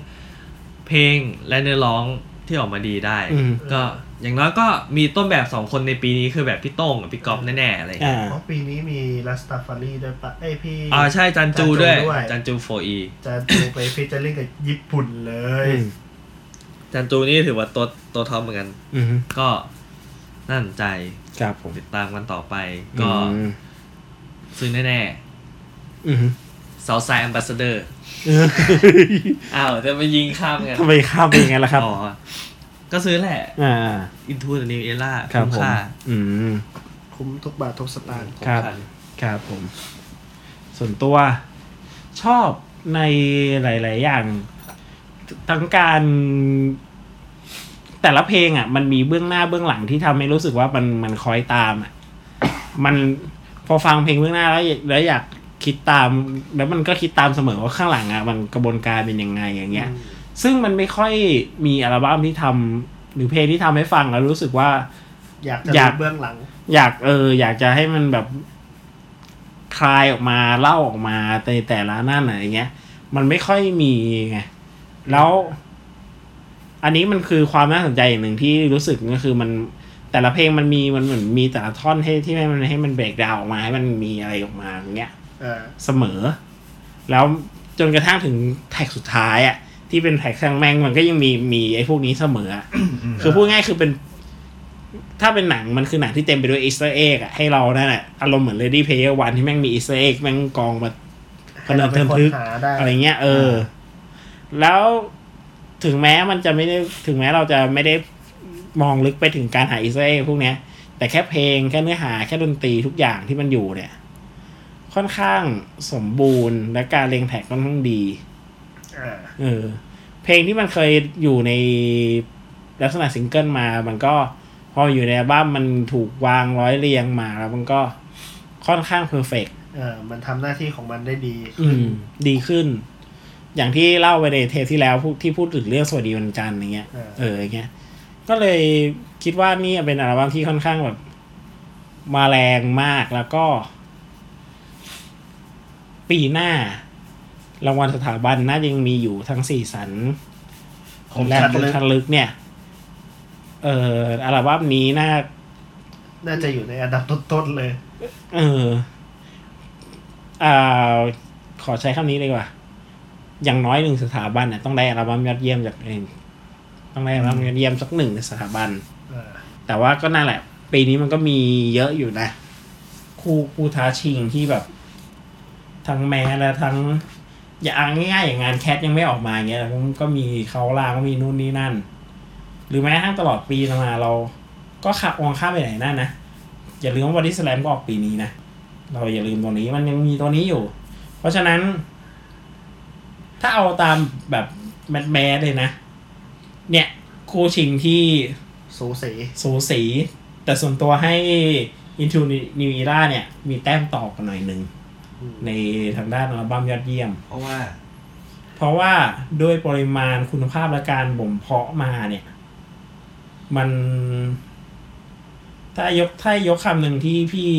Speaker 4: เพลงและเนื้อร้องที่ออกมาดีได้
Speaker 2: อืม
Speaker 4: ก็อย่างน้อยก็มีต้นแบบสองคนในปีนี้คือแบบพี่โต้งกับพี่ก๊อฟแน่ๆอะไรอย่าง
Speaker 2: อ่า
Speaker 4: เงี้ย
Speaker 3: เพราะปีนี้มีลาสตาฟารีด้วยปะเอ้ยพี่
Speaker 4: อ๋อใช่จันจูด้วย
Speaker 3: จันจูด้วย
Speaker 4: จันจูโฟอี
Speaker 3: จะดูไปฟิชเจอริ่งกับญี่ปุ่นเลย
Speaker 4: จันจูนี่ถือว่าตัวตัวท็อปเหมือนกัน
Speaker 2: อืม
Speaker 4: ก็น่าสนใจ
Speaker 2: ครับผม
Speaker 4: ติดตามกันต่อไป ก็
Speaker 2: อืม
Speaker 4: ซื้อแน่ๆ
Speaker 2: อืม
Speaker 4: ซา t ไซ d อ a มบ s สเดอร์
Speaker 2: เออ
Speaker 4: อ้าวจะไปยิงข้ามกัน
Speaker 2: ทำไมข้ามไปอย่างนั้นล่ะครับ
Speaker 4: อ๋อ ก็ซื้อแหละ
Speaker 2: อ่า
Speaker 4: Into the New Era
Speaker 2: ครับ
Speaker 4: ม
Speaker 2: ผม
Speaker 4: ค่า
Speaker 2: อืม
Speaker 3: คุ้มทุกบาททุกสตางค์
Speaker 2: ครับ
Speaker 4: ของพัน
Speaker 2: ครับผม ส่วนตัวชอบในหลาย ๆ อย่าง ทั้งการแต่ละเพลงอ่ะ มันมีเบื้องหน้าเบื้องหลังที่ทำให้รู้สึกว่ามันมันคอยตามอ่ะ มันพอฟังเพลงเบื้องหน้าแล้วแล้วอยากคิดตาม แล้วมันก็คิดตามเสมอว่าข้างหลังอ่ะ มันกระบวนการเป็นยังไงอย่างเงี้ย ซึ่งมันไม่ค่อยมีอัลบั้มที่ทำหรือเพลงที่ทำให้ฟังแล้วรู้สึกว่า
Speaker 3: อยากจะ
Speaker 2: อยาก
Speaker 3: ดูเบื้องหลัง
Speaker 2: อยากเออ อยากจะให้มันแบบคลายออกมาเล่าออกมาในแต่ละหน้าไหนอย่างเงี้ย มันไม่ค่อยมีไงแล้ว อันนี้มันคือความน่าสนใจอย่างหนึ่งที่รู้สึกก็คือมันแต่ละเพลงมันมีมันเหมือนมีแต่ละท่อนให้ที่ให้มันให้มันเบรกดาวน์ออกมาให้มันมีอะไรออกมาอย่างเงี้ย
Speaker 3: เออ
Speaker 2: เสมอ แล้วจนกระทั่งถึงแท็กสุดท้ายอะ่ะ ที่เป็นแท็กช่างแม่งมันก็ยังมีมีไอ้พวกนี้เสมออะคือพูดง่ายคือเป็น ถ้าเป็นหนังมันคือหนังที่เต็มไปด้วยอีสเตอร์เอ็กอะให้เรานั่นแหละอารมณ์เหมือน Lady Player One ที่แม่งมีอีสเตอร์เอ็กแม่งกองมาพ
Speaker 3: ให้
Speaker 2: นั
Speaker 3: เรา
Speaker 2: น
Speaker 3: เป็
Speaker 2: เทิ
Speaker 3: น
Speaker 2: ม
Speaker 3: คน
Speaker 2: ทึก
Speaker 3: หาได้
Speaker 2: อะไรเงี้ยเออ แล้วถึงแม้มันจะไม่ได้ถึงแม้เราจะไม่ได้มองลึกไปถึงการหาอีสเตอร์เอ็กพวกเนี้ย แต่แค่เพลงแค่เนื้อหาแค่ดนตรีทุกอย่างที่มันอยู่เนี่ย ค่อนข้างสมบูรณ์และการเรียงแท็กค่อนข้างดี
Speaker 3: อ่า
Speaker 2: เออ เพลงที่มันเคยอยู่ในลักษณะซิงเกิลมา มันก็พออยู่ในอัลบั้มมันถูกวางร้อยเรียงมาแล้วมันก็ค่อนข้างเพอร์เฟก
Speaker 3: เออ มันทำหน้าที่ของมันได้ดี
Speaker 2: อืม ดีขึ้น อย่างที่เล่าไปในเทปที่แล้วพูดที่พูดถึงเรื่องสวัสดีวันจันทร์อย่างเงี้ย
Speaker 3: เออ
Speaker 2: เอออย่างเงี้ย ก็เลยคิดว่านี่เป็นอัลบั้มที่ค่อนข้างแบบ มาแรงมากแล้วก็ ปีหน้ารางวัลสถาบันน่าจะยังมีอยู่ทั้งสี่สัน
Speaker 3: ผม
Speaker 2: และ
Speaker 3: ชัด
Speaker 2: คม
Speaker 3: เลย
Speaker 2: ชันลึกเนี่ย เอออัลบั้มนี้น่า
Speaker 3: น่าจะอยู่ในอันดับต้นๆเลย
Speaker 2: เออ อ่า ขอใช้คำนี้เลยดีกว่า อย่างน้อยหนึ่งสถาบันเนี่ยต้องได้อัลบั้มยอดเยี่ยมจากเองต้องได้อัลบั้มยอดเยี่ยมสักหนึ่งสถาบัน
Speaker 3: เออ
Speaker 2: แต่ว่าก็นั่นแหละ ปีนี้มันก็มีเยอะอยู่นะ คู่คู่ท้าชิงที่แบบ ทั้งแม้และทั้ง อย่าเอาง่ายๆอย่างงานแคทยังไม่ออกมาเงี้ยแต่มันก็มีเขาลาก็มีนู่นนี่นั่น หรือแม้กระทั่งตลอดปีมาเรา ก็ขับองข้ามไปไหนนั่นนะ อย่าลืมว่าบอดี้สแลมก็ออกปีนี้นะ เราอย่าลืมตัวนี้มันยังมีตัวนี้อยู่ เพราะฉะนั้น ถ้าเอาตามแบบแมสแมสเลยนะ เนี่ย คู่ชิงที่
Speaker 3: สูสี
Speaker 2: สูสี แต่ส่วนตัวให้ Into New Era เนี่ย มีแต้มต่อกันหน่อยหนึ่ง ในทางด้านอัลบั้มยอดเยี่ยม
Speaker 8: เพราะว่า
Speaker 2: เพราะว่าด้วยปริมาณคุณภาพและการบ่มเพาะมาเนี่ย มัน ถ้ายกถ้ายกคำหนึ่งที่พี่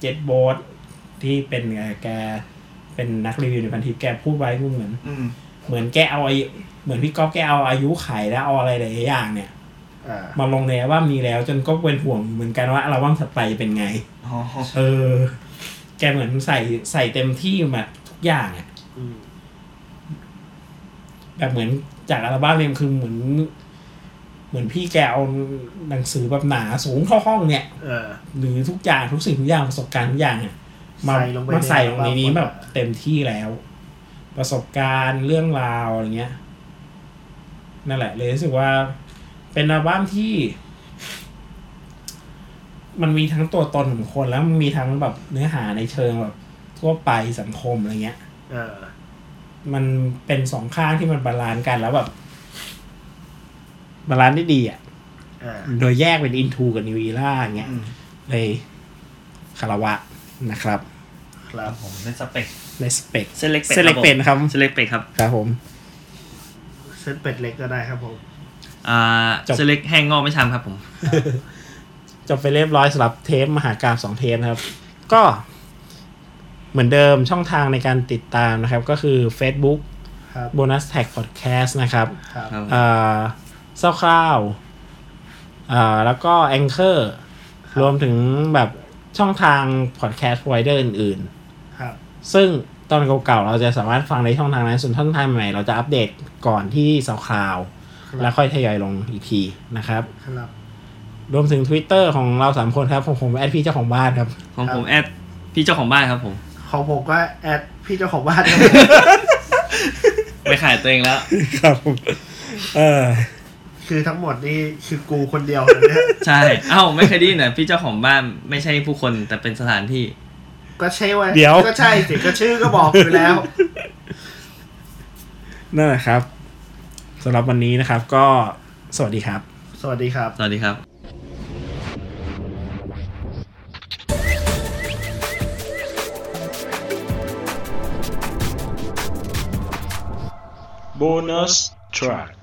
Speaker 2: เจ็ดโบสที่เป็นไงแกเป็นนักรีวิวในพันทิปแกพูดไว้ก็เหมือน
Speaker 8: อืม
Speaker 2: เหมือนแกเอาอายุเหมือนพี่ก๊อฟแกเอาอายุไขแล้วเอาอะไรหลายๆอย่างเนี่ย
Speaker 3: อ่า
Speaker 2: มาลงในอัลบั้มนี้แล้วจนก็เป็นห่วงเหมือนกันว่าอัลบั้มถัดไปเป็นไง
Speaker 8: อ๋อ
Speaker 2: เออ แกเหมือนใส่ใส่เต็มที่มาทุกอย่างอะ
Speaker 3: อืม
Speaker 2: แบบเหมือนจากอัลบั้มเนี่ยคือเหมือน เหมือนพี่แกเอาหนังสือแบบหนาสูงเท่าห้องเนี่ย
Speaker 3: เออ
Speaker 2: หรือทุกอย่างทุกสิ่งทุกอย่างประสบการณ์ทุกอย่างอะมา
Speaker 3: ใส่ลงไป
Speaker 2: มาใส่ลงใน
Speaker 3: ในอัลบั้ม
Speaker 2: นี้แบบ
Speaker 3: หมดอะ
Speaker 2: เต็มที่แล้ว ประสบการณ์เรื่องราวอะไรเงี้ยนั่นแหละ เลยรู้สึกว่า เป็นอัลบั้มที่ มันมีทั้งตัวตนของคนแล้วมันมีทั้งแบบเนื้อหาในเชิงแบบ ทั่วไปสังคมอะไรเงี้ย
Speaker 3: เออ
Speaker 2: มันเป็นสองข้างที่มันบาลานซ์กันแล้วแบบ บาลานซ์ได้ดีอ่ะ
Speaker 3: อ่า
Speaker 2: โดยแยกเป็นอินทูกับนิวอีล่าอย่างเงี้ย
Speaker 8: อืม
Speaker 2: เลยคารวะนะครับ
Speaker 3: ครับ
Speaker 8: ผมเป็นสเปก
Speaker 2: r e s p e c t
Speaker 4: เส้นเล็กเป็ด
Speaker 2: เส้นเล็กเป็นครับ
Speaker 4: เส้นเล็กเป็ดครับ
Speaker 2: ครับผม
Speaker 3: เส้นเป็ดเล็กก็ได้ครับผม
Speaker 4: อ่า
Speaker 2: จบ
Speaker 4: เส้นเล็กแห้งงอกไม่ช้ำครับผม
Speaker 2: จบไปเรียบร้อยสำหรับเทปมหากราบสองเทปนะครับ ก็ เหมือนเดิมช่องทางในการติดตามนะครับ ก็คือ Facebook
Speaker 3: ครับ
Speaker 2: Bonus Tag Podcast นะครับ
Speaker 3: ครับ
Speaker 4: ครับ
Speaker 2: เอ่อเศร้าคร่าวอ่าแล้วก็ Anchor รวมถึงแบบช่องทาง Podcast Provider อื่นๆ
Speaker 3: ครับ
Speaker 2: ซึ่งตอนเก่าๆ เราจะสามารถฟังในช่องทางนั้น ส่วนช่องทางใหม่ เราจะอัปเดตก่อนที่สาวคลาว
Speaker 3: ครับ
Speaker 2: แล้วค่อยทยอยลงอีกทีนะครับ
Speaker 3: ครับ
Speaker 2: รวมถึง Twitter ของเรา 3 คนครับ ของผมแอดพี่เจ้าของบ้านครับ
Speaker 4: ของผม
Speaker 3: ครับ
Speaker 4: แอดพี่เจ้าของบ้านครับผม
Speaker 3: ของผมก็แอดพี่เจ้าของบ้านครับผม
Speaker 4: ไม่ขายตัวเองแล้ว
Speaker 2: ครับผมเออ
Speaker 3: คือทั้งหมดนี่คือกูคนเดียวเลยเนี่ย
Speaker 4: ใช่ เอ้าไม่เคยได้ยินเหรอพี่เจ้าของบ้านไม่ใช่ผู้คนแต่เป็นสถานที่
Speaker 3: ก็ใช่ว่า
Speaker 2: เดี๋ยว
Speaker 3: ก็ใช่สิก็ชื่อก็บอกอยู่แล้ว
Speaker 2: นั่นแหละครับสำหรับวันนี้นะครับก็สวัสดีครับ
Speaker 3: สวัสดีครับ
Speaker 4: สวัสดีครับ
Speaker 9: bonus track.